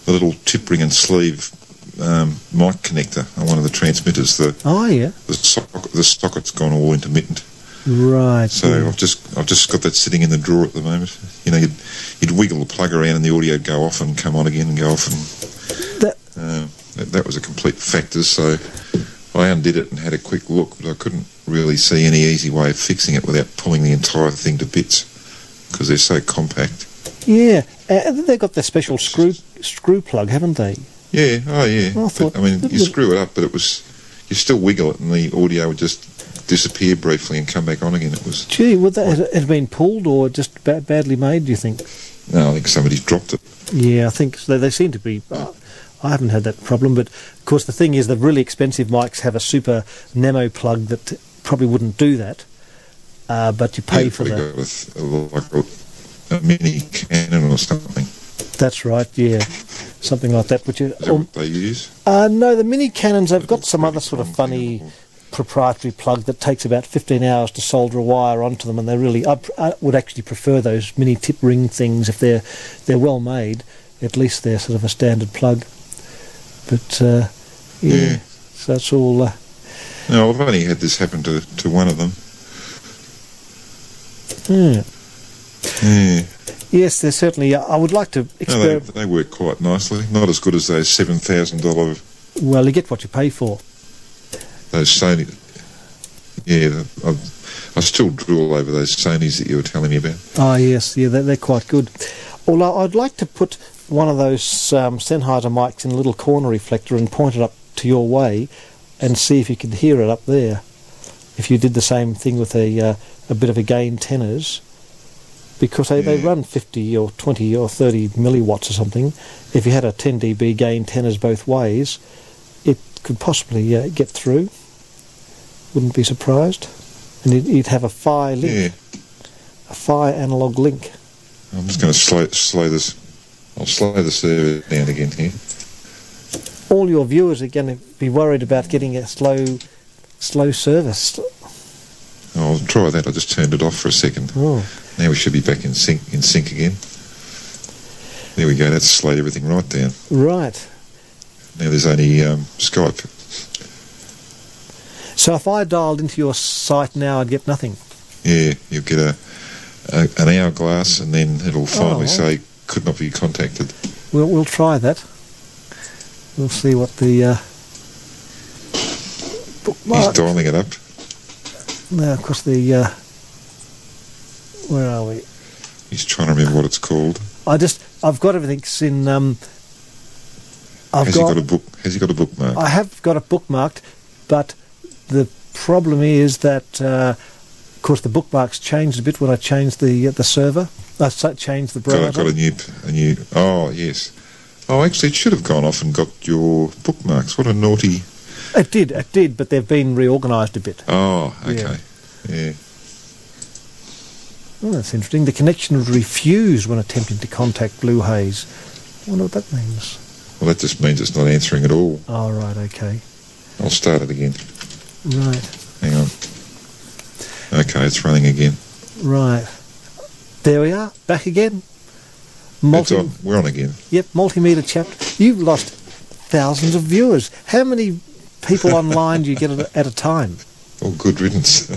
[SPEAKER 2] the little tip ring and sleeve um, mic connector on one of the transmitters, the,
[SPEAKER 1] Oh yeah,
[SPEAKER 2] the, sock, the socket's gone all intermittent.
[SPEAKER 1] right.
[SPEAKER 2] So
[SPEAKER 1] yeah.
[SPEAKER 2] I've just I've just got that sitting in the drawer at the moment. You know, you'd, you'd wiggle the plug around and the audio would go off and come on again and go off and
[SPEAKER 1] That-
[SPEAKER 2] uh, that, that was a complete factor. So I undid it and had a quick look, but I couldn't really see any easy way of fixing it without pulling the entire thing to bits because they're so compact.
[SPEAKER 1] Yeah, uh, they've got their special screw screw plug, haven't they?
[SPEAKER 2] Yeah, oh yeah.
[SPEAKER 1] Well, I
[SPEAKER 2] But,
[SPEAKER 1] thought-
[SPEAKER 2] I mean, you screw it up, but it was you still wiggle it and the audio would just disappear briefly and come back on again. It was
[SPEAKER 1] Gee, would that have- have been pulled or just ba- badly made? Do you think?
[SPEAKER 2] no, I think somebody's dropped it.
[SPEAKER 1] Yeah, I think so. They seem to be. Uh, I haven't had that problem, but of course the thing is the really expensive mics have a super Nemo plug that probably wouldn't do that. Uh, but you pay
[SPEAKER 2] Yeah,
[SPEAKER 1] for
[SPEAKER 2] probably
[SPEAKER 1] that.
[SPEAKER 2] go with a, like a, a mini cannon or something.
[SPEAKER 1] That's right. Yeah, something like that. Which is,
[SPEAKER 2] Is that what they use?
[SPEAKER 1] Uh, no, the mini cannons, they've got some other sort of
[SPEAKER 2] Something
[SPEAKER 1] funny
[SPEAKER 2] or-
[SPEAKER 1] proprietary plug that takes about 15 hours to solder a wire onto them, and they really, I, pr- I would actually prefer those mini tip ring things if they're, they're well made, at least they're sort of a standard plug. But, uh, yeah,
[SPEAKER 2] Yeah.
[SPEAKER 1] so that's all. Uh,
[SPEAKER 2] No, I've only had this happen to, to one of them.
[SPEAKER 1] hmm.
[SPEAKER 2] Yeah.
[SPEAKER 1] Yes, there's certainly, uh, I would like to
[SPEAKER 2] No, they,
[SPEAKER 1] experiment.
[SPEAKER 2] they work quite nicely. Not as good as those seven thousand dollar
[SPEAKER 1] well, you get what you pay for.
[SPEAKER 2] those Sony. Yeah, the- I, I still drool over those Sonys that you were telling me about.
[SPEAKER 1] Ah, yes, yeah, they're, they're quite good. Although I'd like to put one of those um, Sennheiser mics in a little corner reflector and point it up to your way and see if you could hear it up there. If you did the same thing with a, uh, a bit of a gain tenors, because they, they
[SPEAKER 2] Yeah.
[SPEAKER 1] run 50 or 20 or 30 milliwatts or something. If you had a 10 dB gain tenors both ways, it could possibly uh, get through. Wouldn't be surprised. And you'd, you'd have a fire link
[SPEAKER 2] Yeah,
[SPEAKER 1] a fire analog link.
[SPEAKER 2] I'm just going to slow slow this. I'll slow the server down again here.
[SPEAKER 1] All your viewers are going to be worried about getting a slow, slow service.
[SPEAKER 2] I'll try that. I just turned it off for a second.
[SPEAKER 1] Oh,
[SPEAKER 2] Now we should be back in sync in sync again. There we go. That's slowed everything right down.
[SPEAKER 1] right.
[SPEAKER 2] Now there's only um, Skype.
[SPEAKER 1] So if I dialed into your site now, I'd get nothing.
[SPEAKER 2] Yeah, you'll get a, a an hourglass, and then it'll finally
[SPEAKER 1] Oh.
[SPEAKER 2] say could not be contacted.
[SPEAKER 1] We'll we'll try that. We'll see what the uh,
[SPEAKER 2] He's
[SPEAKER 1] bookmark.
[SPEAKER 2] dialing it up.
[SPEAKER 1] No, of course the. Uh, where are we?
[SPEAKER 2] He's trying to remember what it's called.
[SPEAKER 1] I just I've got everything in. Um, I've
[SPEAKER 2] has
[SPEAKER 1] got.
[SPEAKER 2] he got a book? Has he got a bookmark?
[SPEAKER 1] I have got it bookmarked, But the problem is that, uh, of course, the bookmarks changed a bit when I changed the uh, the server. I s- changed the
[SPEAKER 2] Got,
[SPEAKER 1] browser.
[SPEAKER 2] a- got a new, a new. Oh yes. Oh, actually, it should have gone off and got your bookmarks. What a naughty.
[SPEAKER 1] It did, it did, but they've been reorganised a bit.
[SPEAKER 2] Oh,
[SPEAKER 1] Yeah.
[SPEAKER 2] okay. Yeah.
[SPEAKER 1] Oh, that's interesting. The connection was refused when attempting to contact Blue Haze. I wonder what that means.
[SPEAKER 2] Well, that just means it's not answering at all.
[SPEAKER 1] Oh, right, okay.
[SPEAKER 2] I'll start it again.
[SPEAKER 1] Right,
[SPEAKER 2] Hang on. Okay, it's running again.
[SPEAKER 1] right. There we are, back again.
[SPEAKER 2] It's
[SPEAKER 1] Multi-
[SPEAKER 2] on. We're on again.
[SPEAKER 1] Yep, multimeter chapter. You've lost thousands of viewers. How many people online do you get at a, at a time?
[SPEAKER 2] Oh, good riddance.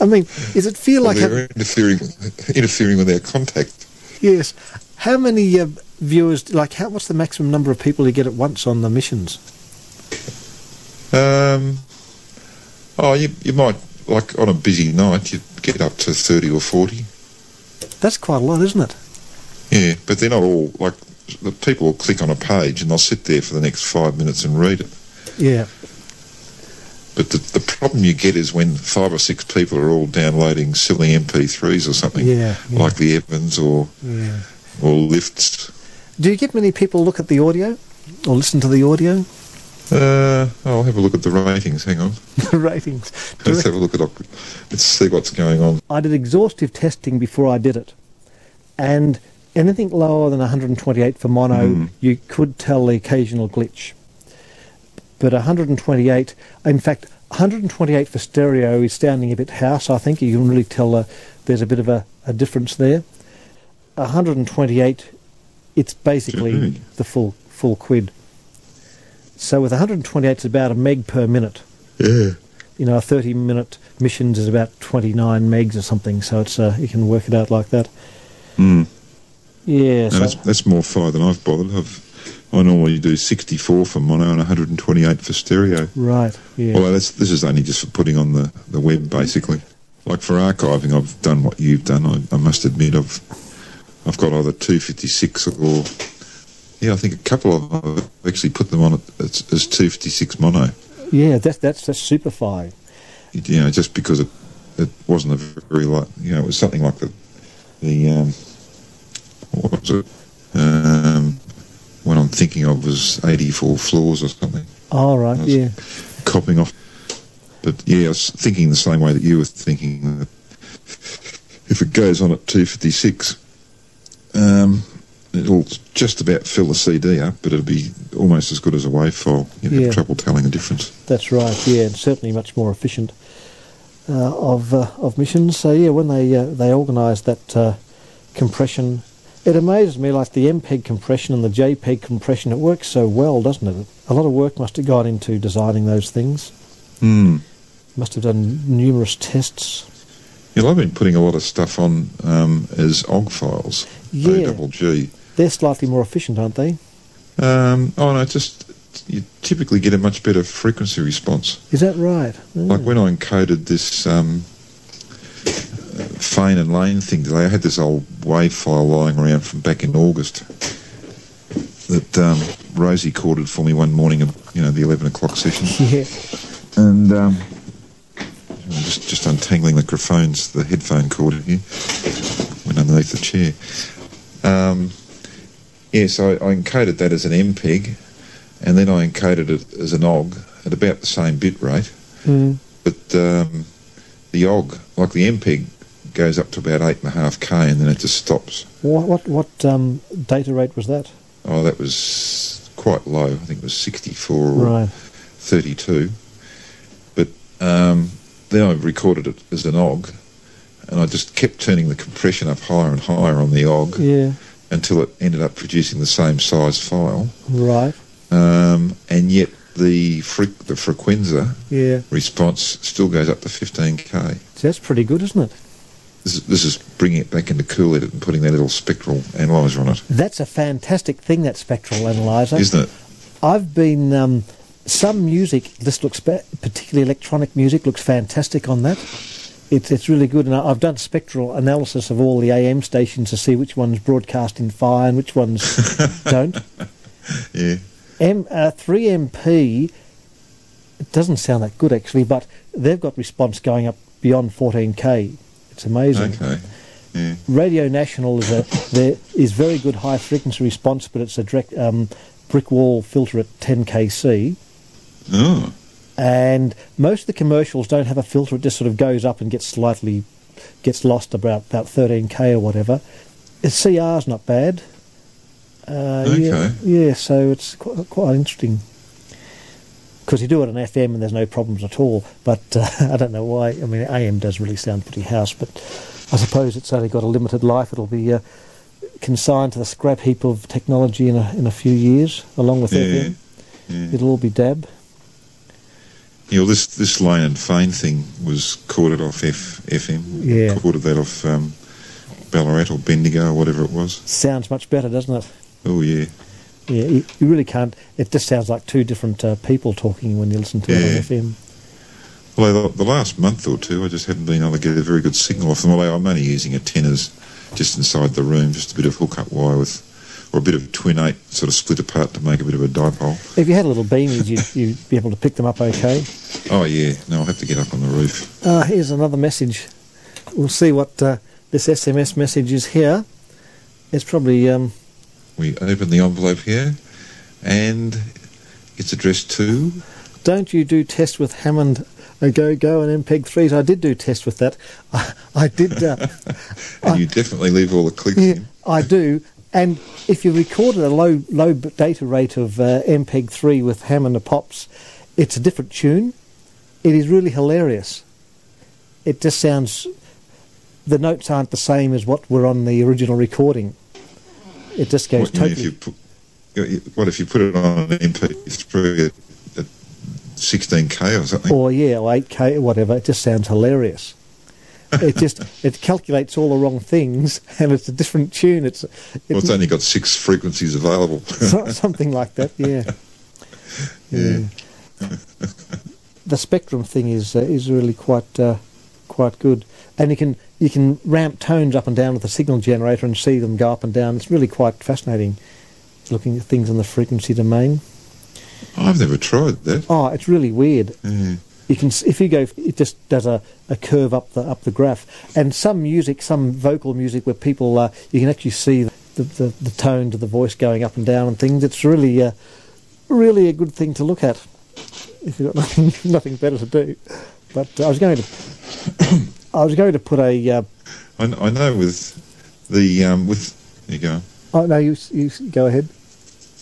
[SPEAKER 1] I mean, does it feel like...
[SPEAKER 2] They're interfering, interfering with our contact.
[SPEAKER 1] yes. How many uh, viewers... Like, how, what's the maximum number of people you get at once on the missions?
[SPEAKER 2] Um, oh, you, you might, like on a busy night, you get up to 30 or 40.
[SPEAKER 1] That's quite a lot, isn't it?
[SPEAKER 2] Yeah, but they're not all, like, the people will click on a page and they'll sit there for the next five minutes and read it.
[SPEAKER 1] Yeah.
[SPEAKER 2] But the, the problem you get is when five or six people are all downloading silly MP3s or something,
[SPEAKER 1] Yeah, yeah.
[SPEAKER 2] like the Evans or,
[SPEAKER 1] Yeah.
[SPEAKER 2] or Lifts.
[SPEAKER 1] Do you get many people look at the audio or listen to the audio
[SPEAKER 2] Uh, I'll have a look at the ratings. Hang on.
[SPEAKER 1] The ratings?
[SPEAKER 2] Let's have a look at. Oc- Let's see what's going on.
[SPEAKER 1] I did exhaustive testing before I did it, and anything lower than 128 for mono, you could tell the occasional glitch. But 128, in fact, 128 for stereo is sounding a bit house. I think you can really tell uh, there's a bit of a, a difference there. 128, it's basically
[SPEAKER 2] Gee.
[SPEAKER 1] the full full quid. So with 128, it's about a meg per minute
[SPEAKER 2] Yeah.
[SPEAKER 1] you know, a 30 minute missions is about 29 megs or something, so it's uh, you can work it out like that. Yeah,
[SPEAKER 2] No, that's,
[SPEAKER 1] so,
[SPEAKER 2] that's more fire than I've bothered. I've, I normally do 64 for mono and 128 for stereo.
[SPEAKER 1] right, yeah.
[SPEAKER 2] Although that's, this is only just for putting on the, the web, basically. Like for archiving, I've done what you've done. I, I must admit, I've I've got either 256 or yeah, I think a couple of them I've actually put them on as, as 256 mono.
[SPEAKER 1] yeah, that's that's that's superfy.
[SPEAKER 2] you know, just because it, it wasn't a very light, you know, it was something like the, the um, what was it? Um, what I'm thinking of was 84 floors or something,
[SPEAKER 1] All right,
[SPEAKER 2] That's-
[SPEAKER 1] yeah.
[SPEAKER 2] copying off. But yeah, I was thinking the same way that you were thinking. That if it goes on at 256, um, it'll just about fill the CD up, but it'll be almost as good as a WAV file. You'd
[SPEAKER 1] Yeah.
[SPEAKER 2] have trouble telling the difference.
[SPEAKER 1] That's right, yeah, and certainly much more efficient uh, of uh, of missions. So yeah, when they uh, they organised that uh, compression, it amazes me. Like the MPEG compression and the JPEG compression, it works so well, doesn't it? A lot of work must have gone into designing those things. Must have done numerous tests.
[SPEAKER 2] Yeah, I've been putting a lot of stuff on um, as OG files,
[SPEAKER 1] Yeah.
[SPEAKER 2] double G.
[SPEAKER 1] They're slightly more efficient, aren't they?
[SPEAKER 2] Um, oh no, just you typically get a much better frequency response.
[SPEAKER 1] Is that right? Mm.
[SPEAKER 2] Like when I encoded this um, uh, Fane and Lane thing today, I had this old wave file lying around from back in August that um, Rosie corded for me one morning of you know the eleven o'clock session.
[SPEAKER 1] Yeah.
[SPEAKER 2] and um, I'm just just untangling the phones, the headphone cord here, went underneath the chair. Um, yeah, so I, I encoded that as an MPEG, and then I encoded it as an OG at about the same bit rate,
[SPEAKER 1] Mm.
[SPEAKER 2] but um, the OG, like the MPEG, goes up to about eight and a half k, and then it just stops.
[SPEAKER 1] What what what um, data rate was that?
[SPEAKER 2] Oh, that was quite low. I think it was 64 or
[SPEAKER 1] Right.
[SPEAKER 2] 32. But um, then I recorded it as an OG, and I just kept turning the compression up higher and higher on the OG
[SPEAKER 1] Yeah.
[SPEAKER 2] until it ended up producing the same size file.
[SPEAKER 1] Right.
[SPEAKER 2] Um, and yet the fre- the frequenza
[SPEAKER 1] Yeah.
[SPEAKER 2] response still goes up to 15k.
[SPEAKER 1] So that's pretty good, isn't it?
[SPEAKER 2] This is, this is bringing it back into Cool Edit and putting that little spectral analyzer on it,
[SPEAKER 1] That's a fantastic thing. That spectral analyzer.
[SPEAKER 2] not it?
[SPEAKER 1] I've been um, some music. This looks ba- particularly electronic music looks fantastic on that. It's it's really good, and I, I've done spectral analysis of all the AM stations to see which ones broadcast in fire and which ones don't.
[SPEAKER 2] Yeah.
[SPEAKER 1] M, uh, 3MP It doesn't sound that good actually, but they've got response going up beyond 14k. It's amazing.
[SPEAKER 2] Okay. Yeah.
[SPEAKER 1] Radio National is a there is very good high frequency response, but it's a direct um, brick wall filter at 10kc,
[SPEAKER 2] Oh.
[SPEAKER 1] and most of the commercials don't have a filter. It just sort of goes up and gets slightly gets lost about about 13k or whatever. It's CR's not bad. Uh, yeah,
[SPEAKER 2] Okay.
[SPEAKER 1] yeah, so it's quite, quite interesting. Because you do it on FM and there's no problems at all, but uh, I don't know why. I mean, AM does really sound pretty house, but I suppose it's only got a limited life. It'll be uh, consigned to the scrap heap of technology in a, in a few years, along with
[SPEAKER 2] Yeah.
[SPEAKER 1] FM.
[SPEAKER 2] Yeah.
[SPEAKER 1] It'll all be dab.
[SPEAKER 2] Yeah, well, this this Lane and Fane thing was quartered off F, FM.
[SPEAKER 1] Yeah.
[SPEAKER 2] Quartered that off um, Ballarat or Bendigo or whatever it was.
[SPEAKER 1] Sounds much better, doesn't it?
[SPEAKER 2] Oh yeah,
[SPEAKER 1] Yeah, you, you really can't. It just sounds like two different uh, people talking when you listen to
[SPEAKER 2] Yeah.
[SPEAKER 1] it on FM.
[SPEAKER 2] Although the, the last month or two, I just haven't been able to get a very good signal off them. Although I'm only using a tenors just inside the room, just a bit of hook-up wire with, or a bit of twin eight sort of split apart to make a bit of a dipole.
[SPEAKER 1] If you had little beamies, you'd, you'd be able to pick them up okay.
[SPEAKER 2] Oh yeah, no, I'll have to get up on the roof.
[SPEAKER 1] Uh, here's another message. We'll see what uh, this SMS message is here. It's probably um,
[SPEAKER 2] We open the envelope here, and it's addressed to.
[SPEAKER 1] don't you do test with Hammond uh, Go Go and MPEG threes. I did do test with that. I, I did. Uh,
[SPEAKER 2] And you definitely leave all the clicks
[SPEAKER 1] Oh. yeah,
[SPEAKER 2] in.
[SPEAKER 1] I do. And if you record at a low low b- data rate of uh, MPEG three with Hammond and pops, it's a different tune. It is really hilarious. It just sounds. The notes aren't the same as what were on the original recording. It just goes
[SPEAKER 2] What, you mean
[SPEAKER 1] totally.
[SPEAKER 2] if you put, you- you- what if you put it on an MP3 at, at 16k or something?
[SPEAKER 1] or yeah, or eight k, whatever. It just sounds hilarious. It just it calculates all the wrong things, and it's a different tune. It's it's,
[SPEAKER 2] well, it's only got six frequencies available.
[SPEAKER 1] so- something like that. Yeah. yeah. the spectrum thing is uh, is really quite uh, quite good, and you can you can ramp tones up and down with the signal generator and see them go up and down. It's really quite fascinating looking at things in the frequency domain.
[SPEAKER 2] I've never tried that.
[SPEAKER 1] Oh, it's really weird.
[SPEAKER 2] Yeah.
[SPEAKER 1] you can s- if you go it just does a, a curve up the up the graph and some music some vocal music where people uh, you can actually see the, the, the tone to the voice going up and down and things it's really uh, really a good thing to look at if you've got nothing nothing better to do but uh, I was going to I was going to put a uh,
[SPEAKER 2] I, kn- I know with the um, with there you go.
[SPEAKER 1] oh no you s- you s- go ahead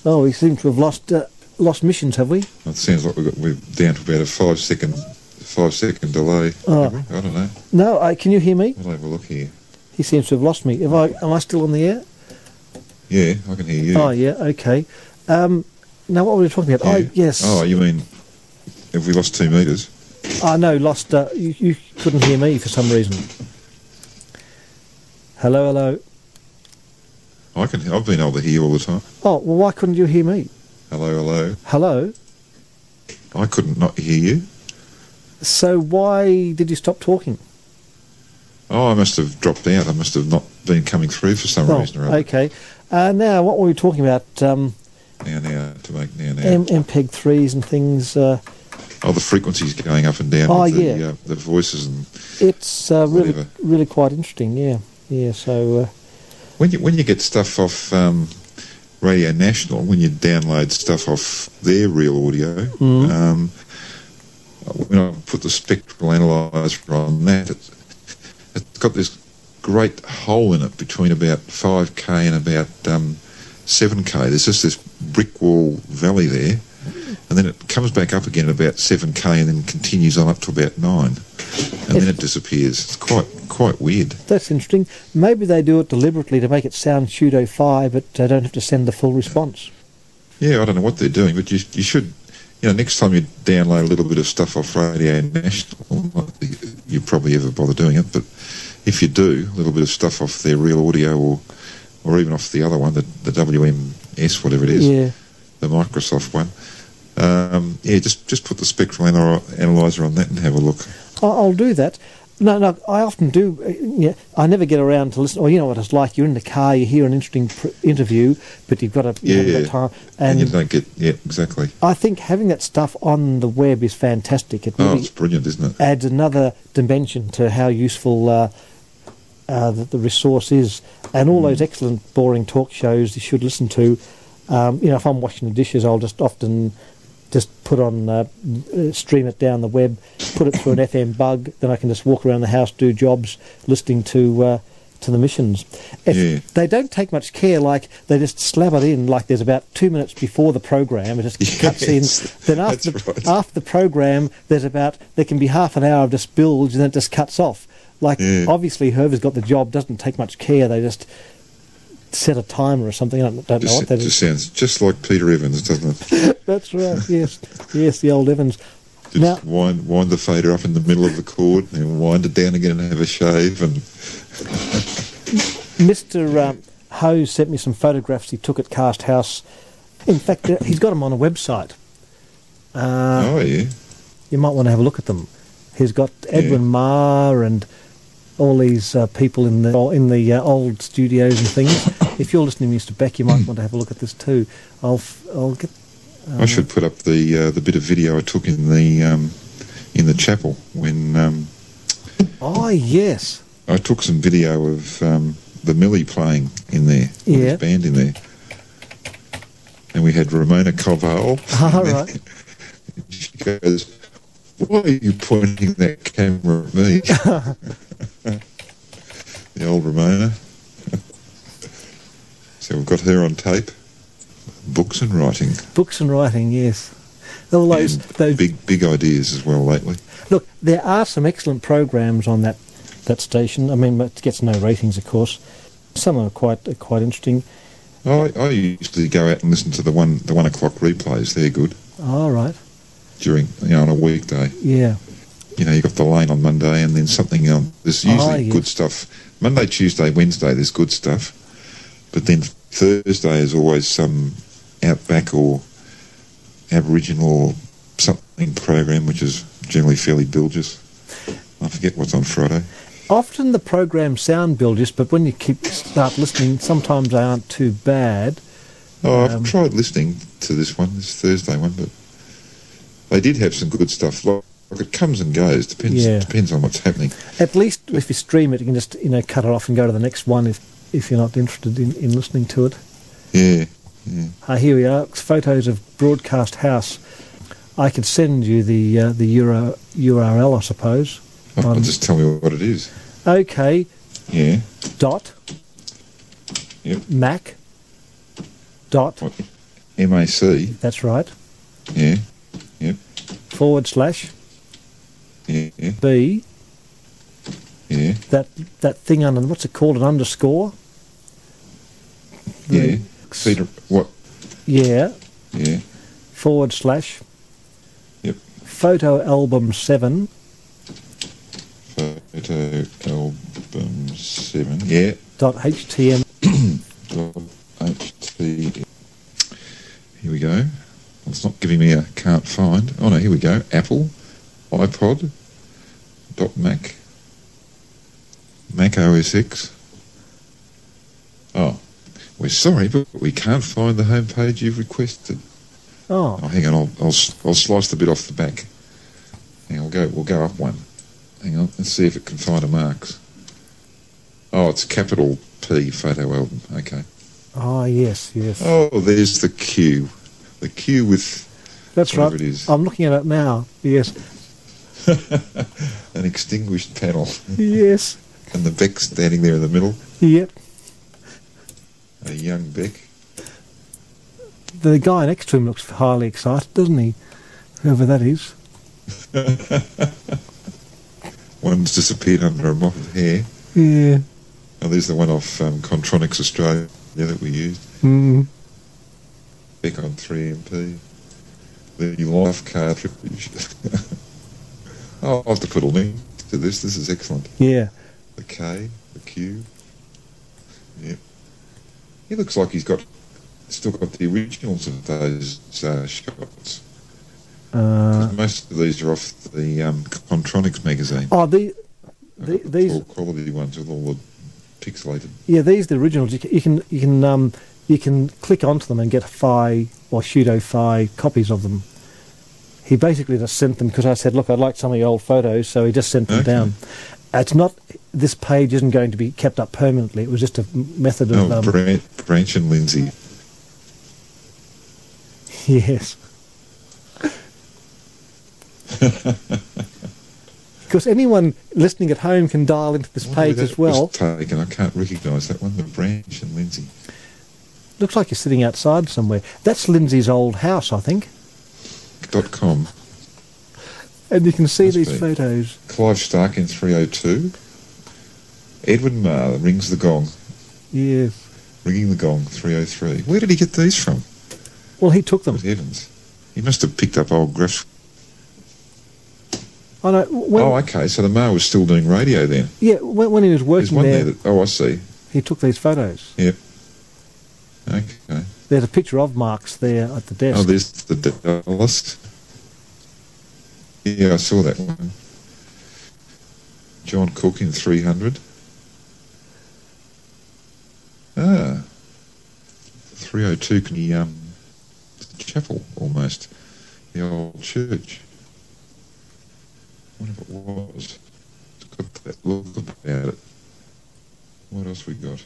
[SPEAKER 1] oh we seem to have lost uh, lost missions have we
[SPEAKER 2] It sounds like we've got, we're down to about a five second five second delay.
[SPEAKER 1] Oh.
[SPEAKER 2] Have we? I don't know.
[SPEAKER 1] no I, can you hear me
[SPEAKER 2] We'll have a look here.
[SPEAKER 1] he seems to have lost me Have I am I still on the air
[SPEAKER 2] Yeah, I can hear you.
[SPEAKER 1] Oh yeah, okay. Um, now what were we talking about?
[SPEAKER 2] Yeah.
[SPEAKER 1] I yes.
[SPEAKER 2] Oh, you mean have we lost two meters?
[SPEAKER 1] I know. Lost. Uh, you, you couldn't hear me for some reason. Hello, hello.
[SPEAKER 2] I can. I've been able to hear you all the time.
[SPEAKER 1] Oh well, why couldn't you hear me?
[SPEAKER 2] Hello, hello.
[SPEAKER 1] Hello.
[SPEAKER 2] I couldn't not hear you.
[SPEAKER 1] So why did you stop talking?
[SPEAKER 2] Oh, I must have dropped out. I must have not been coming through for some
[SPEAKER 1] Oh,
[SPEAKER 2] reason or other.
[SPEAKER 1] okay. Uh, now what were we talking about? Um,
[SPEAKER 2] Now, now, to make now, now.
[SPEAKER 1] M- MPEG threes and things. Uh,
[SPEAKER 2] oh, the frequencies going up and down.
[SPEAKER 1] Oh,
[SPEAKER 2] with the,
[SPEAKER 1] yeah.
[SPEAKER 2] Uh, the voices and
[SPEAKER 1] it's uh, really,
[SPEAKER 2] Whatever.
[SPEAKER 1] really quite interesting. Yeah, yeah. So uh,
[SPEAKER 2] when you when you get stuff off um, Radio National, when you download stuff off their real audio, um, when I put the spectral analyzer on that, it's, it's got this great hole in it between about five k and about um, seven k. There's just this brick wall valley there, and then it comes back up again at about seven k, and then continues on up to about nine, and then it disappears. It's quite quite weird.
[SPEAKER 1] that's interesting. Maybe they do it deliberately to make it sound pseudo fi, but they don't have to send the full response.
[SPEAKER 2] Yeah, I don't know what they're doing, but you, you should, you know, next time you download a little bit of stuff off Radio National, not that you- you probably ever bother doing it, but if you do, a little bit of stuff off their real audio or or even off the other one, the, the WMS, whatever it is,
[SPEAKER 1] Yeah.
[SPEAKER 2] the Microsoft one, um, yeah, just just put the spectral anal- analyzer on that and have a look.
[SPEAKER 1] I- I'll do that. No, no, I often do. uh, Yeah, I never get around to listen. Or you know what it's like. You're in the car, you hear an interesting pr- interview, but you've got to you haven't
[SPEAKER 2] Yeah.
[SPEAKER 1] got time.
[SPEAKER 2] And,
[SPEAKER 1] And
[SPEAKER 2] you don't get, yeah, exactly.
[SPEAKER 1] I think having that stuff on the web is fantastic. It
[SPEAKER 2] Oh,
[SPEAKER 1] really
[SPEAKER 2] it's brilliant, isn't it?
[SPEAKER 1] adds another dimension to how useful uh, uh, the, the resource is. And all
[SPEAKER 2] Hmm.
[SPEAKER 1] those excellent, boring talk shows you should listen to. Um, you know, if I'm washing the dishes, I'll just often just put on, uh, uh, stream it down the web, put it through an FM bug, then I can just walk around the house, do jobs, listening to. Uh, to the missions, if
[SPEAKER 2] Yeah.
[SPEAKER 1] they don't take much care. Like they just slap it in, like there's about two minutes before the program. It just cuts
[SPEAKER 2] Yes,
[SPEAKER 1] in. Then after
[SPEAKER 2] that's right.
[SPEAKER 1] after the program, there's about there can be half an hour of just bilge, and then it just cuts off. Like
[SPEAKER 2] Yeah.
[SPEAKER 1] obviously, whoever's got the job doesn't take much care. They just set a timer or something. I don't, don't know
[SPEAKER 2] Just,
[SPEAKER 1] what that
[SPEAKER 2] just
[SPEAKER 1] is.
[SPEAKER 2] sounds just like Peter Evans, doesn't it?
[SPEAKER 1] That's right. Yes, yes, the old Evans.
[SPEAKER 2] Just
[SPEAKER 1] Now-
[SPEAKER 2] wind, wind the fader up in the middle of the chord and then wind it down again and have a shave. And
[SPEAKER 1] Mr. Um, Ho sent me some photographs he took at Cast House. In fact, uh, he's got them on a website. Uh,
[SPEAKER 2] oh yeah,
[SPEAKER 1] You might want to have a look at them. He's got Edwin Marr and all these uh, people in the in the uh, old studios and things. if you're listening, Mr. Beck, you might want to have a look at this too. I'll f- I'll get
[SPEAKER 2] I should put up the uh, the bit of video I took in the um, in the chapel when um,
[SPEAKER 1] Oh, yes.
[SPEAKER 2] I took some video of um, the Millie playing in there, with
[SPEAKER 1] Yeah.
[SPEAKER 2] his band in there, and we had Ramona Covell.
[SPEAKER 1] All right.
[SPEAKER 2] She goes, "Why are you pointing that camera at me?" the old Ramona. so we've got her on tape. Books and writing.
[SPEAKER 1] Books and writing, yes. All those,
[SPEAKER 2] and
[SPEAKER 1] those
[SPEAKER 2] big, big ideas as well lately.
[SPEAKER 1] Look, there are some excellent programs on that that station. I mean, it gets no ratings, of course. Some are quite are quite interesting.
[SPEAKER 2] I, I usually go out and listen to the one the one o'clock replays. They're good
[SPEAKER 1] All right.
[SPEAKER 2] during you know on a weekday.
[SPEAKER 1] Yeah.
[SPEAKER 2] You know you have got the lane on Monday and then something on. There's usually
[SPEAKER 1] Ah, yes.
[SPEAKER 2] good stuff. Monday, Tuesday, Wednesday. There's good stuff, but then Thursday is always some outback or Aboriginal something program, which is generally fairly bilges. I forget what's on Friday.
[SPEAKER 1] Often the programs sound bilges, but when you keep start listening, sometimes they aren't too bad.
[SPEAKER 2] Oh,
[SPEAKER 1] Um,
[SPEAKER 2] I've tried listening to this one, this Thursday one, but they did have some good stuff. Like, like it comes and goes. Depends
[SPEAKER 1] Yeah.
[SPEAKER 2] depends on what's happening.
[SPEAKER 1] At least if you stream it, you can just you know cut it off and go to the next one if if you're not interested in, in listening to it.
[SPEAKER 2] Yeah, yeah.
[SPEAKER 1] Ah, here we are. Photos of Broadcast House. I could send you the uh, the Euro, URL, I suppose.
[SPEAKER 2] Oh,
[SPEAKER 1] On-
[SPEAKER 2] just tell me what it is.
[SPEAKER 1] okay.
[SPEAKER 2] Yeah.
[SPEAKER 1] Dot.
[SPEAKER 2] Yep.
[SPEAKER 1] Mac. Dot.
[SPEAKER 2] What? MAC.
[SPEAKER 1] That's right.
[SPEAKER 2] Yeah. Yep.
[SPEAKER 1] Forward slash
[SPEAKER 2] Yeah. Yeah.
[SPEAKER 1] B.
[SPEAKER 2] Yeah.
[SPEAKER 1] That that thing under what's it called? An underscore.
[SPEAKER 2] yeah.
[SPEAKER 1] The-
[SPEAKER 2] Peter. What?
[SPEAKER 1] Yeah.
[SPEAKER 2] Yeah.
[SPEAKER 1] Forward slash
[SPEAKER 2] Yep.
[SPEAKER 1] photo album seven.
[SPEAKER 2] Photo album seven. Yeah.
[SPEAKER 1] Dot htm.
[SPEAKER 2] Dot HT. Here we go. It's not giving me a can't find. Oh no, here we go. Apple, iPod, dot Mac, Mac OS X. Oh, we're sorry, but we can't find the home page you've requested.
[SPEAKER 1] Oh,
[SPEAKER 2] Oh, hang on, I'll, I'll, s- I'll slice the bit off the back. Hang on, we'll go, we'll go up one. Hang on, let's see if it can find a marks. Oh, it's capital P photo album. Okay.
[SPEAKER 1] ah, yes, yes.
[SPEAKER 2] Oh, there's the Q. The Q with
[SPEAKER 1] That's right.
[SPEAKER 2] whatever it is.
[SPEAKER 1] I'm looking at it now. Yes,
[SPEAKER 2] an extinguished panel
[SPEAKER 1] yes,
[SPEAKER 2] and the Beck standing there in the middle.
[SPEAKER 1] yep.
[SPEAKER 2] A young Beck.
[SPEAKER 1] The guy next to him looks highly excited, doesn't he? Whoever that is.
[SPEAKER 2] One's disappeared under a mop of hair.
[SPEAKER 1] Yeah.
[SPEAKER 2] Oh, there's the one off um, Contronics Australia yeah, that we used.
[SPEAKER 1] Mm.
[SPEAKER 2] Beck on 3MP. The life cartridge. oh, I'll have to put a link to this. This is excellent.
[SPEAKER 1] Yeah.
[SPEAKER 2] The K, the Q. Yep. He looks like he's got still got the originals of those uh, shots.
[SPEAKER 1] Uh,
[SPEAKER 2] Most of these are off the um, Contronics magazine.
[SPEAKER 1] oh, the the, these
[SPEAKER 2] All quality ones with all the pixelated.
[SPEAKER 1] Yeah, these the originals. You can you can you can, um, you can click onto them and get phi or pseudo phi copies of them. He basically just sent them because I said, "Look, I'd like some of your old photos," so he just sent them
[SPEAKER 2] Okay.
[SPEAKER 1] down. It's not this page isn't going to be kept up permanently. It was just a m- method of
[SPEAKER 2] No,
[SPEAKER 1] um,
[SPEAKER 2] oh, Branch, Branch and Lindsay.
[SPEAKER 1] yes. Because anyone listening at home can dial into this
[SPEAKER 2] Wonder where
[SPEAKER 1] page
[SPEAKER 2] that
[SPEAKER 1] as well.
[SPEAKER 2] Was taken. I can't recognise that one. The Branch and Lindsay.
[SPEAKER 1] Looks like you're sitting outside somewhere. That's Lindsay's old house, I think.
[SPEAKER 2] Dot com.
[SPEAKER 1] And you can see
[SPEAKER 2] Must
[SPEAKER 1] these
[SPEAKER 2] be.
[SPEAKER 1] photos.
[SPEAKER 2] Clive Stark in 302. Edwin Marr rings the gong.
[SPEAKER 1] Yes.
[SPEAKER 2] Ringing the gong 303. Where did he get these from?
[SPEAKER 1] Well, he took them.
[SPEAKER 2] Good heavens. He must have picked up old Griff.
[SPEAKER 1] I know. When,
[SPEAKER 2] oh, okay. So the Mar was still doing radio then.
[SPEAKER 1] yeah, when, when he was
[SPEAKER 2] There's
[SPEAKER 1] working
[SPEAKER 2] one
[SPEAKER 1] there,
[SPEAKER 2] there. that, oh, I see.
[SPEAKER 1] he took these photos.
[SPEAKER 2] Okay.
[SPEAKER 1] There's a picture of Mark's there at the desk.
[SPEAKER 2] Oh, there's the Dallas. Yeah, I saw that one. John Cook in 300. Ah. 302 can be um, the chapel almost. The old church. wonder if it was. It's got that look about it. What else we got?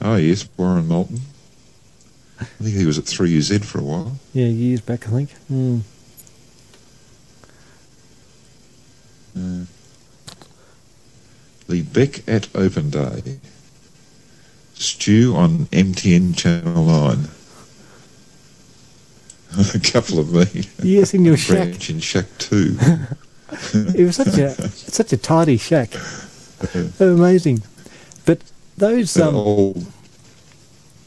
[SPEAKER 2] Oh, yes, Warren Moulton. I think he was at 3UZ for a while.
[SPEAKER 1] Yeah, years back, I think. Hmm.
[SPEAKER 2] Uh, the Beck at Open Day. Stew on MTN Channel 9. a couple of me.
[SPEAKER 1] Yes, in your shack.
[SPEAKER 2] Branch in Shack 2.
[SPEAKER 1] It was such a such a tidy shack. Amazing. But those
[SPEAKER 2] that
[SPEAKER 1] um,
[SPEAKER 2] old,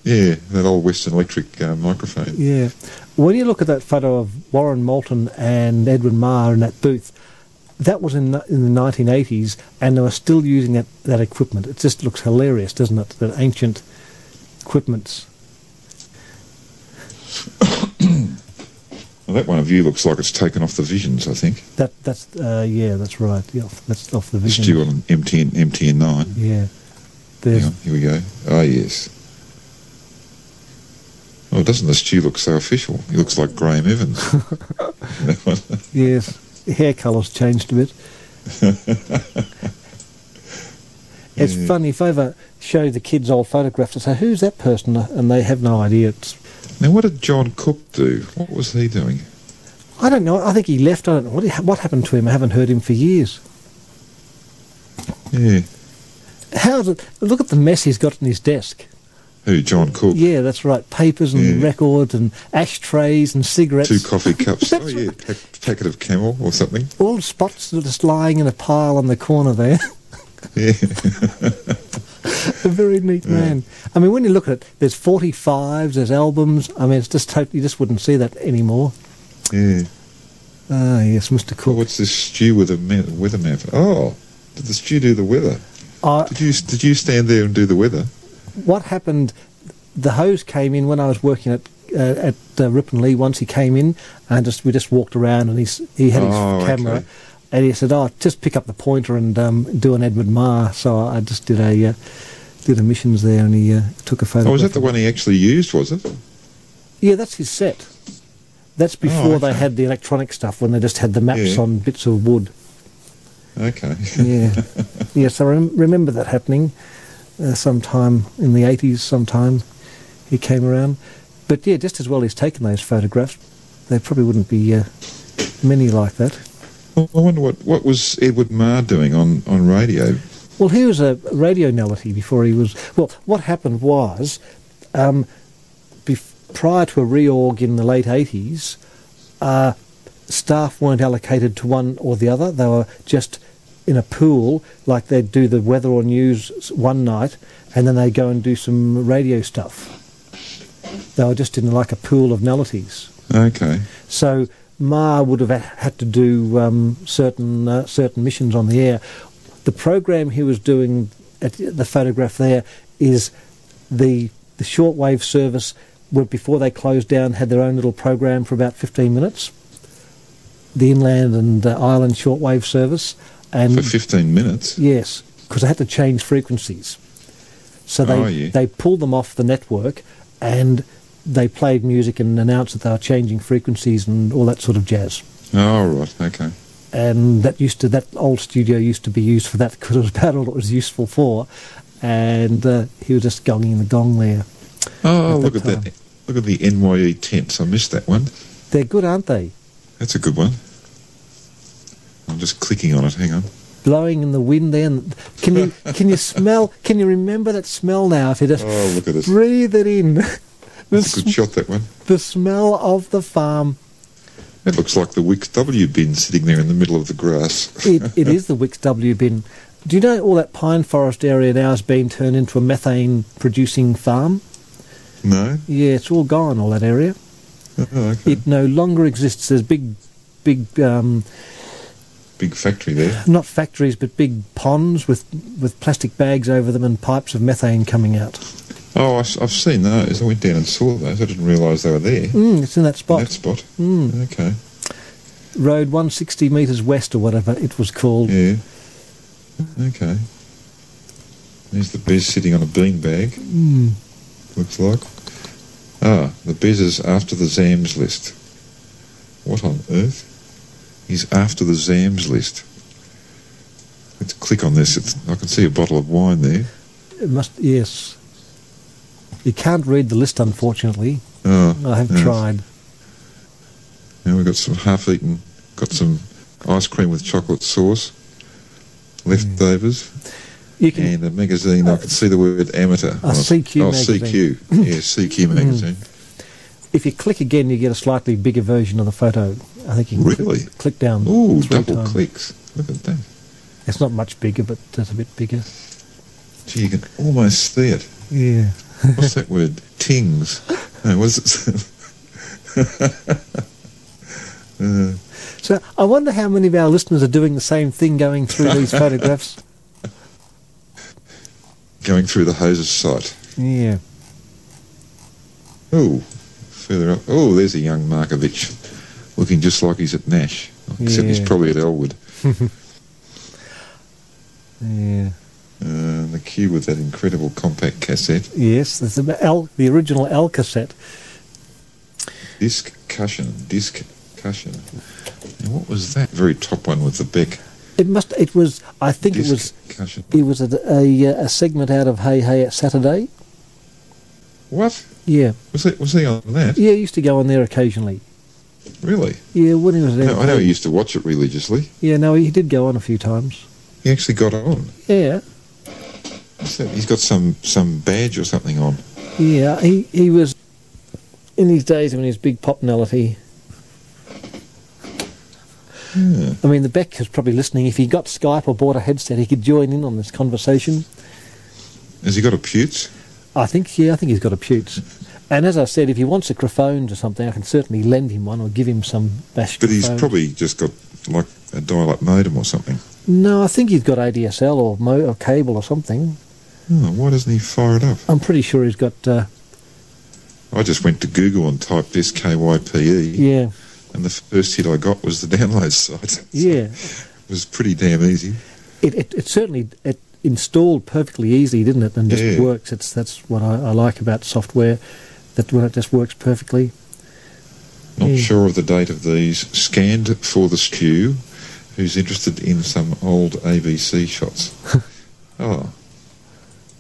[SPEAKER 2] yeah, that old Western Electric uh, microphone.
[SPEAKER 1] yeah. When you look at that photo of Warren Moulton and Edwin Marr in that booth, that was in the, in the 1980s, and they were still using that, that equipment. It just looks hilarious, doesn't it? That ancient equipments.
[SPEAKER 2] Well, that one of you looks like it's taken off the visions, I think.
[SPEAKER 1] That that's uh, yeah, that's right. Yeah, off- that's off the vision.
[SPEAKER 2] Stew on MTN, MTN 9.
[SPEAKER 1] Yeah,
[SPEAKER 2] Hang
[SPEAKER 1] there's
[SPEAKER 2] on, here we go. Ah, yes. Oh, doesn't the stew look so official? He looks like Graham Evans. That one.
[SPEAKER 1] yes, hair colour's changed a bit. it's
[SPEAKER 2] Yeah.
[SPEAKER 1] funny if I ever show the kids old photographs and say, "Who's that person?" and they have no idea. It's
[SPEAKER 2] now, what did John Cook do? What was he doing?
[SPEAKER 1] I don't know. I think he left. I don't know what, he- what happened to him. I haven't heard him for years.
[SPEAKER 2] Yeah.
[SPEAKER 1] How did, look at the mess he's got in his desk.
[SPEAKER 2] Who, John Cook?
[SPEAKER 1] Yeah, that's right. Papers and
[SPEAKER 2] Yeah.
[SPEAKER 1] records and ashtrays and cigarettes.
[SPEAKER 2] Two coffee cups. oh, yeah, pack, packet of camel or something.
[SPEAKER 1] all spots that are just lying in a pile on the corner there.
[SPEAKER 2] Yeah.
[SPEAKER 1] a very neat man. I mean, when you look at it, there's 45s, there's albums. I mean, it's just totally, you just wouldn't see that anymore.
[SPEAKER 2] Yeah.
[SPEAKER 1] Ah, yes, Mr.
[SPEAKER 2] Oh,
[SPEAKER 1] Cook.
[SPEAKER 2] what's this stew with a ma- weather map? Oh, did the stew do the weather?
[SPEAKER 1] I,
[SPEAKER 2] Did you Did you stand there and do the weather?
[SPEAKER 1] what happened? The hose came in when I was working at uh, at uh, Rip and Lee. Once he came in, and just we just walked around, and he s- he had his
[SPEAKER 2] Oh,
[SPEAKER 1] camera,
[SPEAKER 2] okay.
[SPEAKER 1] and he said, "Oh, just pick up the pointer and um, do an Edward Marr." So I just did a uh, did a missions there, and he uh, took a photo.
[SPEAKER 2] Oh, was that the one he actually used, was it?
[SPEAKER 1] Yeah, that's his set. That's before they
[SPEAKER 2] Oh, okay.
[SPEAKER 1] had the electronic stuff when they just had the maps
[SPEAKER 2] Yeah.
[SPEAKER 1] on bits of wood.
[SPEAKER 2] Okay.
[SPEAKER 1] Yeah. yes, I rem- remember that happening uh, sometime in the 80s, sometime he came around. But yeah, just as well he's taken those photographs. There probably wouldn't be uh, many like that.
[SPEAKER 2] Well, I wonder what, what was Edward Marr doing on, on radio?
[SPEAKER 1] Well, he was a radio nullity before he was. Well, what happened was, um, bef- prior to a reorg in the late 80s, uh, staff weren't allocated to one or the other. They were just in a pool, like they'd do the weather or news s- one night, and then they'd go and do some radio stuff. They were just in like a pool of nullities.
[SPEAKER 2] Okay.
[SPEAKER 1] So Ma would have had to do um, certain uh, certain missions on the air. The program he was doing at the photograph there is the the shortwave service. Where before they closed down, had their own little program for about 15 minutes. The inland and uh, island shortwave service,
[SPEAKER 2] for
[SPEAKER 1] and
[SPEAKER 2] 15 minutes.
[SPEAKER 1] yes, because they had to change frequencies. So they
[SPEAKER 2] Oh, yeah.
[SPEAKER 1] they pulled them off the network, and they played music and announced that they were changing frequencies and all that sort of jazz.
[SPEAKER 2] Oh, right, okay.
[SPEAKER 1] and that used to that old studio used to be used for that because it was about all it was useful for. And uh, he was just gonging the gong there.
[SPEAKER 2] Oh,
[SPEAKER 1] At
[SPEAKER 2] look
[SPEAKER 1] that
[SPEAKER 2] at that. Look at the NYE tents. I missed that one.
[SPEAKER 1] They're good, aren't they?
[SPEAKER 2] That's a good one. I'm just clicking on it. Hang on.
[SPEAKER 1] Blowing in the wind. There, and can you can you smell? Can you remember that smell now? If you just
[SPEAKER 2] Oh, look at this.
[SPEAKER 1] breathe it in, the,
[SPEAKER 2] That's a
[SPEAKER 1] sm-
[SPEAKER 2] good shot, that one.
[SPEAKER 1] the smell of the farm.
[SPEAKER 2] It looks like the Wix W bin sitting there in the middle of the grass.
[SPEAKER 1] It it is the Wicks W bin. Do you know all that pine forest area now has been turned into a methane producing farm?
[SPEAKER 2] No?
[SPEAKER 1] Yeah, it's all gone. All that area.
[SPEAKER 2] Oh, okay.
[SPEAKER 1] It no longer exists. There's big, big, um,
[SPEAKER 2] Big factory there.
[SPEAKER 1] not factories, but big ponds with with plastic bags over them and pipes of methane coming out.
[SPEAKER 2] Oh, I, have seen those. I went down and saw those. I didn't realise they were there.
[SPEAKER 1] Mm, it's in that
[SPEAKER 2] In
[SPEAKER 1] spot. Mm.
[SPEAKER 2] that spot. Okay.
[SPEAKER 1] Road 160 metres west or whatever it was called.
[SPEAKER 2] Yeah. Okay. There's the bees sitting on a beanbag. Mm.
[SPEAKER 1] Hmm.
[SPEAKER 2] Looks like. Ah, the bez is after the Zams list. What on earth? He's after the Zams list. Let's click on this. It's, I can see a bottle of wine there.
[SPEAKER 1] It must yes. You can't read the list, unfortunately.
[SPEAKER 2] Oh,
[SPEAKER 1] I have
[SPEAKER 2] yes.
[SPEAKER 1] tried.
[SPEAKER 2] Now we've got some half-eaten, got some ice cream with chocolate sauce, leftovers,
[SPEAKER 1] You can.
[SPEAKER 2] and a magazine. I can see the word amateur.
[SPEAKER 1] A
[SPEAKER 2] on it.
[SPEAKER 1] CQ
[SPEAKER 2] Oh,
[SPEAKER 1] magazine. Hmm.
[SPEAKER 2] CQ. Yeah, CQ magazine.
[SPEAKER 1] If you click again, you get a slightly bigger version of the photo. I think you can
[SPEAKER 2] Really?
[SPEAKER 1] click, click down.
[SPEAKER 2] Ooh,
[SPEAKER 1] three
[SPEAKER 2] double
[SPEAKER 1] times.
[SPEAKER 2] clicks. Look at that.
[SPEAKER 1] It's not much bigger, but it's a bit bigger.
[SPEAKER 2] Gee, you can almost see it.
[SPEAKER 1] Yeah.
[SPEAKER 2] What's that word? Tings. No, what's it? say? uh,
[SPEAKER 1] So I wonder how many of our listeners are doing the same thing, going through these photographs.
[SPEAKER 2] going through the hoses site.
[SPEAKER 1] Yeah.
[SPEAKER 2] Oh, further up. Oh, there's a young Markovic, looking just like he's at Nash, except he's
[SPEAKER 1] Yeah.
[SPEAKER 2] probably at Elwood.
[SPEAKER 1] Yeah.
[SPEAKER 2] Uh, the queue with that incredible compact cassette
[SPEAKER 1] Yes, there's the, L, the original L cassette.
[SPEAKER 2] disc cushion, disc cushion. Now, what was that very top one with the Beck?
[SPEAKER 1] It must. It was. I think it
[SPEAKER 2] disc
[SPEAKER 1] was.
[SPEAKER 2] cushion.
[SPEAKER 1] It was a, a, uh, a segment out of Hey Hey at Saturday.
[SPEAKER 2] What
[SPEAKER 1] Yeah.
[SPEAKER 2] was he, was he on that?
[SPEAKER 1] Yeah, he used to go on there occasionally.
[SPEAKER 2] Really?
[SPEAKER 1] Yeah, when he was there.
[SPEAKER 2] No, I know he used to watch it religiously.
[SPEAKER 1] Yeah, no, he did go on a few times.
[SPEAKER 2] He actually got on.
[SPEAKER 1] Yeah.
[SPEAKER 2] What's that? He's got some some badge or something on.
[SPEAKER 1] Yeah. He he was in his days when he was big pop nullity.
[SPEAKER 2] Yeah.
[SPEAKER 1] I mean, the Beck is probably listening. If he got Skype or bought a headset, he could join in on this conversation.
[SPEAKER 2] Has he got a putes?
[SPEAKER 1] I think yeah, I think he's got a putes. And as I said, if he wants a Crophone or something, I can certainly lend him one or give him some bash.
[SPEAKER 2] But he's
[SPEAKER 1] Crophone.
[SPEAKER 2] probably just got like a dial-up modem or something.
[SPEAKER 1] no, I think he's got ADSL or mo- or cable or something.
[SPEAKER 2] Oh, why doesn't he fire it up?
[SPEAKER 1] I'm pretty sure he's got uh,
[SPEAKER 2] I just went to Google and typed this KYPE,
[SPEAKER 1] yeah
[SPEAKER 2] E, and the first hit I got was the download site.
[SPEAKER 1] yeah.
[SPEAKER 2] It was pretty damn easy.
[SPEAKER 1] It it, it certainly it installed perfectly easily, didn't it? And just
[SPEAKER 2] Yeah.
[SPEAKER 1] works. It's that's what I, I like about software, that when it just works perfectly.
[SPEAKER 2] Not
[SPEAKER 1] Yeah.
[SPEAKER 2] sure of the date of these. Scanned for the stew. Who's interested in some old ABC shots? oh,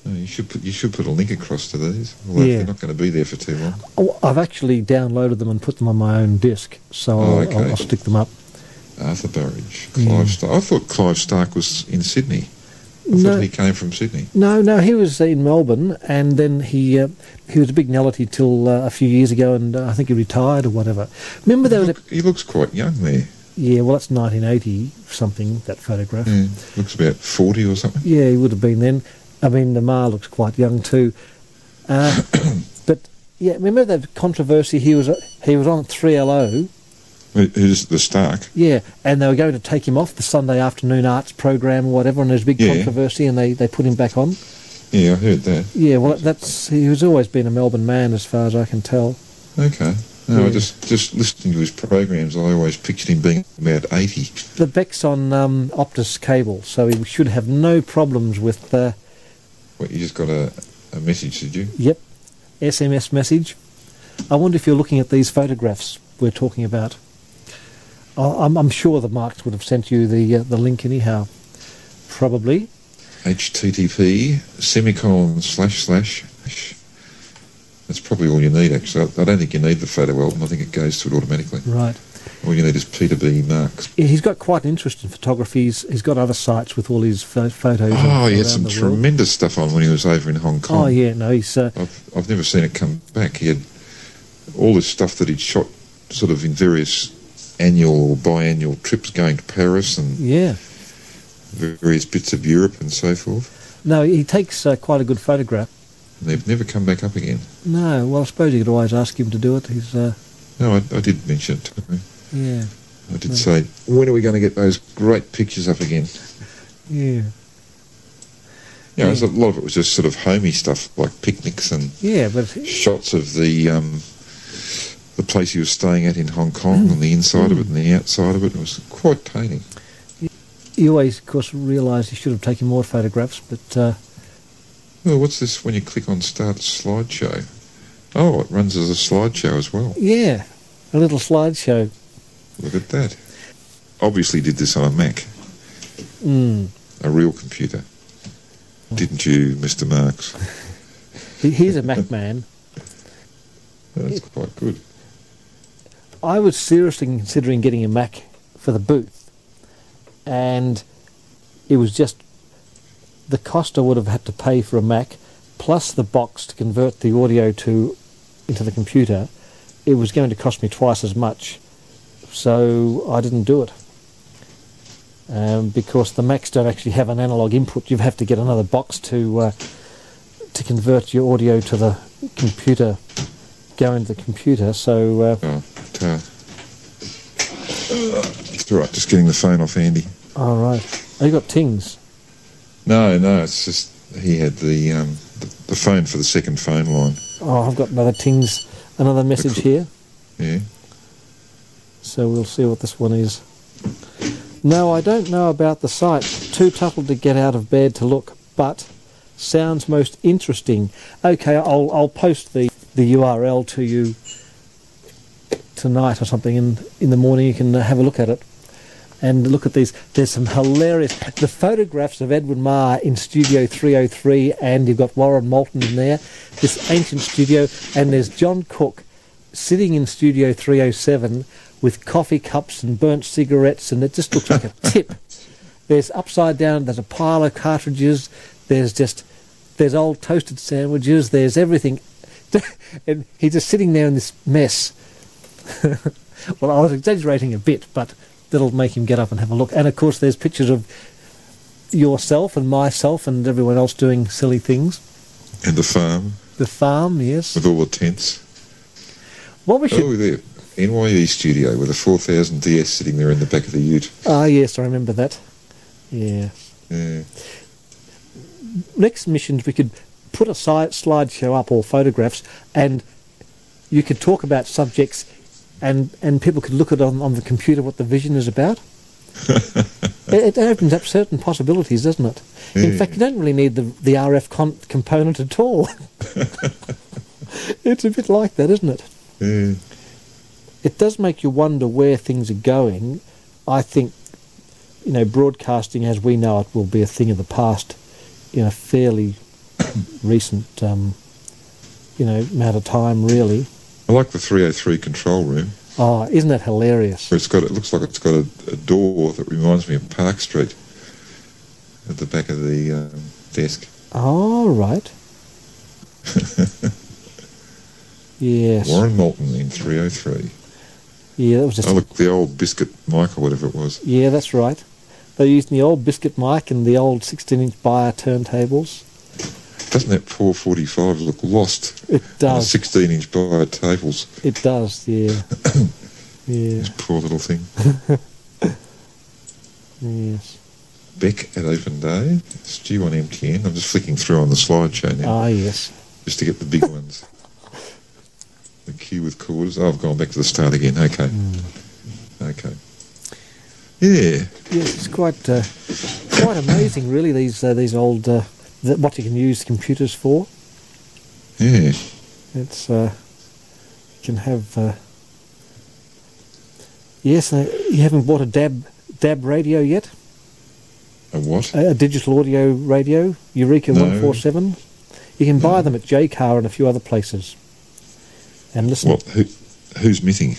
[SPEAKER 2] No, you should put you should put a link across to these. Although
[SPEAKER 1] Yeah.
[SPEAKER 2] they're not going to be there for too long.
[SPEAKER 1] Oh, I've actually downloaded them and put them on my own disk, so
[SPEAKER 2] Oh,
[SPEAKER 1] I'll,
[SPEAKER 2] okay.
[SPEAKER 1] I'll, I'll stick them up.
[SPEAKER 2] Arthur Burridge, Clive Stark. I thought Clive Stark was in Sydney. I thought
[SPEAKER 1] No.
[SPEAKER 2] he came from Sydney.
[SPEAKER 1] No, no, he was in Melbourne, and then he uh, he was a big nullity till uh, a few years ago, and uh, I think he retired or whatever. Remember there was a
[SPEAKER 2] Look, he looks quite young there.
[SPEAKER 1] yeah, well, that's 1980 something that photograph.
[SPEAKER 2] Yeah, looks about forty or something.
[SPEAKER 1] Yeah, he would have been then. I mean, the Ma looks quite young too. Uh, but yeah, remember that controversy? He was he was on 3LO,
[SPEAKER 2] Who- Who's the Stark?
[SPEAKER 1] yeah, and they were going to take him off the Sunday afternoon arts program or whatever, and there was a big
[SPEAKER 2] Yeah.
[SPEAKER 1] controversy, and they, they put him back on.
[SPEAKER 2] Yeah, I heard that.
[SPEAKER 1] Yeah, well, that's he was always been a Melbourne man as far as I can tell.
[SPEAKER 2] Okay. No,
[SPEAKER 1] Yeah.
[SPEAKER 2] just just listening to his programs, I always pictured him being about eighty.
[SPEAKER 1] The Beck's on um, Optus cable, so we should have no problems with uh,
[SPEAKER 2] What you just got a, a message, did you?
[SPEAKER 1] Yep. SMS message. I wonder if you're looking at these photographs we're talking about. I- I'm, I'm sure the Marks would have sent you the uh, the link anyhow. Probably.
[SPEAKER 2] HTTP semicolon slash slash. That's probably all you need. Actually, I, I don't think you need the photo album. I think it goes to it automatically.
[SPEAKER 1] Right.
[SPEAKER 2] All you need is Peter B. Marks.
[SPEAKER 1] He's got quite an interest in photography. He's, he's got other sites with all his pho- photos.
[SPEAKER 2] Oh, he
[SPEAKER 1] around
[SPEAKER 2] had some
[SPEAKER 1] the world.
[SPEAKER 2] tremendous stuff on when he was over in Hong Kong.
[SPEAKER 1] Oh, yeah, no, he's. Uh,
[SPEAKER 2] I've, I've never seen it come back. He had all this stuff that he'd shot sort of in various annual or biannual trips going to Paris and
[SPEAKER 1] yeah.
[SPEAKER 2] various bits of Europe and so forth.
[SPEAKER 1] No, he takes uh, quite a good photograph.
[SPEAKER 2] And they've never come back up again.
[SPEAKER 1] No, well, I suppose you could always ask him to do it. He's. Uh,
[SPEAKER 2] No, I, I did mention it to him.
[SPEAKER 1] yeah.
[SPEAKER 2] I did say, when are we going to get those great pictures up again?
[SPEAKER 1] Yeah.
[SPEAKER 2] You know, it's a lot of it was just sort of homey stuff like picnics and
[SPEAKER 1] Yeah, but
[SPEAKER 2] shots of the um, the place he was staying at in Hong Kong and the inside of it and the outside of it. It was quite painting.
[SPEAKER 1] he always, of course, realised he should have taken more photographs, but. Uh,
[SPEAKER 2] Well, what's this when you click on start slideshow? Oh, it runs as a slideshow as well.
[SPEAKER 1] Yeah, a little slideshow.
[SPEAKER 2] Look at that. Obviously did this on a Mac,
[SPEAKER 1] Mm.
[SPEAKER 2] a real computer. Didn't you, Mr. Marks?
[SPEAKER 1] He- He's a Mac man.
[SPEAKER 2] That's quite good.
[SPEAKER 1] I was seriously considering getting a Mac for the booth, and it was just the cost I would have had to pay for a Mac, plus the box to convert the audio to into the computer. It was going to cost me twice as much, so I didn't do it. Um, because the Macs don't actually have an analog input, you have to get another box to uh, to convert your audio to the computer, go into the computer. So. Uh,
[SPEAKER 2] Oh, ta. It's all right, just getting the phone off Andy.
[SPEAKER 1] All right. Oh, you got tings.
[SPEAKER 2] No, no, it's just he had the, um, the, the phone for the second phone line.
[SPEAKER 1] Oh, I've got another tings, another message here.
[SPEAKER 2] Yeah.
[SPEAKER 1] So we'll see what this one is. No, I don't know about the site. Too tousled to get out of bed to look, but sounds most interesting. Okay, I'll I'll post the the URL to you tonight or something, and in the morning you can uh, have a look at it and look at these. There's some hilarious the photographs of Edwin Marr in Studio 303, and you've got Warren Moulton in there, this ancient studio, and there's John Cook sitting in Studio 307 with coffee cups and burnt cigarettes, and it just looks like a tip. There's upside down. There's a pile of cartridges. There's just there's old toasted sandwiches. There's everything, and he's just sitting there in this mess. Well, I was exaggerating a bit, but that'll make him get up and have a look. And of course, there's pictures of yourself and myself and everyone else doing silly things.
[SPEAKER 2] And the farm
[SPEAKER 1] The farm, yes.
[SPEAKER 2] with all the tents.
[SPEAKER 1] What we should.
[SPEAKER 2] Oh, there. NYE E studio with a 4000 DS sitting there in the back of the ute.
[SPEAKER 1] Ah, yes, I remember that. Yeah.
[SPEAKER 2] Yeah.
[SPEAKER 1] Next missions, we could put a si- slideshow up or photographs, and you could talk about subjects, and, and people could look at on, on the computer what the vision is about. it, it opens up certain possibilities, doesn't it? In
[SPEAKER 2] Yeah.
[SPEAKER 1] fact, you don't really need the, the RF con- component at all. it's a bit like that, isn't it?
[SPEAKER 2] Yeah.
[SPEAKER 1] It does make you wonder where things are going. I think, you know, broadcasting as we know it will be a thing of the past in a fairly recent, um, you know, amount of time, really.
[SPEAKER 2] I like the 303 control room
[SPEAKER 1] Oh, isn't that hilarious?
[SPEAKER 2] where it's got, it looks like it's got a, a door that reminds me of Park Street at the back of the um, desk.
[SPEAKER 1] All right. yes.
[SPEAKER 2] Warren Moulton in 303.
[SPEAKER 1] Yeah, that was just
[SPEAKER 2] Oh, look, the old biscuit mic or whatever it was.
[SPEAKER 1] Yeah, that's right. They're using the old biscuit mic and the old 16-inch Beyer turntables.
[SPEAKER 2] Doesn't that 445 look lost?
[SPEAKER 1] It
[SPEAKER 2] on the
[SPEAKER 1] does.
[SPEAKER 2] 16 inch bio tables.
[SPEAKER 1] It does. Yeah. yeah.
[SPEAKER 2] This poor little thing.
[SPEAKER 1] Yes.
[SPEAKER 2] Beck at Open Day. Stew on MTN. I'm just flicking through on the slideshow now
[SPEAKER 1] Ah, yes.
[SPEAKER 2] just to get the big ones. The queue with quarters. Oh, I've gone back to the start again. Okay.
[SPEAKER 1] Hmm.
[SPEAKER 2] Okay. Yeah.
[SPEAKER 1] Yes, it's quite uh, quite amazing, really. These uh, these old uh, th- what you can use computers for.
[SPEAKER 2] Yeah.
[SPEAKER 1] It's uh, you can have. Uh, yes, uh, you haven't bought a dab dab radio yet,
[SPEAKER 2] A what?
[SPEAKER 1] a, a digital audio radio, Eureka
[SPEAKER 2] No.
[SPEAKER 1] One Four Seven. You can buy them at JCar and a few other places, and listen.
[SPEAKER 2] What? Who? Who's missing?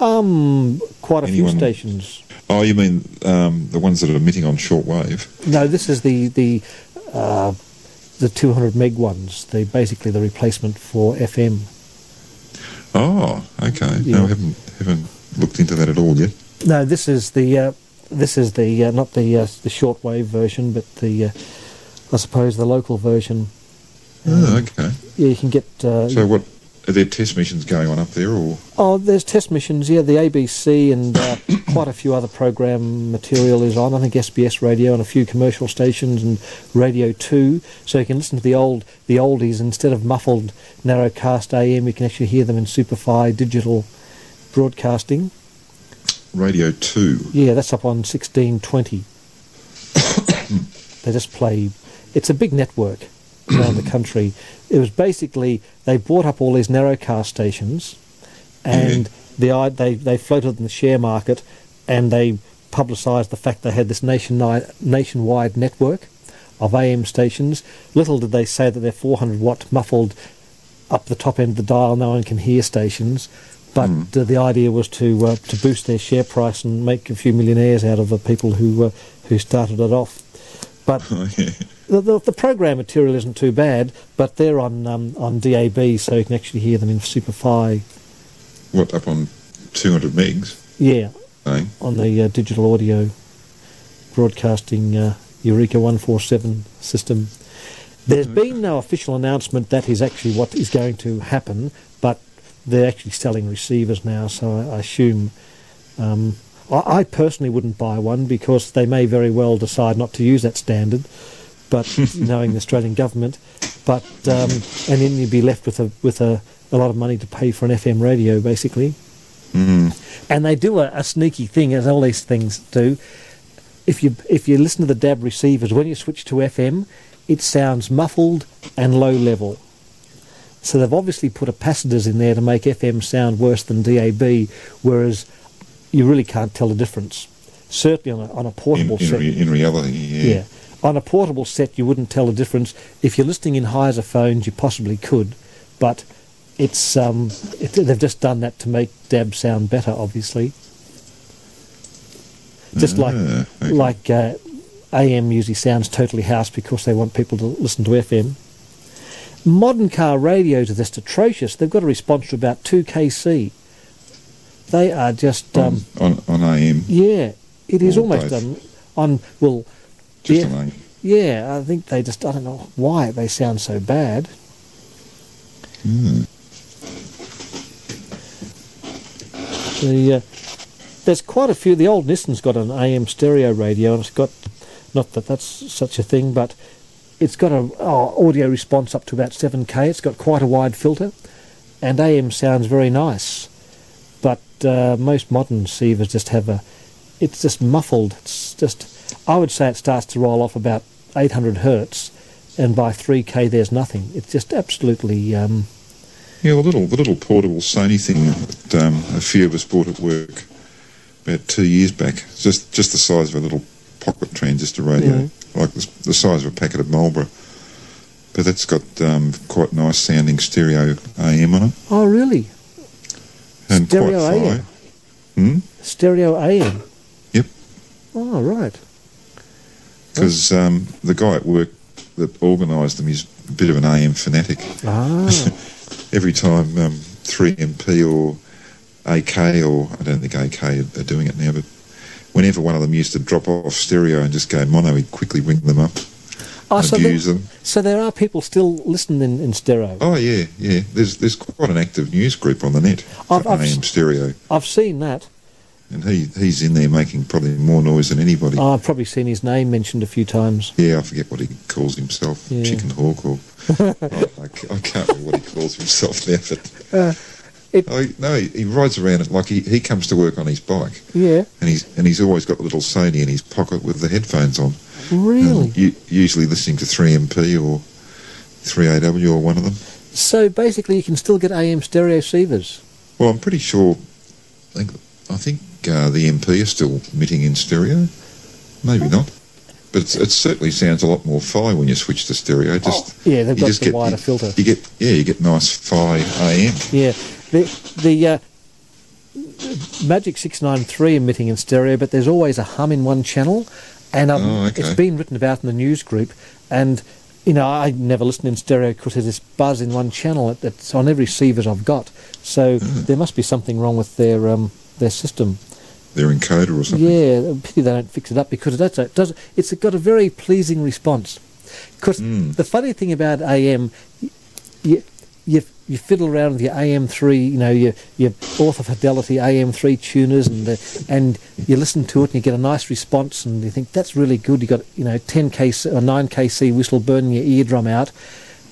[SPEAKER 1] Um, quite a
[SPEAKER 2] Anyone-
[SPEAKER 1] few stations.
[SPEAKER 2] Oh, you mean um, the ones that are emitting on shortwave?
[SPEAKER 1] No, this is the the uh, the 200 meg ones. They basically the replacement for FM.
[SPEAKER 2] Oh, okay. No,
[SPEAKER 1] Yeah.
[SPEAKER 2] I haven't haven't looked into that at all yet.
[SPEAKER 1] No, this is the uh, this is the uh, not the uh, the shortwave version, but the uh, I suppose the local version.
[SPEAKER 2] Oh, okay.
[SPEAKER 1] Yeah, you can get. Uh,
[SPEAKER 2] So what? Are there test missions going on up there, or
[SPEAKER 1] oh, there's test missions. Yeah, the ABC and uh, quite a few other program material is on. I think SBS Radio and a few commercial stations and Radio Two. So you can listen to the old the oldies instead of muffled narrowcast AM. You can actually hear them in Superfi digital broadcasting.
[SPEAKER 2] Radio Two?
[SPEAKER 1] Yeah, that's up on 1620. they just play. It's a big network around the country. It was basically they bought up all these narrowcast stations, and the i- they they floated them in the share market, and they publicised the fact they had this nationwide nationwide network of AM stations. Little did they say that their 400 watt muffled up the top end of the dial, no one can hear stations. But uh, the idea was to uh, to boost their share price and make a few millionaires out of the people who uh, who started it off. But
[SPEAKER 2] Oh, yeah.
[SPEAKER 1] the, the, the program material isn't too bad, but they're on um, on DAB, so you can actually hear them in Superfi.
[SPEAKER 2] What up on two hundred megs?
[SPEAKER 1] Yeah,
[SPEAKER 2] Eh?
[SPEAKER 1] on the uh, digital audio broadcasting uh, Eureka 147 system. There's been no official announcement that is actually what is going to happen, but they're actually selling receivers now, so I, I assume. Um, I, I personally wouldn't buy one because they may very well decide not to use that standard, but knowing the Australian government, but um, and then you'd be left with a with a, a lot of money to pay for an FM radio, basically.
[SPEAKER 2] Mm-hmm.
[SPEAKER 1] And they do a, a sneaky thing, as all these things do. If you if you listen to the DAB receivers, when you switch to FM, it sounds muffled and low level. So they've obviously put capacitors in there to make FM sound worse than DAB, whereas you really can't tell the difference. Certainly on a, on a
[SPEAKER 2] In
[SPEAKER 1] portable
[SPEAKER 2] in,
[SPEAKER 1] set,
[SPEAKER 2] re- in reality, yeah.
[SPEAKER 1] yeah. On a portable set, you wouldn't tell the difference. If you're listening in hydrophones, you possibly could, but it's um, it, they've just done that to make DAB sound better, obviously. Just like
[SPEAKER 2] Ah, okay.
[SPEAKER 1] like uh, AM usually sounds totally house because they want people to listen to FM. Modern car radios are just atrocious. They've got a response to about two kc. They are just um,
[SPEAKER 2] on, on on AM,
[SPEAKER 1] yeah. It is
[SPEAKER 2] Or
[SPEAKER 1] almost
[SPEAKER 2] Hmm. both.
[SPEAKER 1] um, on well.
[SPEAKER 2] just
[SPEAKER 1] yeah.
[SPEAKER 2] on AM.
[SPEAKER 1] Yeah, I think they just, I don't know why they sound so bad. The, uh, there's quite a few. The old Nissan's got an AM stereo radio, and it's got, not that that's such a thing, but it's got a oh, audio response up to about 7K. It's got quite a wide filter, and AM sounds very nice. But uh, most modern receivers just have a, it's just muffled. It's just, I would say it starts to roll off about 800 hertz, and by 3K there's nothing. It's just absolutely, um,
[SPEAKER 2] Yeah, the little the little portable Sony thing that um, a few of us bought at work about two years back. It's Just just the size of a little pocket transistor radio, like the, the size of a packet of Marlboro. But that's got um, quite nice sounding stereo AM on it,
[SPEAKER 1] oh really?
[SPEAKER 2] and
[SPEAKER 1] Stereo
[SPEAKER 2] quite fine. Hmm?
[SPEAKER 1] AM? Stereo AM?
[SPEAKER 2] Yep.
[SPEAKER 1] Oh, right.
[SPEAKER 2] Because um, the guy at work that organised them is a bit of an AM fanatic.
[SPEAKER 1] Ah,
[SPEAKER 2] Every time um, 3MP or AK, or I don't think AK are- are doing it now, but whenever one of them used to drop off stereo and just go mono, he'd quickly ring them up
[SPEAKER 1] oh
[SPEAKER 2] and
[SPEAKER 1] so, there,
[SPEAKER 2] abuse them.
[SPEAKER 1] so there are people still listening in, in stereo.
[SPEAKER 2] Oh, yeah, yeah. There's there's quite an active news group on the net for
[SPEAKER 1] I've- I've
[SPEAKER 2] AM
[SPEAKER 1] s-
[SPEAKER 2] stereo,
[SPEAKER 1] I've seen that.
[SPEAKER 2] and he, he's in there making probably more noise than anybody.
[SPEAKER 1] Oh, I've probably seen his name mentioned a few times.
[SPEAKER 2] Yeah, I forget what he calls himself,
[SPEAKER 1] Yeah.
[SPEAKER 2] Chicken Hawk, or I, I ca- I can't remember what he calls himself now, but
[SPEAKER 1] Uh, It-
[SPEAKER 2] Oh, he- no, he, he rides around it like he, he comes to work on his bike,
[SPEAKER 1] Yeah,
[SPEAKER 2] and he's and he's always got a little Sony in his pocket with the headphones on.
[SPEAKER 1] really.
[SPEAKER 2] And u- usually listening to 3MP or 3AW or one of them.
[SPEAKER 1] So basically, you can still get AM stereo receivers.
[SPEAKER 2] Well, I'm pretty sure. I think I think uh, the MP is still emitting in stereo.
[SPEAKER 1] Oh.
[SPEAKER 2] Maybe not, but it's, it certainly sounds a lot more fi when you switch to stereo. Just
[SPEAKER 1] Oh. Yeah, they've
[SPEAKER 2] you
[SPEAKER 1] got
[SPEAKER 2] just
[SPEAKER 1] the
[SPEAKER 2] get
[SPEAKER 1] wider
[SPEAKER 2] you,
[SPEAKER 1] filter.
[SPEAKER 2] You get yeah, you get nice fi AM.
[SPEAKER 1] Yeah, the the uh, Magic Six Nine Three emitting in stereo, but there's always a hum in one channel, and um,
[SPEAKER 2] Oh, okay.
[SPEAKER 1] it's been written about in the news group. And you know, I never listen in stereo because there's this buzz in one channel that, that's on every receivers I've got. So
[SPEAKER 2] Hmm.
[SPEAKER 1] there must be something wrong with their um, their system.
[SPEAKER 2] Their encoder or something.
[SPEAKER 1] Yeah, a pity they don't fix it up because that's it does it's got a very pleasing response. Because
[SPEAKER 2] Hmm.
[SPEAKER 1] the funny thing about AM, you, you you fiddle around with your AM three, you know your your author fidelity AM three tuners, and uh, and you listen to it and you get a nice response, and you think that's really good. You got you know ten kc or nine kc whistle burning your eardrum out,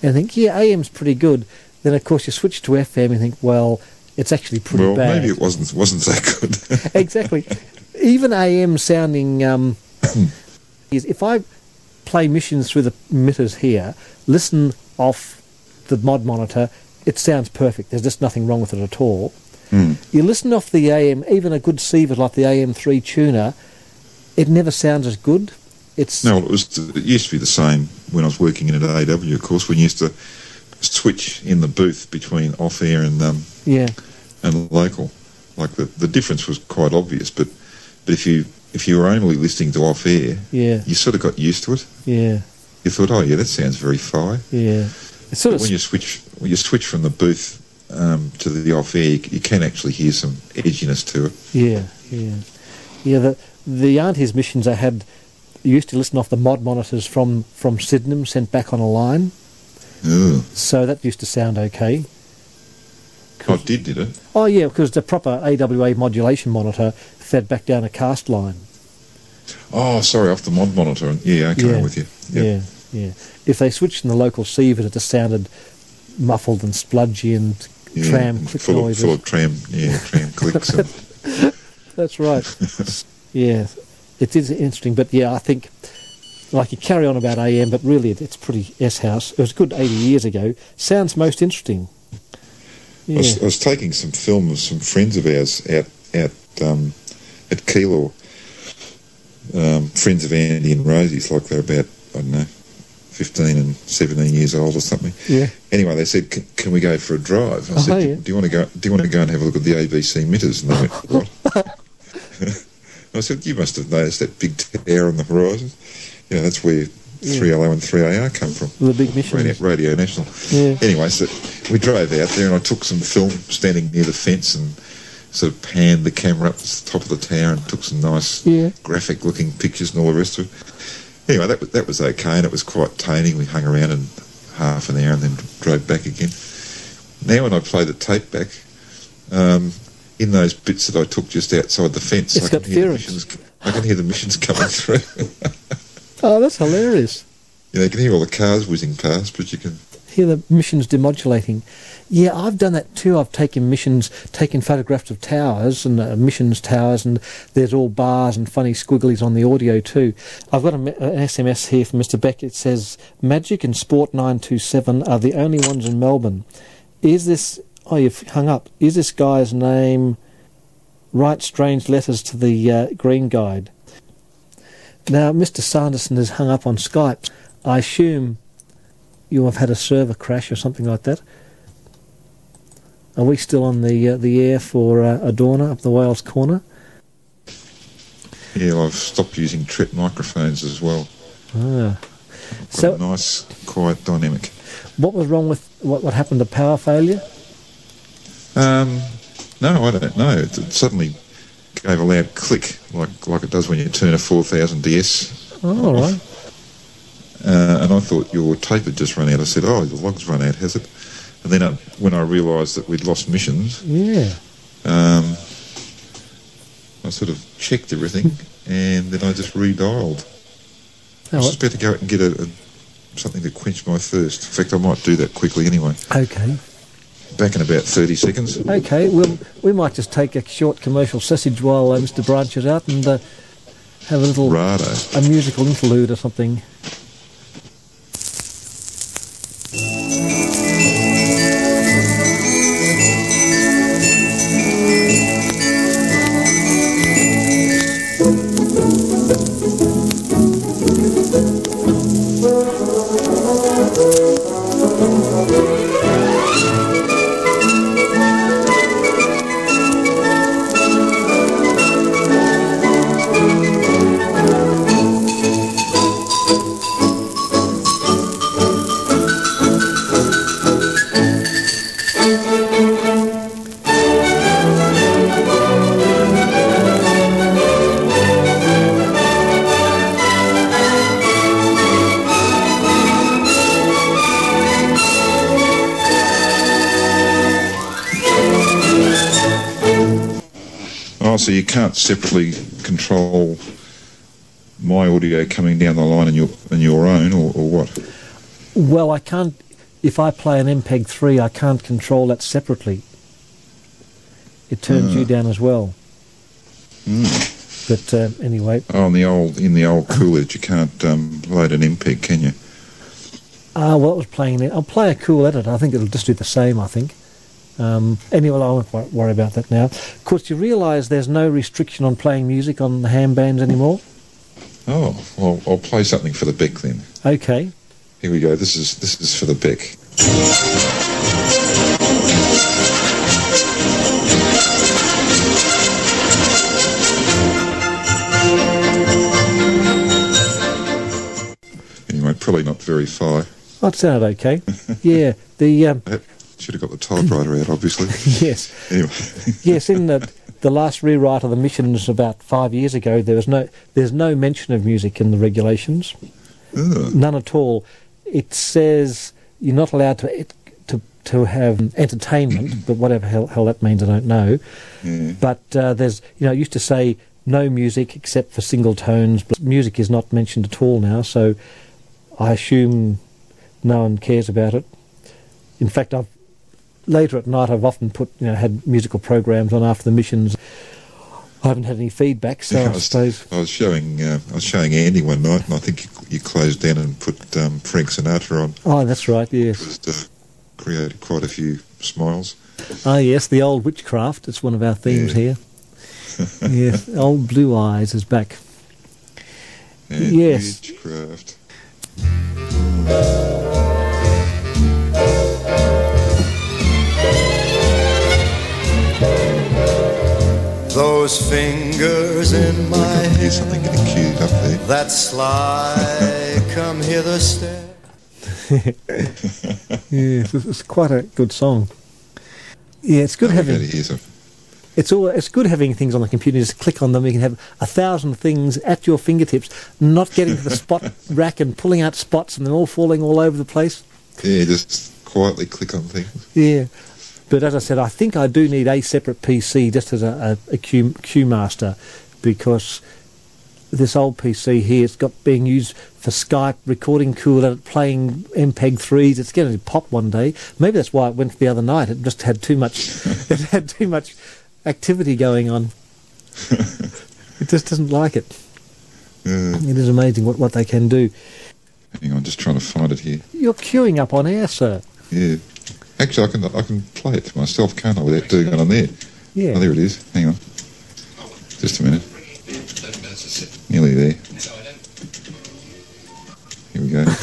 [SPEAKER 1] and think yeah AM's pretty good. Then of course you switch to FM and think well it's actually pretty
[SPEAKER 2] Well,
[SPEAKER 1] bad
[SPEAKER 2] maybe it wasn't wasn't that good.
[SPEAKER 1] exactly. Even AM sounding. Um, is if I play missions through the emitters here, listen off the mod monitor, it sounds perfect. There's just nothing wrong with it at all.
[SPEAKER 2] Hmm.
[SPEAKER 1] You listen off the AM, even a good receiver like the AM3 tuner, it never sounds as good. It's
[SPEAKER 2] no, it was. It used to be the same when I was working in at AW. Of course, when you used to switch in the booth between off air and um,
[SPEAKER 1] yeah,
[SPEAKER 2] and local. Like the, the difference was quite obvious, but but if you if you were only listening to off air,
[SPEAKER 1] yeah,
[SPEAKER 2] you sort of got used to it.
[SPEAKER 1] yeah,
[SPEAKER 2] You thought, oh yeah, that sounds very fi.
[SPEAKER 1] yeah. It's sort
[SPEAKER 2] But
[SPEAKER 1] of
[SPEAKER 2] when you switch when you switch from the booth um, to the off air, you, you can actually hear some edginess to it.
[SPEAKER 1] Yeah, yeah, yeah. The the auntie's missions I had you used to listen off the mod monitors from from Sydenham sent back on a line,
[SPEAKER 2] Ugh.
[SPEAKER 1] so that used to sound okay.
[SPEAKER 2] I did, did it?
[SPEAKER 1] Oh yeah, because the proper AWA modulation monitor fed back down a cast line.
[SPEAKER 2] Oh, sorry, off the mod monitor. And, yeah, okay,
[SPEAKER 1] Yeah.
[SPEAKER 2] I'm with you. Yep.
[SPEAKER 1] Yeah, yeah. If they switched in the local sievers, it just sounded muffled and spludgy and
[SPEAKER 2] Yeah,
[SPEAKER 1] tram
[SPEAKER 2] and
[SPEAKER 1] click
[SPEAKER 2] full of,
[SPEAKER 1] noises.
[SPEAKER 2] full of tram, yeah, tram clicks. And,
[SPEAKER 1] That's right. yeah, it is interesting, but yeah, I think like you carry on about AM, but really it, it's pretty S house. It was good eighty years ago. Sounds most interesting.
[SPEAKER 2] I,
[SPEAKER 1] Yeah,
[SPEAKER 2] was, I was taking some film of some friends of ours out out um, at Keilor. Um, friends of Andy and Rosie's, like they're about I don't know, fifteen and seventeen years old or something.
[SPEAKER 1] yeah,
[SPEAKER 2] Anyway, they said, "Can, can we go for a drive?" I
[SPEAKER 1] Oh,
[SPEAKER 2] said,
[SPEAKER 1] yeah.
[SPEAKER 2] do, you want to go? Do you want to go and have a look at the ABC meters?" And they went, "What?" I said, "You must have noticed that big tower on the horizon. You know, that's where three LO and three AR come from."
[SPEAKER 1] the big
[SPEAKER 2] Radio,
[SPEAKER 1] mission.
[SPEAKER 2] Radio National.
[SPEAKER 1] Yeah.
[SPEAKER 2] Anyway, so we drove out there and I took some film standing near the fence and sort of panned the camera up to the top of the tower and took some nice
[SPEAKER 1] Yeah.
[SPEAKER 2] graphic looking pictures and all the rest of it. Anyway, that was, that was okay and it was quite toning. We hung around in half an hour and then drove back again. Now, when I play the tape back, um, in those bits that I took just outside the fence,
[SPEAKER 1] It's
[SPEAKER 2] I, can
[SPEAKER 1] got
[SPEAKER 2] hear the
[SPEAKER 1] theorems.
[SPEAKER 2] missions, I can hear the missions coming through.
[SPEAKER 1] Oh, that's hilarious.
[SPEAKER 2] you know, you can hear all the cars whizzing past, but you can
[SPEAKER 1] Hear the missions demodulating. Yeah, I've done that too. I've taken missions, taken photographs of towers and uh, missions towers, and there's all bars and funny squigglies on the audio too. I've got a, me- uh, an SMS here from Mr. Beck. It says, Magic and Sport 927 are the only ones in Melbourne. Is this. Oh, you've hung up. Is this guy's name. Write strange letters to the uh, Green Guide. Now, Mr. Sanderson is hung up on Skype. I assume you have had a server crash or something like that. Are we still on the uh, the air for uh, Adorna up the Wales corner?
[SPEAKER 2] Yeah, I've stopped using trip microphones as well.
[SPEAKER 1] Ah.
[SPEAKER 2] Got
[SPEAKER 1] So,
[SPEAKER 2] a nice, quiet dynamic.
[SPEAKER 1] what was wrong with what, what happened to power failure?
[SPEAKER 2] Um, no, I don't know. It, it suddenly gave a loud click, like like it does when you turn a 4000 DS.
[SPEAKER 1] Oh, all right.
[SPEAKER 2] Uh, and I thought your tape had just run out. I said, "Oh, the log's run out, has it?" And then I, when I realised that we'd lost missions,
[SPEAKER 1] Yeah.
[SPEAKER 2] um, I sort of checked everything, and then I just redialed. I
[SPEAKER 1] Oh,
[SPEAKER 2] was just about to go out and get a, a something to quench my thirst. In fact, I might do that quickly anyway.
[SPEAKER 1] okay.
[SPEAKER 2] Back in about 30 seconds.
[SPEAKER 1] Okay, well, we might just take a short commercial sausage while uh, Mr. Branch is out and uh, have a little
[SPEAKER 2] Righto.
[SPEAKER 1] a musical interlude or something.
[SPEAKER 2] Oh, so you can't separately control my audio coming down the line and your and your own, or, or what?
[SPEAKER 1] Well, I can't. If I play an MPEG 3, I can't control that separately. It turns you down as well. But uh, anyway,
[SPEAKER 2] Oh, in the old in the old Coolidge, you can't um, load an MPEG, can you?
[SPEAKER 1] ah, well, it was playing it. I'll play a cool edit. I think it'll just do the same, I think. Um, anyway, I won't wor- worry about that now. Of course, you realise there's no restriction on playing music on the ham bands anymore?
[SPEAKER 2] Oh, well, I'll play something for the Beck then.
[SPEAKER 1] Okay.
[SPEAKER 2] Here we go. This is this is for the Beck. Anyway, probably not very far.
[SPEAKER 1] That sounded okay. yeah, the. Um,
[SPEAKER 2] Should have got the typewriter out, obviously.
[SPEAKER 1] yes.
[SPEAKER 2] anyway.
[SPEAKER 1] Yes, in the the last rewrite of the missions about five years ago, there was no there's no mention of music in the regulations,
[SPEAKER 2] Ugh.
[SPEAKER 1] none at all. It says you're not allowed to it, to to have entertainment, but whatever hell, hell that means, I don't know.
[SPEAKER 2] Yeah.
[SPEAKER 1] But uh, there's you know it used to say no music except for single tones, but music is not mentioned at all now. So I assume no one cares about it. In fact, I've later at night I've often put you know had musical programs on after the missions. I haven't had any feedback, so
[SPEAKER 2] Yeah,
[SPEAKER 1] I suppose
[SPEAKER 2] I was showing uh, I was showing Andy one night, and I think you, you closed down and put um, Frank Sinatra on.
[SPEAKER 1] oh, that's right, yes,
[SPEAKER 2] Just uh, created quite a few smiles.
[SPEAKER 1] ah, yes, the old witchcraft. It's one of our themes
[SPEAKER 2] Yeah.
[SPEAKER 1] here. yes, old blue eyes is back.
[SPEAKER 2] And
[SPEAKER 1] Yes.
[SPEAKER 2] witchcraft.
[SPEAKER 5] Those fingers in
[SPEAKER 2] I
[SPEAKER 5] my
[SPEAKER 2] think I can hear
[SPEAKER 5] hair,
[SPEAKER 2] something getting queued up there.
[SPEAKER 5] that sly come hither stare.
[SPEAKER 1] Yes, it's- it's quite a good song. Yeah, it's good
[SPEAKER 2] Oh,
[SPEAKER 1] having
[SPEAKER 2] gotta hear some-
[SPEAKER 1] It's all. It's good having things on the computer. Just click on them. You can have a thousand things at your fingertips. Not getting to the spot rack and pulling out spots and they're all falling all over the place.
[SPEAKER 2] Yeah, just quietly click on things.
[SPEAKER 1] Yeah. But as I said, I think I do need a separate PC just as a, a, a Q, Q master because this old PC here it's got being used for Skype, recording cool at it, playing MPEG threes. It's going to pop one day. Maybe that's why it went the other night. It just had too much. it had too much activity going on. it just doesn't like it.
[SPEAKER 2] Uh,
[SPEAKER 1] It is amazing what, what they can do.
[SPEAKER 2] hang on, just trying to find it here.
[SPEAKER 1] You're queuing up on air, sir.
[SPEAKER 2] Yeah. Actually, I can I can play it myself, can't I? Without doing it on there.
[SPEAKER 1] Yeah.
[SPEAKER 2] Oh, there it is. Hang on. Just a minute. Nearly there. Here we go.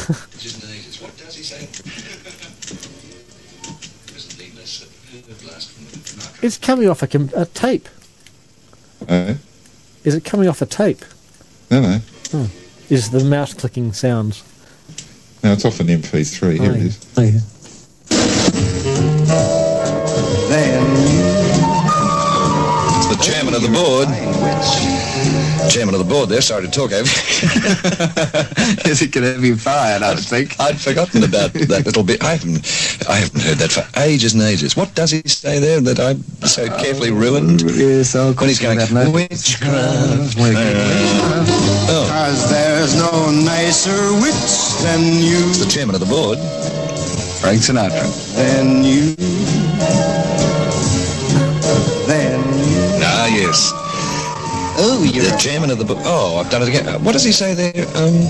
[SPEAKER 1] It's coming off a, com- a tape.
[SPEAKER 2] Uh,
[SPEAKER 1] Is it coming off a tape?
[SPEAKER 2] no, no.
[SPEAKER 1] is the mouse clicking sounds.
[SPEAKER 2] No, it's off an MP3. Here it is.
[SPEAKER 1] Oh, yeah.
[SPEAKER 3] It's the chairman of the board. Chairman of the board there, sorry to talk over
[SPEAKER 6] Is it going to be fired, I think?
[SPEAKER 3] I'd forgotten about that little bit. I haven't, I haven't heard that for ages and ages. What does he say there that I so carefully ruined?
[SPEAKER 6] Yes, I'll
[SPEAKER 3] When he's going,
[SPEAKER 6] that note.
[SPEAKER 3] witchcraft. Oh,
[SPEAKER 5] Cause there's no nicer witch than you,
[SPEAKER 3] it's the chairman of the board.
[SPEAKER 6] Frank Sinatra.
[SPEAKER 5] than you.
[SPEAKER 6] Then,
[SPEAKER 3] Ah, yes.
[SPEAKER 6] oh, you're
[SPEAKER 3] The chairman of the book. Oh, I've done it again. Uh, What does he say there? Um,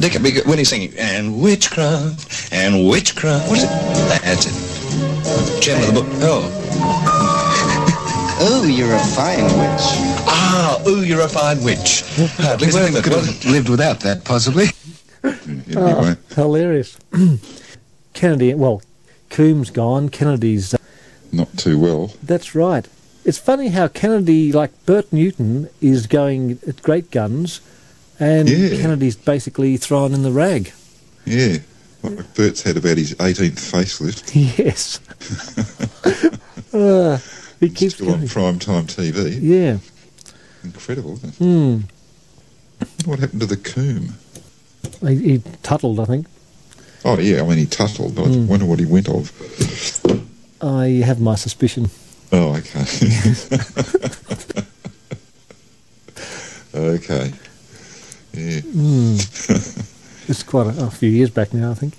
[SPEAKER 3] Dick, because- when he's singing, and witchcraft, and witchcraft. What is it? That's it. Chairman of the book. Oh,
[SPEAKER 6] oh, you're a fine witch.
[SPEAKER 3] ah, ooh, you're a fine witch. Hardly
[SPEAKER 6] Miss
[SPEAKER 3] worth
[SPEAKER 6] Pink
[SPEAKER 3] it.
[SPEAKER 6] could
[SPEAKER 3] wasn't
[SPEAKER 6] have lived without that, possibly.
[SPEAKER 1] Oh.
[SPEAKER 2] Anyway,
[SPEAKER 1] Hilarious. Kennedy, well, Coombs gone. Kennedy's. uh,
[SPEAKER 2] not too well.
[SPEAKER 1] That's right. It's funny how Kennedy, like Bert Newton, is going at great guns, and
[SPEAKER 2] Yeah.
[SPEAKER 1] Kennedy's basically thrown in the rag.
[SPEAKER 2] Yeah. Like Bert's had about his 18th facelift.
[SPEAKER 1] yes. Uh, he keeps
[SPEAKER 2] Still on
[SPEAKER 1] going.
[SPEAKER 2] prime time TV.
[SPEAKER 1] Yeah.
[SPEAKER 2] Incredible, isn't it?
[SPEAKER 1] Hmm.
[SPEAKER 2] What happened to the coombe?
[SPEAKER 1] He, he tuttled, I think.
[SPEAKER 2] Oh, yeah, I mean, he tuttled, but
[SPEAKER 1] Hmm.
[SPEAKER 2] I wonder what he went of.
[SPEAKER 1] I have my suspicion.
[SPEAKER 2] Oh, okay. okay. Yeah.
[SPEAKER 1] It's quite a, a few years back now, I think.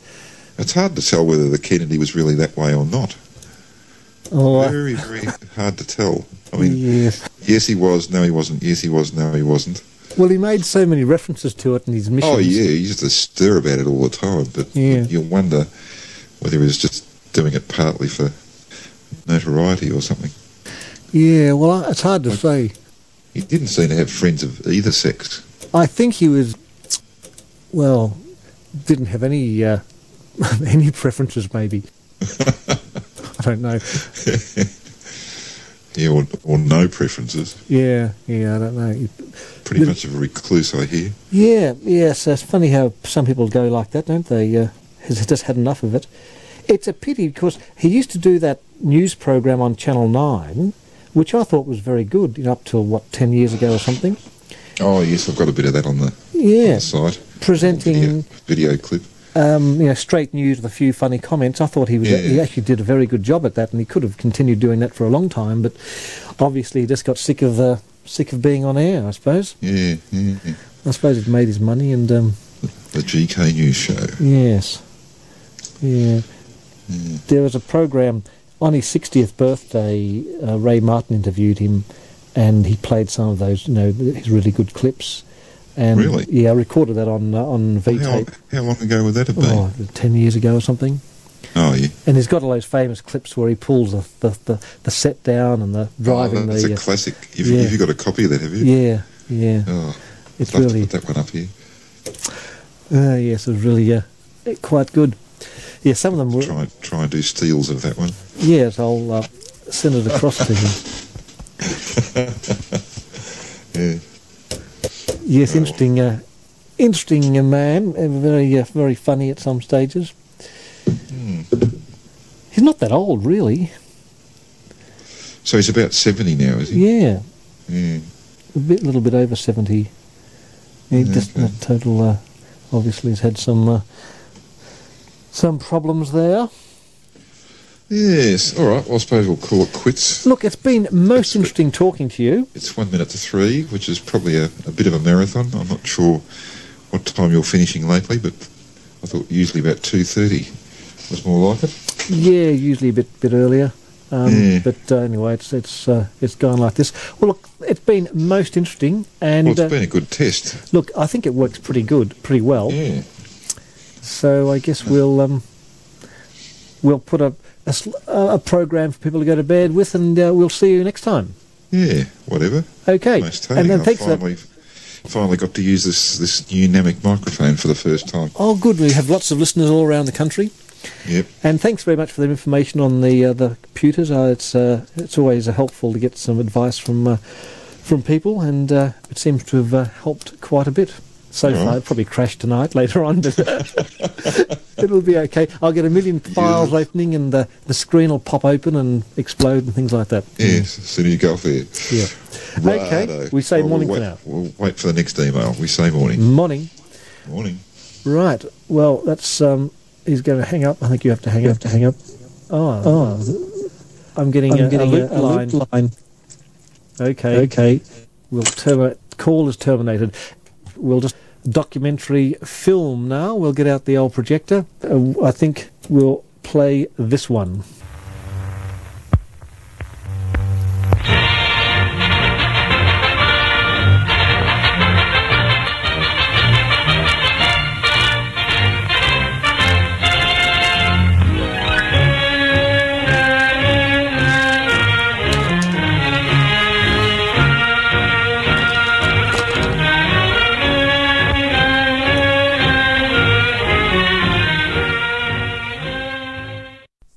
[SPEAKER 2] It's hard to tell whether the Kennedy was really that way or not.
[SPEAKER 1] Oh, I-
[SPEAKER 2] Very, very hard to tell. I mean,
[SPEAKER 1] yes.
[SPEAKER 2] yes, he was, no, he wasn't. Yes, he was, no, he wasn't.
[SPEAKER 1] Well, he made so many references to it in his missions.
[SPEAKER 2] Oh, yeah, he used to stir about it all the time, but
[SPEAKER 1] Yeah.
[SPEAKER 2] you wonder whether he was just doing it partly for notoriety or something.
[SPEAKER 1] Yeah, well, I- it's hard to say.
[SPEAKER 2] He didn't seem to have friends of either sex.
[SPEAKER 1] I think he was, well, didn't have any uh, any preferences. Maybe I don't know.
[SPEAKER 2] Yeah, or, or no preferences.
[SPEAKER 1] Yeah, yeah, I don't know.
[SPEAKER 2] Pretty
[SPEAKER 1] Yeah.
[SPEAKER 2] much of a recluse, I hear.
[SPEAKER 1] Yeah, yeah. So it's funny how some people go like that, don't they? Uh, has just had enough of it. It's a pity because he used to do that news program on Channel Nine, which I thought was very good you know, up till what ten years ago or something.
[SPEAKER 2] Oh, yes, I've got a bit of that on the, on
[SPEAKER 1] Yeah,
[SPEAKER 2] the site. Video,
[SPEAKER 1] presenting
[SPEAKER 2] video clip.
[SPEAKER 1] um, you know, straight news with a few funny comments. I thought he was
[SPEAKER 2] Yeah.
[SPEAKER 1] he actually did a very good job at that, and he could have continued doing that for a long time. But obviously, he just got sick of uh, sick of being on air. I suppose.
[SPEAKER 2] Yeah, yeah. yeah.
[SPEAKER 1] I suppose he'd made his money, and um,
[SPEAKER 2] The GK News Show.
[SPEAKER 1] yes, yeah.
[SPEAKER 2] Hmm.
[SPEAKER 1] There was a program on his 60th birthday. Uh, Ray Martin interviewed him, and he played some of those, you know, his really good clips. And
[SPEAKER 2] Really?
[SPEAKER 1] yeah, I recorded that on uh, on V
[SPEAKER 2] How,
[SPEAKER 1] tape.
[SPEAKER 2] how long ago would that have been?
[SPEAKER 1] Oh, 10 years ago or something.
[SPEAKER 2] Oh, yeah.
[SPEAKER 1] And he's got all those famous clips where he pulls the the, the, the set down and the driving
[SPEAKER 2] oh, that's
[SPEAKER 1] the
[SPEAKER 2] a
[SPEAKER 1] uh,
[SPEAKER 2] classic. You've,
[SPEAKER 1] yeah.
[SPEAKER 2] you've got a copy of that, have you?
[SPEAKER 1] yeah yeah.
[SPEAKER 2] Oh,
[SPEAKER 1] it's
[SPEAKER 2] I'd love
[SPEAKER 1] really
[SPEAKER 2] to put that one up here.
[SPEAKER 1] uh, yes, it's really uh, quite good. Yeah, some of them were.
[SPEAKER 2] Try, try and do steals of that one.
[SPEAKER 1] Yes, I'll uh, send it across to him.
[SPEAKER 2] Yeah.
[SPEAKER 1] Yes, interesting, uh, interesting uh, man. uh, Very uh, very funny at some stages.
[SPEAKER 2] Hmm.
[SPEAKER 1] He's not that old, really.
[SPEAKER 2] So he's about 70 now, is he?
[SPEAKER 1] Yeah,
[SPEAKER 2] Yeah.
[SPEAKER 1] a bit, little bit over seventy. He just
[SPEAKER 2] okay.
[SPEAKER 1] not total. Uh, obviously, has had some uh, some problems there.
[SPEAKER 2] Yes. All right. Well, I suppose we'll call it quits.
[SPEAKER 1] Look, it's been most
[SPEAKER 2] It's-
[SPEAKER 1] interesting talking to you.
[SPEAKER 2] It's one minute to three, which is probably a, a bit of a marathon. I'm not sure what time you're finishing lately, but I thought usually about 2.30 was more like it.
[SPEAKER 1] Yeah, usually a bit bit earlier. Um,
[SPEAKER 2] Yeah.
[SPEAKER 1] But uh, anyway, it's it's uh, it's gone like this. Well, look, it's been most interesting, and
[SPEAKER 2] Well, it's
[SPEAKER 1] uh,
[SPEAKER 2] been a good test.
[SPEAKER 1] look, I think it works pretty good, pretty well.
[SPEAKER 2] Yeah.
[SPEAKER 1] So I guess we'll um, we'll put a a, sl- a program for people to go to bed with, and uh, we'll see you next time.
[SPEAKER 2] Yeah. Whatever.
[SPEAKER 1] Okay,
[SPEAKER 2] Nice
[SPEAKER 1] and
[SPEAKER 2] telling.
[SPEAKER 1] then
[SPEAKER 2] I
[SPEAKER 1] thanks. for that-
[SPEAKER 2] finally, finally got to use this, this new Namek microphone for the first time.
[SPEAKER 1] Oh, good. We have lots of listeners all around the country.
[SPEAKER 2] Yep.
[SPEAKER 1] And thanks very much for the information on the uh, the computers. Uh, it's uh, it's always uh, helpful to get some advice from uh, from people, and uh, it seems to have uh, helped quite a bit so
[SPEAKER 2] All right.
[SPEAKER 1] far. It probably crashed tonight later on, but it'll be okay. I'll get a million files
[SPEAKER 2] Yeah.
[SPEAKER 1] opening, and the the screen will pop open and explode and things like that.
[SPEAKER 2] Yes. As soon as you go off there.
[SPEAKER 1] Yeah. Hmm. Okay.
[SPEAKER 2] Righto.
[SPEAKER 1] We say
[SPEAKER 2] Well, we'll
[SPEAKER 1] morning
[SPEAKER 2] wait,
[SPEAKER 1] for now. Hmm.
[SPEAKER 2] We'll wait for the next email. We say morning.
[SPEAKER 1] Morning.
[SPEAKER 2] Morning.
[SPEAKER 1] Right. Well, that's um. He's going to hang up. I think you have to hang up. to hang up. Oh. Oh. I'm getting, a, a loop line. Okay. Okay. We'll terminate. Call is terminated. We'll just documentary film now. We'll get out the old projector. Uh, I think we'll play this one.